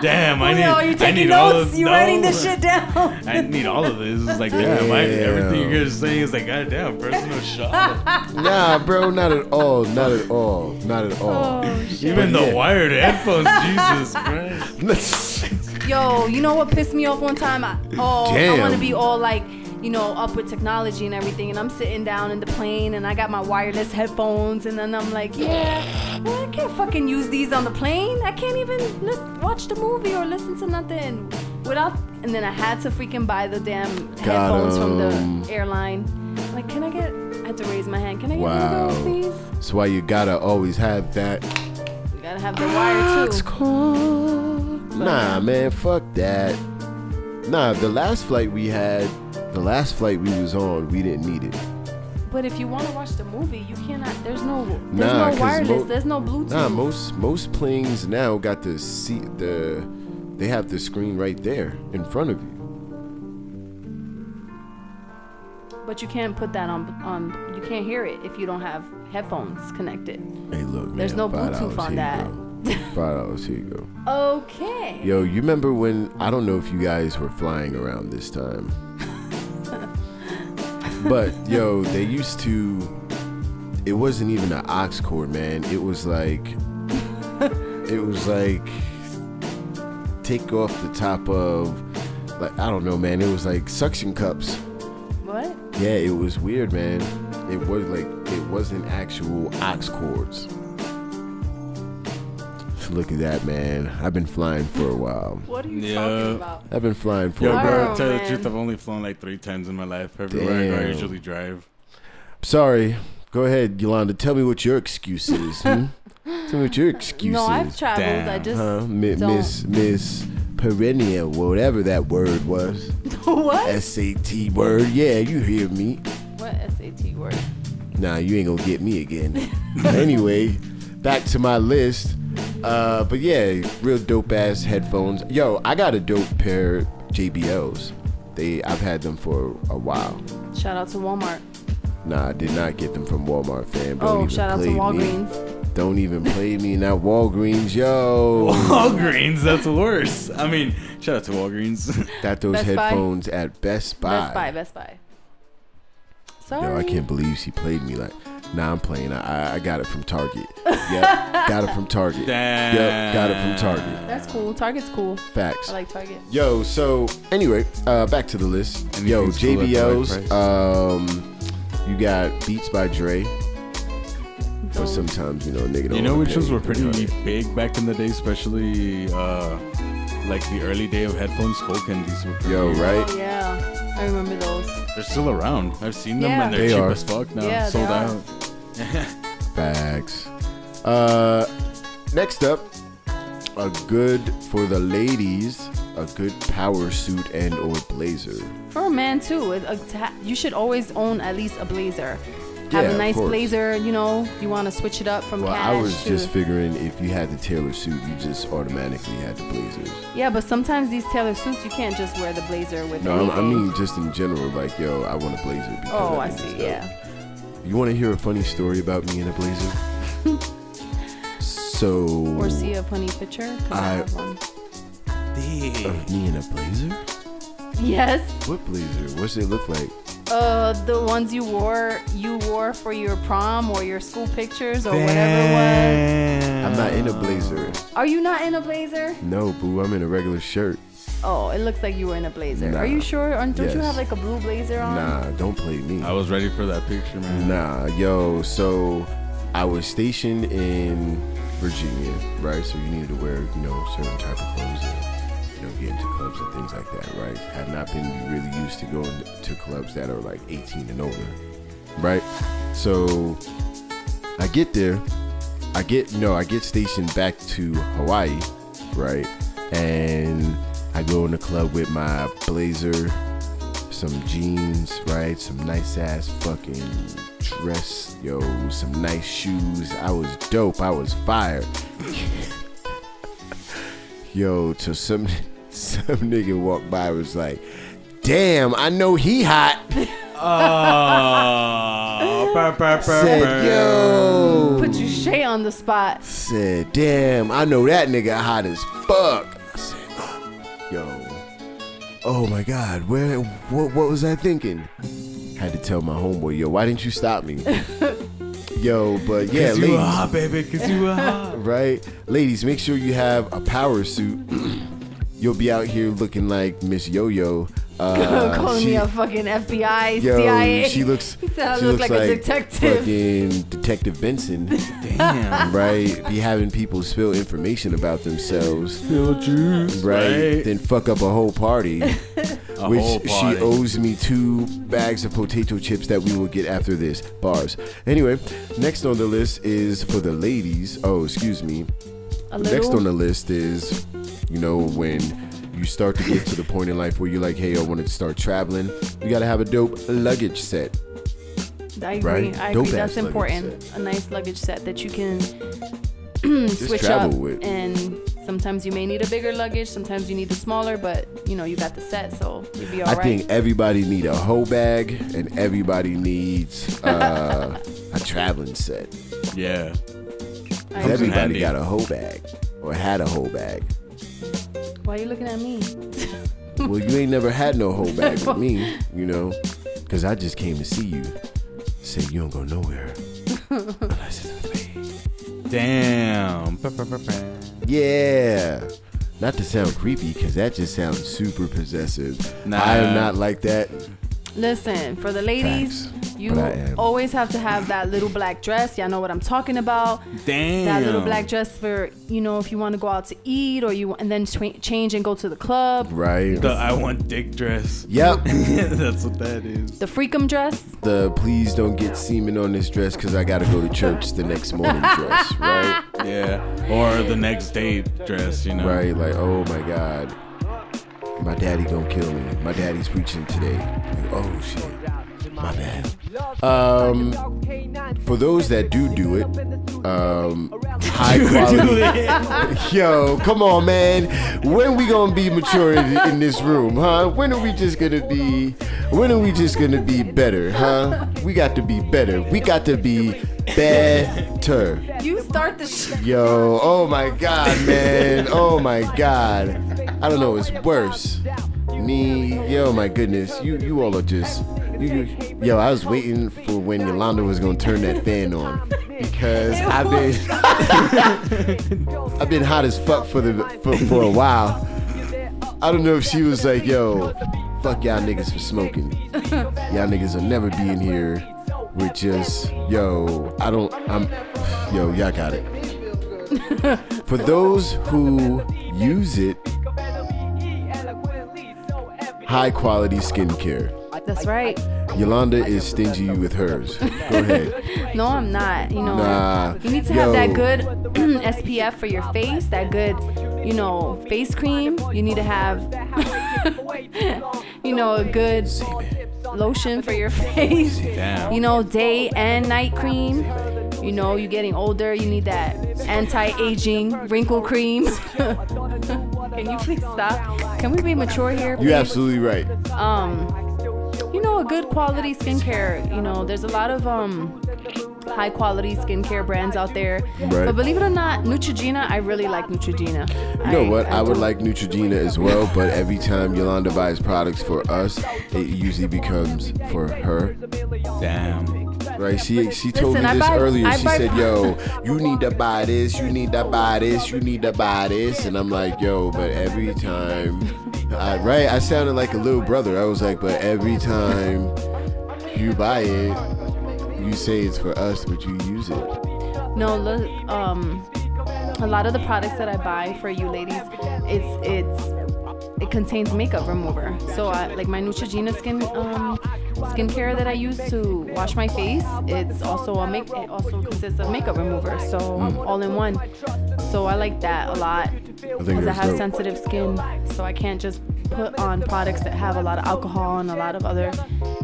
Speaker 3: damn, I need.
Speaker 2: Julio, Oh, you
Speaker 3: I need
Speaker 2: taking
Speaker 3: all of
Speaker 2: notes? You writing
Speaker 3: no.
Speaker 2: this shit down?
Speaker 3: I need all of this. It's like, damn, I, everything
Speaker 1: Damn.
Speaker 3: you're saying is like, goddamn, personal shot.
Speaker 1: Nah, bro, not at all. Not at all. Not at
Speaker 2: Oh,
Speaker 1: all.
Speaker 3: Even the
Speaker 1: Yeah.
Speaker 3: wired headphones, Jesus Christ.
Speaker 2: Yo, you know what pissed me off one time? I, oh, I want
Speaker 1: Damn.
Speaker 2: to be all like, you know, up with technology and everything. And I'm sitting down in the plane and I got my wireless headphones. And then I'm like, yeah, well, I can't fucking use these on the plane. I can't even lis- watch the movie or listen to nothing without. And then I had to freaking buy the damn headphones from
Speaker 1: him.
Speaker 2: the airline. Like, can I get. I had to raise my hand. Can I get
Speaker 1: Wow.
Speaker 2: one of those, please?
Speaker 1: That's why you gotta always have that.
Speaker 2: You gotta have the
Speaker 1: Ah,
Speaker 2: wire too.
Speaker 1: Nah, man, fuck that. Nah, the last flight we had, the last flight we was on, we didn't need it.
Speaker 2: But if you want to watch the movie, you cannot. There's no. There's
Speaker 1: Nah,
Speaker 2: no
Speaker 1: 'cause
Speaker 2: wireless.
Speaker 1: mo-
Speaker 2: there's no Bluetooth.
Speaker 1: Nah, most most planes now got the seat the they have the screen right there in front of you.
Speaker 2: but you can't put that on. On you can't hear it if you don't have headphones connected.
Speaker 1: Hey, look, man.
Speaker 2: There's no
Speaker 1: five
Speaker 2: Bluetooth
Speaker 1: dollars,
Speaker 2: on
Speaker 1: here You
Speaker 2: that.
Speaker 1: go. Five dollars, here you go.
Speaker 2: Okay.
Speaker 1: Yo, you remember when I don't know if you guys were flying around this time. but yo, they used to it wasn't even an ox cord, man. It was like it was like take off the top of, like, I don't know, man. It was like suction cups.
Speaker 2: What?
Speaker 1: Yeah, it was weird, man. It was like it wasn't actual ox cords. Look at that, man. I've been flying for a while.
Speaker 2: What are you
Speaker 3: Yeah.
Speaker 2: talking about?
Speaker 1: I've been flying for
Speaker 3: Yo,
Speaker 1: a
Speaker 2: Wow.
Speaker 1: while.
Speaker 3: bro, tell you the
Speaker 2: man.
Speaker 3: truth, I've only flown like three times in my life. Everywhere I go, I
Speaker 1: Damn.
Speaker 3: usually drive.
Speaker 1: Sorry. Go ahead, Yolanda. Tell me what your excuse is. hmm? Tell me what your excuse
Speaker 2: No,
Speaker 1: is.
Speaker 2: I've traveled. I
Speaker 3: Damn.
Speaker 2: just
Speaker 1: Huh? Mi-
Speaker 2: don't.
Speaker 1: Miss Miss Perennial, whatever that word was. Eh.
Speaker 2: what?
Speaker 1: SAT word. Yeah, you hear me.
Speaker 2: What SAT word?
Speaker 1: Nah, you ain't gonna get me again. anyway, back to my list. Uh, but yeah, real dope ass headphones. Yo, I got a dope pair of JBLs. They, I've had them for a while.
Speaker 2: Shout out to Walmart.
Speaker 1: Nah, I did not get them from Walmart, fam. Don't
Speaker 2: Oh,
Speaker 1: even
Speaker 2: shout out to
Speaker 1: play me.
Speaker 2: Walgreens.
Speaker 1: Don't even play me in that Walgreens, yo.
Speaker 3: Walgreens, that's worse. I mean, shout out to Walgreens.
Speaker 1: Got those
Speaker 2: Best Buy?
Speaker 1: headphones at Best Buy.
Speaker 2: Best Buy. Best Buy. Sorry.
Speaker 1: Yo, I can't believe she played me like. Nah, I'm playing. I, I- I got it from Target. Yep, got it from Target. Yep, got it from Target.
Speaker 2: That's cool. Target's cool.
Speaker 1: Facts.
Speaker 2: I like Target.
Speaker 1: Yo, so anyway, uh, back to the list. Yo,
Speaker 3: Anything's cool at the
Speaker 1: JBLs.
Speaker 3: right price.
Speaker 1: um, you got Beats by Dre. But
Speaker 2: Those-
Speaker 1: sometimes you know, nigga. Don't
Speaker 3: You know
Speaker 1: wanna
Speaker 3: which
Speaker 1: pay
Speaker 3: ones were pretty
Speaker 1: 300.
Speaker 3: big back in the day, especially uh, like the early day of headphones, skull candies. Were pretty
Speaker 1: Yo,
Speaker 3: big.
Speaker 1: right?
Speaker 2: Oh, yeah. I remember those.
Speaker 3: They're still around. I've seen them
Speaker 2: Yeah.
Speaker 3: and they're
Speaker 1: They
Speaker 3: cheap
Speaker 1: are.
Speaker 3: as fuck now.
Speaker 2: Yeah, they
Speaker 3: sold
Speaker 2: are.
Speaker 3: out.
Speaker 1: Facts. Uh, next up, a good for the ladies, a good power suit and or blazer.
Speaker 2: For a man too, it- a ta- you should always own at least a blazer.
Speaker 1: Yeah,
Speaker 2: Have
Speaker 1: of
Speaker 2: a nice
Speaker 1: course.
Speaker 2: blazer, you know. You want to switch it up from
Speaker 1: Well,
Speaker 2: cash
Speaker 1: I was
Speaker 2: to
Speaker 1: just figuring if you had the Taylor suit, you just automatically had the blazers.
Speaker 2: yeah. But sometimes these tailor suits, you can't just wear the blazer with.
Speaker 1: No, I'm- I
Speaker 2: anything.
Speaker 1: mean just in general, like yo, I want a blazer. Because
Speaker 2: Oh,
Speaker 1: that
Speaker 2: I
Speaker 1: thing is
Speaker 2: see.
Speaker 1: dope.
Speaker 2: Yeah.
Speaker 1: You want to hear a funny story about me in a blazer? so.
Speaker 2: Or see a funny picture. 'cause I
Speaker 1: I-
Speaker 2: have one.
Speaker 1: of me in a blazer?
Speaker 2: Yes.
Speaker 1: What blazer? What's it look like?
Speaker 2: Uh, the ones you wore, you wore for your prom or your school pictures or whatever it
Speaker 1: I'm not in a blazer.
Speaker 2: was. Are you not in a blazer?
Speaker 1: No, boo, I'm in a regular shirt.
Speaker 2: Oh, it looks like you were in a blazer.
Speaker 1: Nah.
Speaker 2: Are you sure? Aren't- Don't you
Speaker 1: Yes.
Speaker 2: have like a blue blazer on?
Speaker 1: Nah, don't play me.
Speaker 3: I was ready for that picture, man.
Speaker 1: Nah, yo, so I was stationed in Virginia, right? So you needed to wear, you know, certain type of clothes and, you know, get into clubs and things like that, right? Have not been really used to going to clubs that are like 18 and over, right? So I get there, I get, no, I get stationed back to Hawaii, right? And I go in the club with my blazer, some jeans, right? Some nice ass fucking dress, yo, some nice shoes. I was dope. I was fire. yo, till some some nigga walked by was like, damn, I know he hot.
Speaker 3: Oh, bah, bah, bah, bah.
Speaker 1: Said, yo.
Speaker 2: Put you Shay on the spot.
Speaker 1: Said, damn, I know that nigga hot as fuck. I said, yo, oh my god, where, what, what was I thinking? Had to tell my homeboy, yo, why didn't you stop me? yo, but yeah,
Speaker 3: 'Cause you were
Speaker 1: ladies,
Speaker 3: hot, baby, 'cause you were hot.
Speaker 1: right? Ladies, make sure you have a power suit. You'll be out here looking like Miss Yo Yo. Uh,
Speaker 2: Calling
Speaker 1: she-
Speaker 2: me a fucking FBI,
Speaker 1: Yo,
Speaker 2: CIA.
Speaker 1: she looks.
Speaker 2: He said I
Speaker 1: she
Speaker 2: look
Speaker 1: looks
Speaker 2: like a detective.
Speaker 1: Fucking Detective Benson.
Speaker 3: Damn.
Speaker 1: right? Be having people spill information about themselves,
Speaker 3: Feel juice,
Speaker 1: right?
Speaker 3: right?
Speaker 1: Then fuck up a whole party,
Speaker 3: A
Speaker 1: which
Speaker 3: whole
Speaker 1: she
Speaker 3: party.
Speaker 1: owes me two bags of potato chips that we will get after this. Bars. Anyway, next on the list is for the ladies. Oh, excuse me.
Speaker 2: a
Speaker 1: Next
Speaker 2: little.
Speaker 1: on the list is, you know, when you start to get to the point in life where you're like, hey, I wanted to start traveling. You gotta have a dope luggage set.
Speaker 2: I agree.
Speaker 1: right?
Speaker 2: I
Speaker 1: Dope
Speaker 2: agree.
Speaker 1: ass
Speaker 2: That's
Speaker 1: luggage
Speaker 2: important. A nice luggage set that you can switch
Speaker 1: travel
Speaker 2: up.
Speaker 1: with.
Speaker 2: And sometimes you may need a bigger luggage. Sometimes you need the smaller. But you know you got the set, so you'll be
Speaker 1: I
Speaker 2: alright.
Speaker 1: think everybody need a hoe bag and everybody needs uh, a traveling set.
Speaker 2: I
Speaker 3: Yeah.
Speaker 1: Cause
Speaker 2: agree.
Speaker 1: everybody
Speaker 3: Handy.
Speaker 1: got a hoe bag or had a hoe bag.
Speaker 2: Why are you looking at me?
Speaker 1: Well, you ain't never had no hoe bag with me, you know, because I just came to see you. Say you don't go nowhere unless it's with me.
Speaker 3: Damn. Bah, bah, bah, bah.
Speaker 1: Yeah. Not to sound creepy, because that just sounds super possessive.
Speaker 3: Nah.
Speaker 1: I am not like that.
Speaker 2: Listen, for the ladies,
Speaker 1: Facts.
Speaker 2: you
Speaker 1: But I am.
Speaker 2: always have to have that little black dress. Y'all know what I'm talking about.
Speaker 3: Damn.
Speaker 2: That little black dress for you know if you want to go out to eat or you and then tw- change and go to the club.
Speaker 1: Right.
Speaker 3: The I want dick dress.
Speaker 1: yep.
Speaker 3: That's what that is.
Speaker 2: The freakum dress.
Speaker 1: The please don't get semen on this dress because I got to go to church the next morning dress. Right.
Speaker 3: Yeah. Or the next day dress, you know.
Speaker 1: Right. Like, oh my God. My daddy gonna kill me. My daddy's preaching today. Like, oh shit. My bad. Um, for those that do do it, um, high quality. Yo, come on, man. When we gonna be mature in, in this room, huh? When are we just gonna be? When are we just gonna be better, huh? We got to be better. We got to be better.
Speaker 2: You start the sh-
Speaker 1: Yo, oh my god, man. Oh my god. I don't know, it's worse. Me, yo, my goodness. You you all are just you, you, yo, I was waiting for when Yolanda was gonna turn that fan on because I've been I've been hot as fuck for the for, for a while. I don't know if she was like, yo, fuck y'all niggas for smoking. Y'all niggas will never be in here with just yo. I don't. I'm yo. Y'all got it. For those who use it, high quality skincare.
Speaker 2: That's right.
Speaker 1: Yolanda is stingy with hers. Go ahead.
Speaker 2: No, I'm not. You know,
Speaker 1: Nah.
Speaker 2: you need to
Speaker 1: Yo.
Speaker 2: have that good SPF for your face, that good, you know, face cream. You need to have, you know, a good lotion for your face.
Speaker 3: Damn.
Speaker 2: You know, day and night cream. You know, you're getting older. You need that anti-aging wrinkle cream. Can you please stop? Can we be mature here?
Speaker 1: You're absolutely right.
Speaker 2: um you know a good quality skincare you know there's a lot of um high quality skincare brands out there
Speaker 1: Right.
Speaker 2: but believe it or not neutrogena i really like neutrogena
Speaker 1: You know what? I, would
Speaker 2: do.
Speaker 1: like Neutrogena as well, but every time Yolanda buys products for us, it usually becomes for her.
Speaker 3: Damn.
Speaker 1: Right? She she told
Speaker 2: Listen, I
Speaker 1: me this
Speaker 2: buy-
Speaker 1: earlier.
Speaker 2: I
Speaker 1: she
Speaker 2: buy-
Speaker 1: said, "Yo, you need to buy this. You need to buy this. You need to buy this." And I'm like, "Yo," but every time, I, right? I sounded like a little brother. I was like, "But every time you buy it, you say it's for us, but you use it."
Speaker 2: No, look, um, a lot of the products that I buy for you ladies, it's it's it contains makeup remover. So I like my Neutrogena skin um skincare that I use to wash my face. It's also a make it also consists of makeup remover. So all in one. So I like that a lot because I
Speaker 1: that's
Speaker 2: have
Speaker 1: dope.
Speaker 2: sensitive skin, so I can't just put on products that have a lot of alcohol and a lot of other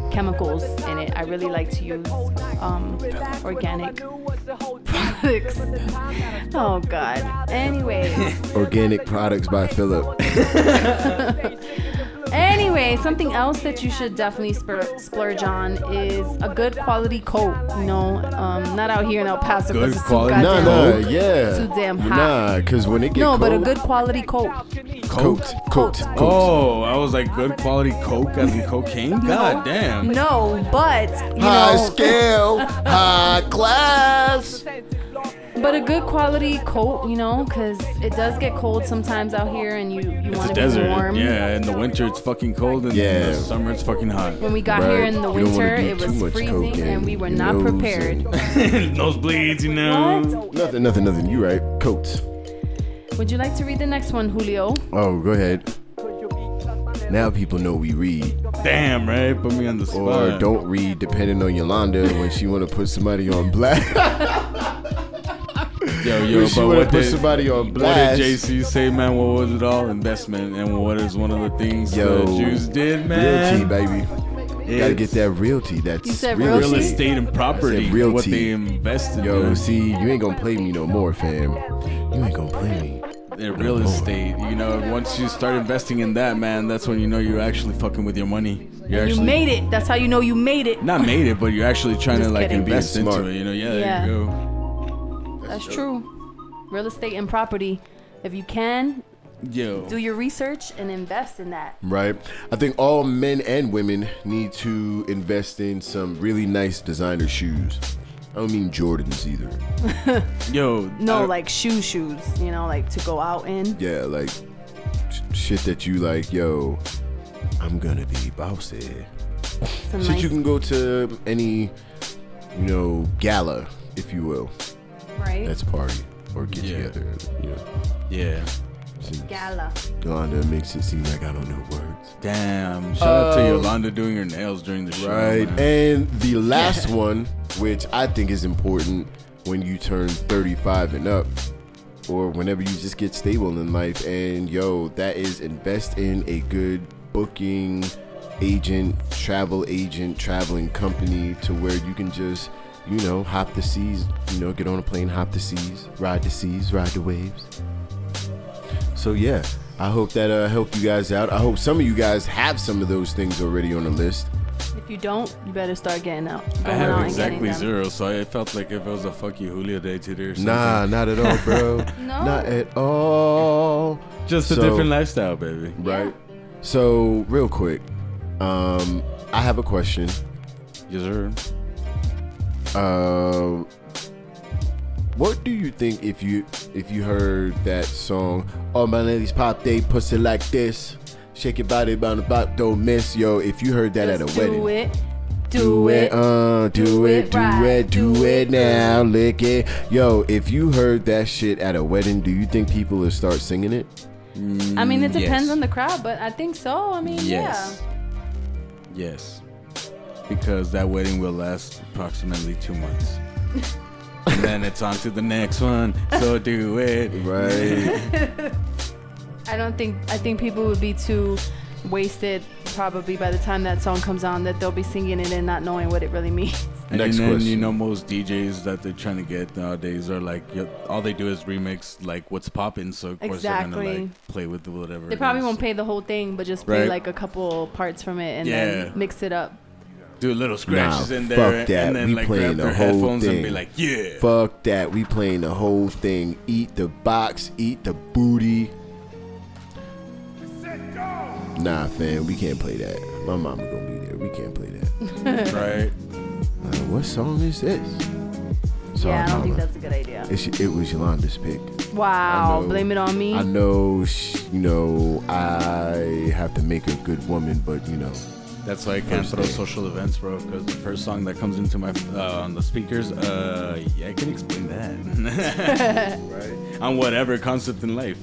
Speaker 2: chemicals in it. I really like to use um, organic products. Oh God. Anyway,
Speaker 1: Organic products by Philip.
Speaker 2: anyway, something else that you should definitely spur- splurge on is a good quality coat. You know, um, not out here in El Paso. 'cause
Speaker 3: Good
Speaker 2: it's too
Speaker 3: quality-
Speaker 1: Nah,
Speaker 2: goddamn-
Speaker 1: nah, yeah.
Speaker 2: Too damn hot.
Speaker 1: Nah, cause when it get
Speaker 2: No,
Speaker 1: cold,
Speaker 2: but a good quality coat.
Speaker 1: coat, coat, coat.
Speaker 3: Oh, I was like, good quality coke as in cocaine? God damn.
Speaker 2: No, but you
Speaker 1: High
Speaker 2: know,
Speaker 1: scale, high class.
Speaker 2: but a good quality coat. You know, because it does get cold sometimes out here, and you you
Speaker 3: It's a
Speaker 2: want to be
Speaker 3: desert.
Speaker 2: warm.
Speaker 3: Yeah, in the winter it's fucking cold, and in
Speaker 1: Yeah.
Speaker 3: the summer it's fucking hot.
Speaker 2: When we got here
Speaker 1: Right.
Speaker 2: in the
Speaker 1: You don't wanna
Speaker 2: winter,
Speaker 1: do
Speaker 2: it
Speaker 1: too
Speaker 2: was
Speaker 1: much
Speaker 2: freezing,
Speaker 1: cocaine.
Speaker 2: and we were
Speaker 1: Your
Speaker 2: not
Speaker 1: nose
Speaker 2: prepared.
Speaker 3: Nosebleeds, you know.
Speaker 2: What?
Speaker 1: Nothing, nothing, nothing. You right? Coats.
Speaker 2: Would you like to read the next one, Julio?
Speaker 1: Oh, go ahead. Now people know we read,
Speaker 3: Damn, right? Put me on the
Speaker 1: or
Speaker 3: spot.
Speaker 1: don't read, depending on Yolanda when she want to put somebody on blast.
Speaker 3: Yo, yo,
Speaker 1: when she
Speaker 3: but
Speaker 1: want
Speaker 3: what
Speaker 1: to put
Speaker 3: did,
Speaker 1: somebody on
Speaker 3: what did
Speaker 1: blast.
Speaker 3: JC say, man? What was it all? Investment. And what is one of the things
Speaker 1: Yo,
Speaker 3: the Jews did,
Speaker 1: realty,
Speaker 3: man?
Speaker 1: baby. Gotta
Speaker 3: It's
Speaker 1: get that realty. That's
Speaker 2: said
Speaker 1: real
Speaker 2: realty?
Speaker 3: Real
Speaker 1: estate.
Speaker 3: estate and property. What
Speaker 1: realty.
Speaker 3: they invested
Speaker 1: Yo,
Speaker 3: in.
Speaker 1: see, you ain't gonna play me no more, fam. You ain't gonna play me.
Speaker 3: their real
Speaker 1: Oh.
Speaker 3: estate. You know, once you start investing in that, man, that's when you know you're actually fucking with your money. You're actually
Speaker 2: You made it. That's how you know you made it.
Speaker 3: not made it, but you're actually trying to
Speaker 2: Just
Speaker 3: like
Speaker 2: kidding.
Speaker 3: invest
Speaker 1: Being smart.
Speaker 3: into it. You know, yeah,
Speaker 2: Yeah.
Speaker 3: there you go.
Speaker 2: That's true. Real estate and property. If you can,
Speaker 3: Yo,
Speaker 2: do your research and invest in that.
Speaker 1: Right. I think all men and women need to invest in some really nice designer shoes. I don't mean Jordans either.
Speaker 3: yo,
Speaker 2: No,
Speaker 3: I-
Speaker 2: like shoe shoes, you know, like to go out in.
Speaker 1: Yeah, like shit that you like, yo, I'm gonna be bossy.
Speaker 2: Some
Speaker 1: Shit,
Speaker 2: nice,
Speaker 1: you can go to any, you know, gala, if you will.
Speaker 2: right?
Speaker 1: That's party or get
Speaker 3: Yeah.
Speaker 1: together. You know,
Speaker 3: Yeah.
Speaker 1: See,
Speaker 2: Gala.
Speaker 1: Yolanda makes it seem like I don't know words.
Speaker 3: Damn. Shout out to
Speaker 1: Uh,
Speaker 3: Yolanda doing her nails during the show.
Speaker 1: Right.
Speaker 3: man.
Speaker 1: And the last one, which I think is important when you turn 35 and up, or whenever you just get stable in life, and yo, that is invest in a good booking agent, travel agent, traveling company to where you can just, you know, hop the seas, you know, get on a plane, hop the seas, ride the seas, ride the waves. So yeah, I hope that uh, helped you guys out. I hope some of you guys have some of those things already on the list.
Speaker 2: If you don't, you better start getting out. Going
Speaker 3: I
Speaker 2: out
Speaker 3: have
Speaker 2: and
Speaker 3: exactly
Speaker 2: getting them.
Speaker 3: zero, so I felt like if it was a fuck you Julia day today or something.
Speaker 1: Nah, not at all, bro.
Speaker 2: No.
Speaker 1: Not at all.
Speaker 3: Just a
Speaker 1: So-
Speaker 3: different lifestyle, baby.
Speaker 1: Right. So, real quick, um, I have a question.
Speaker 3: Yes, sir.
Speaker 1: Uh, what do you think if you if you heard that song? All my ladies pop they pussy like this, shake your body bound about don't miss yo. If you heard that at a
Speaker 2: Just
Speaker 1: wedding,
Speaker 2: Do it. Do,
Speaker 1: Do it, uh, do, it, do
Speaker 2: right,
Speaker 1: it, do,
Speaker 2: do
Speaker 1: it,
Speaker 2: it
Speaker 1: now, lick it. Yo, if you heard that shit at a wedding, do you think people will start singing it?
Speaker 2: I mean, it
Speaker 3: Mm,
Speaker 2: depends
Speaker 3: yes.
Speaker 2: on the crowd, but I think so. I mean,
Speaker 3: Yes. Yes. Because that wedding will last approximately two months. and then it's on to the next one. So do it.
Speaker 1: Right.
Speaker 2: yeah. I don't think I think people would be too wasted probably by the time that song comes on that they'll be singing it and not knowing what it really means.
Speaker 3: And
Speaker 1: Next
Speaker 3: then you
Speaker 1: question.
Speaker 3: know most DJs that they're trying to get nowadays are like yo- all they do is remix like what's poppin', so of course they're gonna
Speaker 2: Exactly.
Speaker 3: like play with whatever.
Speaker 2: They
Speaker 3: it
Speaker 2: probably
Speaker 3: is.
Speaker 2: won't play the whole thing, but just play
Speaker 3: Right.
Speaker 2: like a couple parts from it and
Speaker 3: Yeah.
Speaker 2: then mix it up.
Speaker 3: do little scratches
Speaker 1: Nah,
Speaker 3: in
Speaker 1: fuck
Speaker 3: there and-
Speaker 1: that.
Speaker 3: and then
Speaker 1: We
Speaker 3: like
Speaker 1: playing
Speaker 3: grab
Speaker 1: the
Speaker 3: their
Speaker 1: whole
Speaker 3: headphones
Speaker 1: thing.
Speaker 3: and be like, yeah.
Speaker 1: Fuck that. We playing the whole thing. Eat the box, eat the booty. Nah, fam, we can't play that. My mama gonna be there. We can't play that.
Speaker 3: Right.
Speaker 1: Uh, what song is this? Sorry,
Speaker 2: yeah, I don't
Speaker 1: mama.
Speaker 2: think that's a good idea.
Speaker 1: It's- it was Yolanda's pick. I
Speaker 2: Wow,
Speaker 1: know-
Speaker 2: blame it on me.
Speaker 1: I know, sh- you know, I have to make a good woman, but you know,
Speaker 3: That's why I can't
Speaker 1: First
Speaker 3: throw
Speaker 1: day.
Speaker 3: social events, bro. Because the first song that comes into my uh, on the speakers, uh, yeah, I can explain that
Speaker 1: right?
Speaker 3: on whatever concept in life.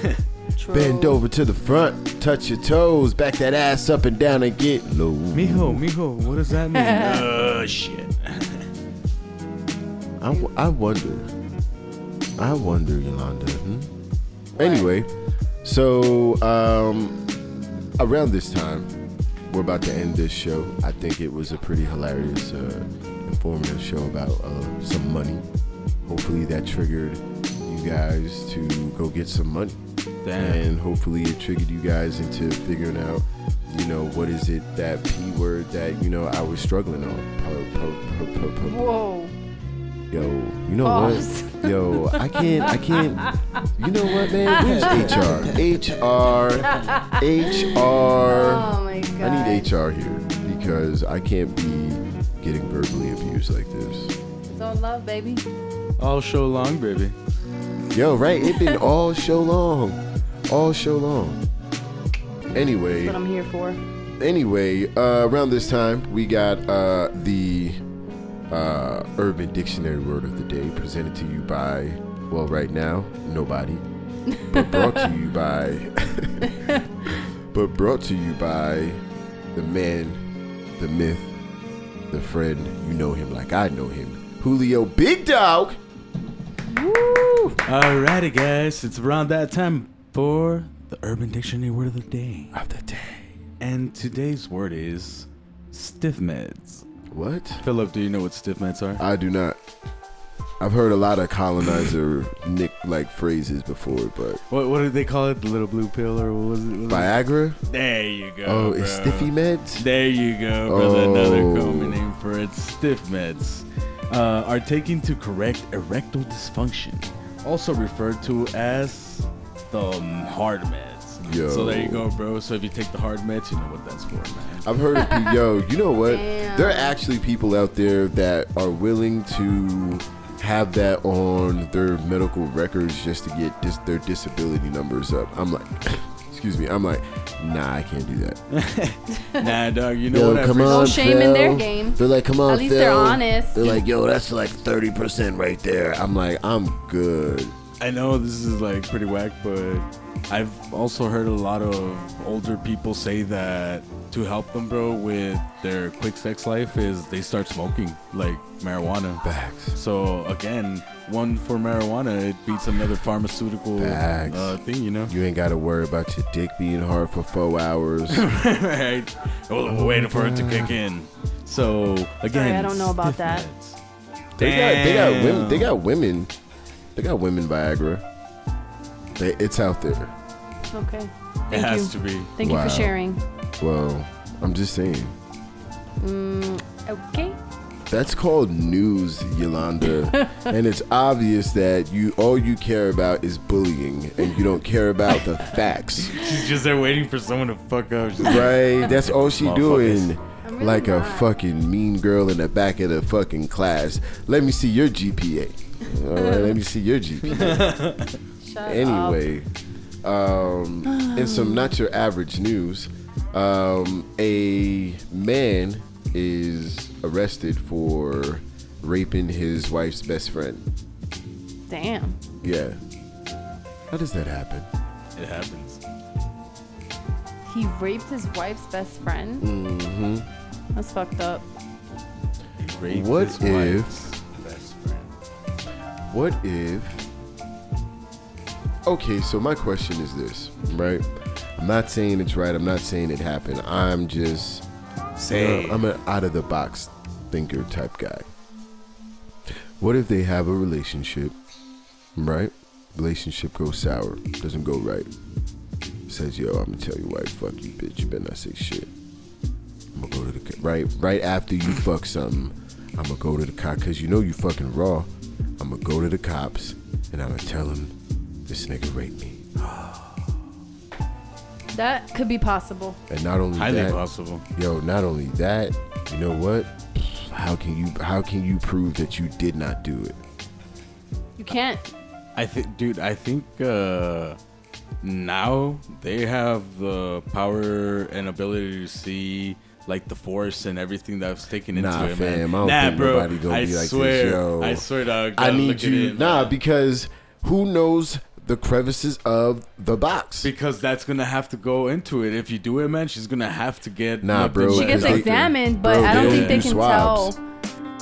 Speaker 2: True.
Speaker 1: Bend over to the front, touch your toes, back that ass up and down and get low.
Speaker 3: Mijo,
Speaker 1: Oh,
Speaker 3: mijo, what does that mean? uh, shit.
Speaker 1: I, w- I wonder. I wonder, Yolanda. Hmm? Anyway, so um, around this time, we're about to end this show. I think it was a pretty hilarious, uh, informative show about uh, some money. Hopefully, that triggered you guys to go get some money
Speaker 3: Damn.
Speaker 1: and hopefully it triggered you guys into figuring out you know what is it that p word that you know i was struggling on Po- po- po- po- po-
Speaker 2: Whoa.
Speaker 1: yo you know
Speaker 2: Pause.
Speaker 1: what yo i can't i can't you know what man where's hr hr hr
Speaker 2: Oh my god.
Speaker 1: i need hr here because i can't be getting verbally abused like this
Speaker 2: It's all love, baby.
Speaker 3: All show long, baby.
Speaker 1: yo right it been all show long all show long anyway
Speaker 2: That's what I'm here for.
Speaker 1: anyway, uh, around this time, we got uh, the uh, Urban Dictionary Word of the Day presented to you by, well, right now, nobody, but brought to you by, but brought to you by the man, the myth, the friend. You know him like I know him, Julio Big Dog.
Speaker 2: Woo!
Speaker 3: Alrighty, guys, it's around that time for the Urban Dictionary word of the day,
Speaker 1: Of the day.
Speaker 3: and today's word is stiff meds.
Speaker 1: What?
Speaker 3: Philip, do you know what stiff meds are?
Speaker 1: I do not. I've heard a lot of colonizer nick like phrases before, but
Speaker 3: What what did they call it? The little blue pill, or what was it? What was it?
Speaker 1: Viagra.
Speaker 3: There you go.
Speaker 1: Oh, it's
Speaker 3: bro.
Speaker 1: stiffy meds.
Speaker 3: There you go, brother. Another
Speaker 1: Oh.
Speaker 3: common name for it, stiff meds, uh, are taken to correct erectile dysfunction, also referred to as the mm, hard meds.
Speaker 1: Yo. Uh,
Speaker 3: So there you go, bro. So if you take the hard meds, you know what that's for, man.
Speaker 1: I've heard of people. Yo, you know what?
Speaker 2: Damn.
Speaker 1: There are actually people out there that are willing to have that on their medical records just to get dis- their disability numbers up. I'm like, excuse me. I'm like, nah, I can't do that.
Speaker 3: Nah, dog. You know
Speaker 1: Yo,
Speaker 3: what? I
Speaker 1: come
Speaker 3: first-
Speaker 1: on,
Speaker 2: shame
Speaker 1: Phil.
Speaker 2: in their game.
Speaker 1: They're like, come on,
Speaker 2: At least they're
Speaker 1: Phil.
Speaker 2: honest.
Speaker 1: They're like, yo, that's like thirty percent right there. I'm like, I'm good.
Speaker 3: I know this is like pretty whack, but I've also heard a lot of older people say that to help them, bro, with their quick sex life is they start smoking like marijuana.
Speaker 1: Facts.
Speaker 3: So again, one for marijuana, it beats another pharmaceutical
Speaker 1: Facts.
Speaker 3: uh, thing, you know.
Speaker 1: You ain't got to worry about your dick being hard for four hours.
Speaker 3: right? Well, we're waiting for it to kick in. So again,
Speaker 2: Sorry, I don't know about
Speaker 3: stiff
Speaker 2: that.
Speaker 3: necks.
Speaker 1: They got they got women
Speaker 3: Damn.
Speaker 1: they got women they got women Viagra. They, it's out there.
Speaker 2: Okay. Thank
Speaker 3: It has to
Speaker 2: you.
Speaker 3: be.
Speaker 2: Thank you
Speaker 1: Wow.
Speaker 2: for sharing.
Speaker 1: Well, I'm just saying.
Speaker 2: Okay.
Speaker 1: That's called news, Yolanda. and it's obvious that you all you care about is bullying and you don't care about the facts.
Speaker 3: She's just there waiting for someone to fuck up. She's like,
Speaker 1: Right? That's all she doing.
Speaker 2: I'm really
Speaker 1: like a
Speaker 2: not.
Speaker 1: fucking mean girl in the back of the fucking class. Let me see your GPA. All right, let me see your GPA.
Speaker 2: Shut up.
Speaker 1: Anyway, um, in some not your average news, um, a man is arrested for raping his wife's best friend.
Speaker 2: Damn.
Speaker 1: Yeah. How does that happen?
Speaker 3: it happens.
Speaker 2: He raped his wife's best friend.
Speaker 1: Mm-hmm.
Speaker 2: That's fucked up.
Speaker 3: He raped
Speaker 1: What
Speaker 3: his
Speaker 1: if-
Speaker 3: wife's Best friend.
Speaker 1: What if. Okay, so my question is this, right? I'm not saying it's right. I'm not saying it happened. I'm just
Speaker 3: Say,
Speaker 1: I'm an out of the box thinker type guy. What if they have a relationship, right? Relationship goes sour, doesn't go right. Says, yo, I'm gonna tell your wife, fuck you, bitch. You better not say shit. I'm gonna go to the co- right right after you fuck something. I'm gonna go to the cop because you know you fucking raw. I'm gonna go to the cops and I'm gonna tell them this nigga raped me.
Speaker 2: That could be possible.
Speaker 1: And not only
Speaker 3: highly
Speaker 1: that,
Speaker 3: possible.
Speaker 1: yo not only that you know what how can you how can you prove that you did not do it
Speaker 2: You can't.
Speaker 3: I think, dude. I think uh, now they have the power and ability to see like the force and everything that's taken
Speaker 1: Nah,
Speaker 3: into it,
Speaker 1: fam, I
Speaker 3: man.
Speaker 1: don't
Speaker 3: nah,
Speaker 1: think
Speaker 3: bro.
Speaker 1: nobody gonna
Speaker 3: I
Speaker 1: be like this,
Speaker 3: swear,
Speaker 1: yo.
Speaker 3: I swear, dog.
Speaker 1: i
Speaker 3: gotta
Speaker 1: need
Speaker 3: look it
Speaker 1: you
Speaker 3: in,
Speaker 1: nah
Speaker 3: man.
Speaker 1: because who knows the crevices of the box
Speaker 3: because that's gonna have to go into it. If you do it, man, she's gonna have to get
Speaker 1: Nah,
Speaker 3: looked
Speaker 1: bro,
Speaker 3: into
Speaker 2: She
Speaker 1: But
Speaker 3: it.
Speaker 2: gets
Speaker 1: they-
Speaker 2: examined, but
Speaker 1: bro,
Speaker 2: I
Speaker 1: they
Speaker 2: don't
Speaker 3: don't
Speaker 2: think they
Speaker 3: do
Speaker 2: can
Speaker 1: swabs.
Speaker 2: tell.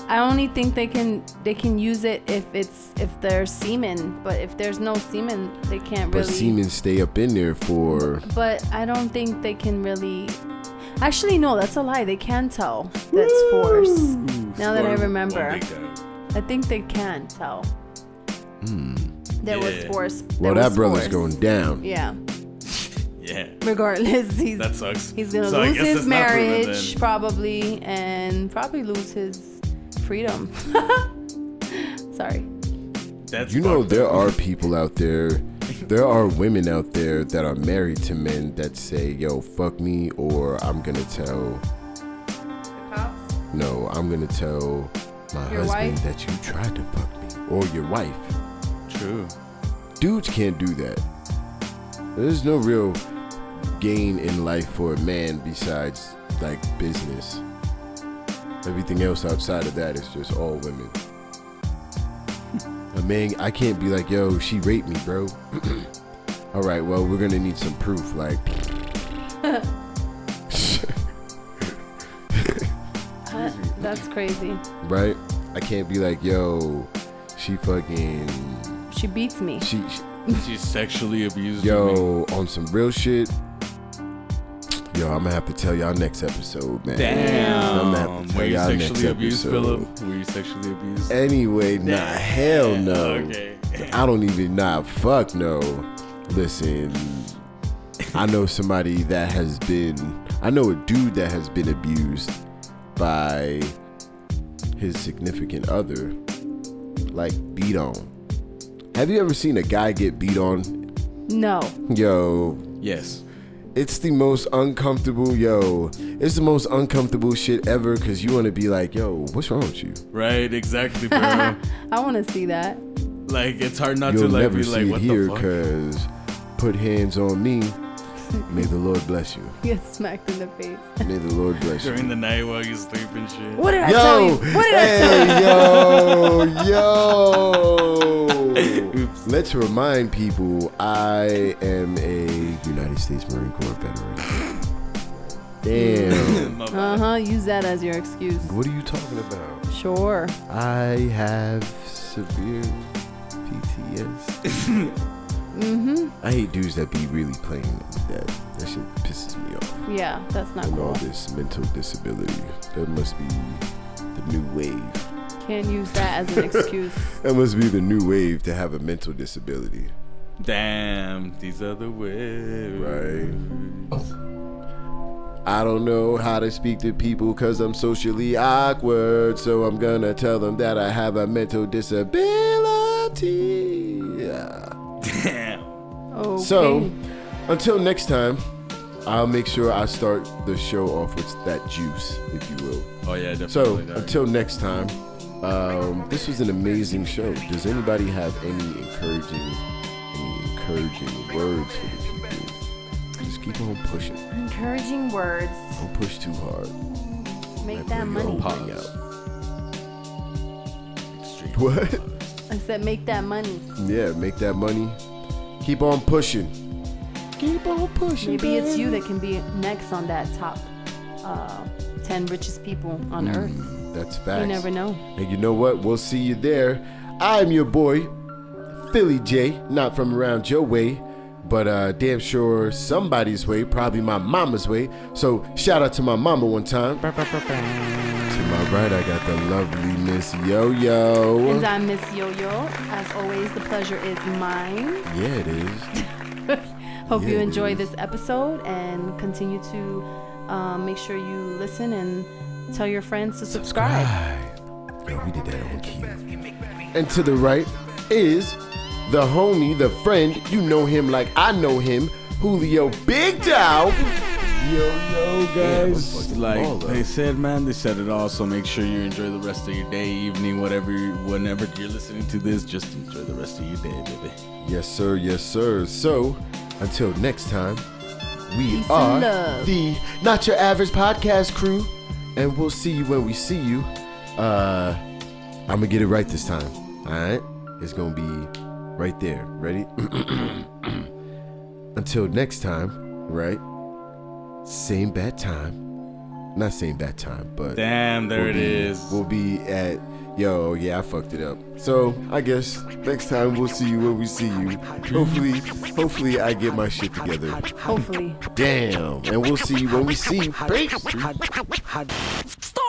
Speaker 2: I only think they can they can use it if it's if there's semen, but if there's no semen, they can't
Speaker 1: but
Speaker 2: really.
Speaker 1: semen stay up in there for
Speaker 2: But I don't think they can really. Actually, no, that's a lie. They can tell that's force. Now that I
Speaker 3: One-
Speaker 2: remember.
Speaker 3: one big guy.
Speaker 2: I think they can tell. There was
Speaker 3: Yeah.
Speaker 2: force. there
Speaker 1: Hmm. well that
Speaker 2: was
Speaker 1: brother's
Speaker 2: force.
Speaker 1: going down
Speaker 2: Yeah.
Speaker 3: Yeah,
Speaker 2: Regardless, he's
Speaker 3: that sucks.
Speaker 2: he's gonna
Speaker 3: So I
Speaker 2: lose
Speaker 3: guess
Speaker 2: his
Speaker 3: that's not proven then.
Speaker 2: marriage probably, and probably lose his freedom. Sorry.
Speaker 3: That's
Speaker 1: you know
Speaker 3: fucked
Speaker 1: there
Speaker 3: up.
Speaker 1: are people out there there are women out there that are married to men that say yo fuck me or i'm gonna tell no i'm gonna tell my
Speaker 2: Your
Speaker 1: husband
Speaker 2: wife?
Speaker 1: that you tried to fuck me or your wife
Speaker 3: True.
Speaker 1: dudes can't do that. There's no real gain in life for a man besides like business. Everything else outside of that is just all women. a man, I can't be like, yo, she raped me, bro. all right, well, we're gonna need some proof, like.
Speaker 2: Uh, that's crazy.
Speaker 1: right? I can't be like, yo, she fucking,
Speaker 2: She beats me.
Speaker 1: she, she
Speaker 3: She sexually abused me.
Speaker 1: Yo, on some real shit. Yo, I'm gonna have to tell y'all next episode, man.
Speaker 3: Damn.
Speaker 1: I'm gonna have to tell
Speaker 3: Were you
Speaker 1: y'all next
Speaker 3: sexually abused,
Speaker 1: episode.
Speaker 3: Philip? Were you sexually abused?
Speaker 1: Anyway, nah,
Speaker 3: Damn.
Speaker 1: hell no.
Speaker 3: Okay.
Speaker 1: I don't even, nah, fuck no. Listen, I know somebody that has been, I know a dude that has been abused by his significant other, like beat on. Have you ever seen a guy get beat on?
Speaker 2: No.
Speaker 1: Yo,
Speaker 3: Yes.
Speaker 1: it's the most uncomfortable, yo. It's the most uncomfortable shit ever because you want to be like, yo, what's wrong with you?
Speaker 3: Right. Exactly, bro.
Speaker 2: I want to see that.
Speaker 3: like it's hard not
Speaker 1: You'll
Speaker 3: to like
Speaker 1: never
Speaker 3: be
Speaker 1: see
Speaker 3: like,
Speaker 1: it
Speaker 3: what
Speaker 1: here
Speaker 3: the fuck?
Speaker 1: because put hands on me May the Lord bless you.
Speaker 2: Get smacked in the face.
Speaker 1: May the Lord bless you.
Speaker 3: during the night while you sleep and shit.
Speaker 2: What did I tell you?
Speaker 1: Yo,
Speaker 2: What did I tell you?
Speaker 1: hey, yo, yo. Let's remind people I am a United States Marine Corps veteran. Damn.
Speaker 3: My bad.
Speaker 2: Uh huh. Use that as your excuse.
Speaker 1: what are you talking about?
Speaker 2: Sure.
Speaker 1: I have severe PTSD.
Speaker 2: Mm
Speaker 1: I hate dudes that be really playing like that. That shit pisses me off.
Speaker 2: hmm. Yeah, that's not
Speaker 1: And all
Speaker 2: cool.
Speaker 1: this mental disability. That must be the new wave.
Speaker 2: Can't use that as an excuse.
Speaker 1: That must be the new wave to have a mental disability.
Speaker 3: Damn, these are the waves.
Speaker 1: Right. I don't know how to speak to people because I'm socially awkward, so I'm gonna tell them that I have a mental disability. Yeah.
Speaker 3: Damn.
Speaker 2: Okay.
Speaker 1: So, until next time, I'll make sure I start the show off with that juice, if you will.
Speaker 3: Oh yeah, definitely.
Speaker 1: So,
Speaker 3: that.
Speaker 1: until next time, um, this was an amazing show. Does anybody have any encouraging, any encouraging words for the people? Just keep on pushing.
Speaker 2: encouraging words.
Speaker 1: Don't push too hard.
Speaker 2: Make
Speaker 1: Might
Speaker 2: that
Speaker 1: blow your
Speaker 2: money.
Speaker 1: own pie out. What?
Speaker 2: I said, make that money.
Speaker 1: Yeah, make that money. Keep on pushing. Keep on pushing.
Speaker 2: Maybe it's
Speaker 1: baby.
Speaker 2: you that can be next on that top uh, 10 richest people on earth.
Speaker 1: That's Mm, facts.
Speaker 2: You never know.
Speaker 1: And you know what? We'll see you there. I'm your boy, Philly J, not from around your way, but uh, damn sure somebody's way, probably my mama's way. So shout out to my mama one time. to my right, I got the lovely Miss Yo Yo.
Speaker 2: And I'm Miss Yo Yo. As always, the pleasure is mine.
Speaker 1: yeah, it is.
Speaker 2: Hope you
Speaker 1: Yeah,
Speaker 2: enjoy
Speaker 1: dude.
Speaker 2: this episode and continue to um, make sure you listen and tell your friends to subscribe.
Speaker 1: Yo, we did that on key. And to the right is the homie, the friend. You know him like I know him, Julio Big Dog. Yo, yo, guys.
Speaker 3: like they said, man, they said it all. So make sure you enjoy the rest of your day, evening, whatever, you- whenever you're listening to this. Just enjoy the rest of your day, baby.
Speaker 1: Yes, sir. Yes, sir. So, until next time, we
Speaker 2: Peace and
Speaker 1: are
Speaker 2: love.
Speaker 1: the Not Your Average Podcast crew, and we'll see you when we see you. Uh, I'm gonna get it right this time. All right, it's gonna be right there. Ready? until next time, right? Same bad time. Not same bad time, but
Speaker 3: Damn, there
Speaker 1: we'll
Speaker 3: it
Speaker 1: be-
Speaker 3: is.
Speaker 1: We'll be at. Yo, yeah, I fucked it up. So I guess next time we'll see you when we see you. Hopefully, hopefully I get my shit together.
Speaker 2: Hopefully.
Speaker 1: Damn, and we'll see you when we see you. Peace.
Speaker 5: Start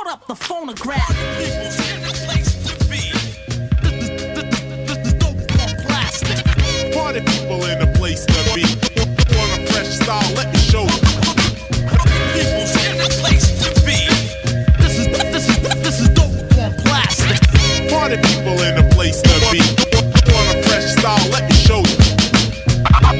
Speaker 5: up the phonograph. This is the place to be. This is- this is- this is dope on plastic.
Speaker 6: Party people in the place to be. Want a fresh style? Let me show you.
Speaker 5: People's in the place to be. This is- this is- this is dope on plastic.
Speaker 6: Party people in the place to be. Want a fresh style? Let me show you.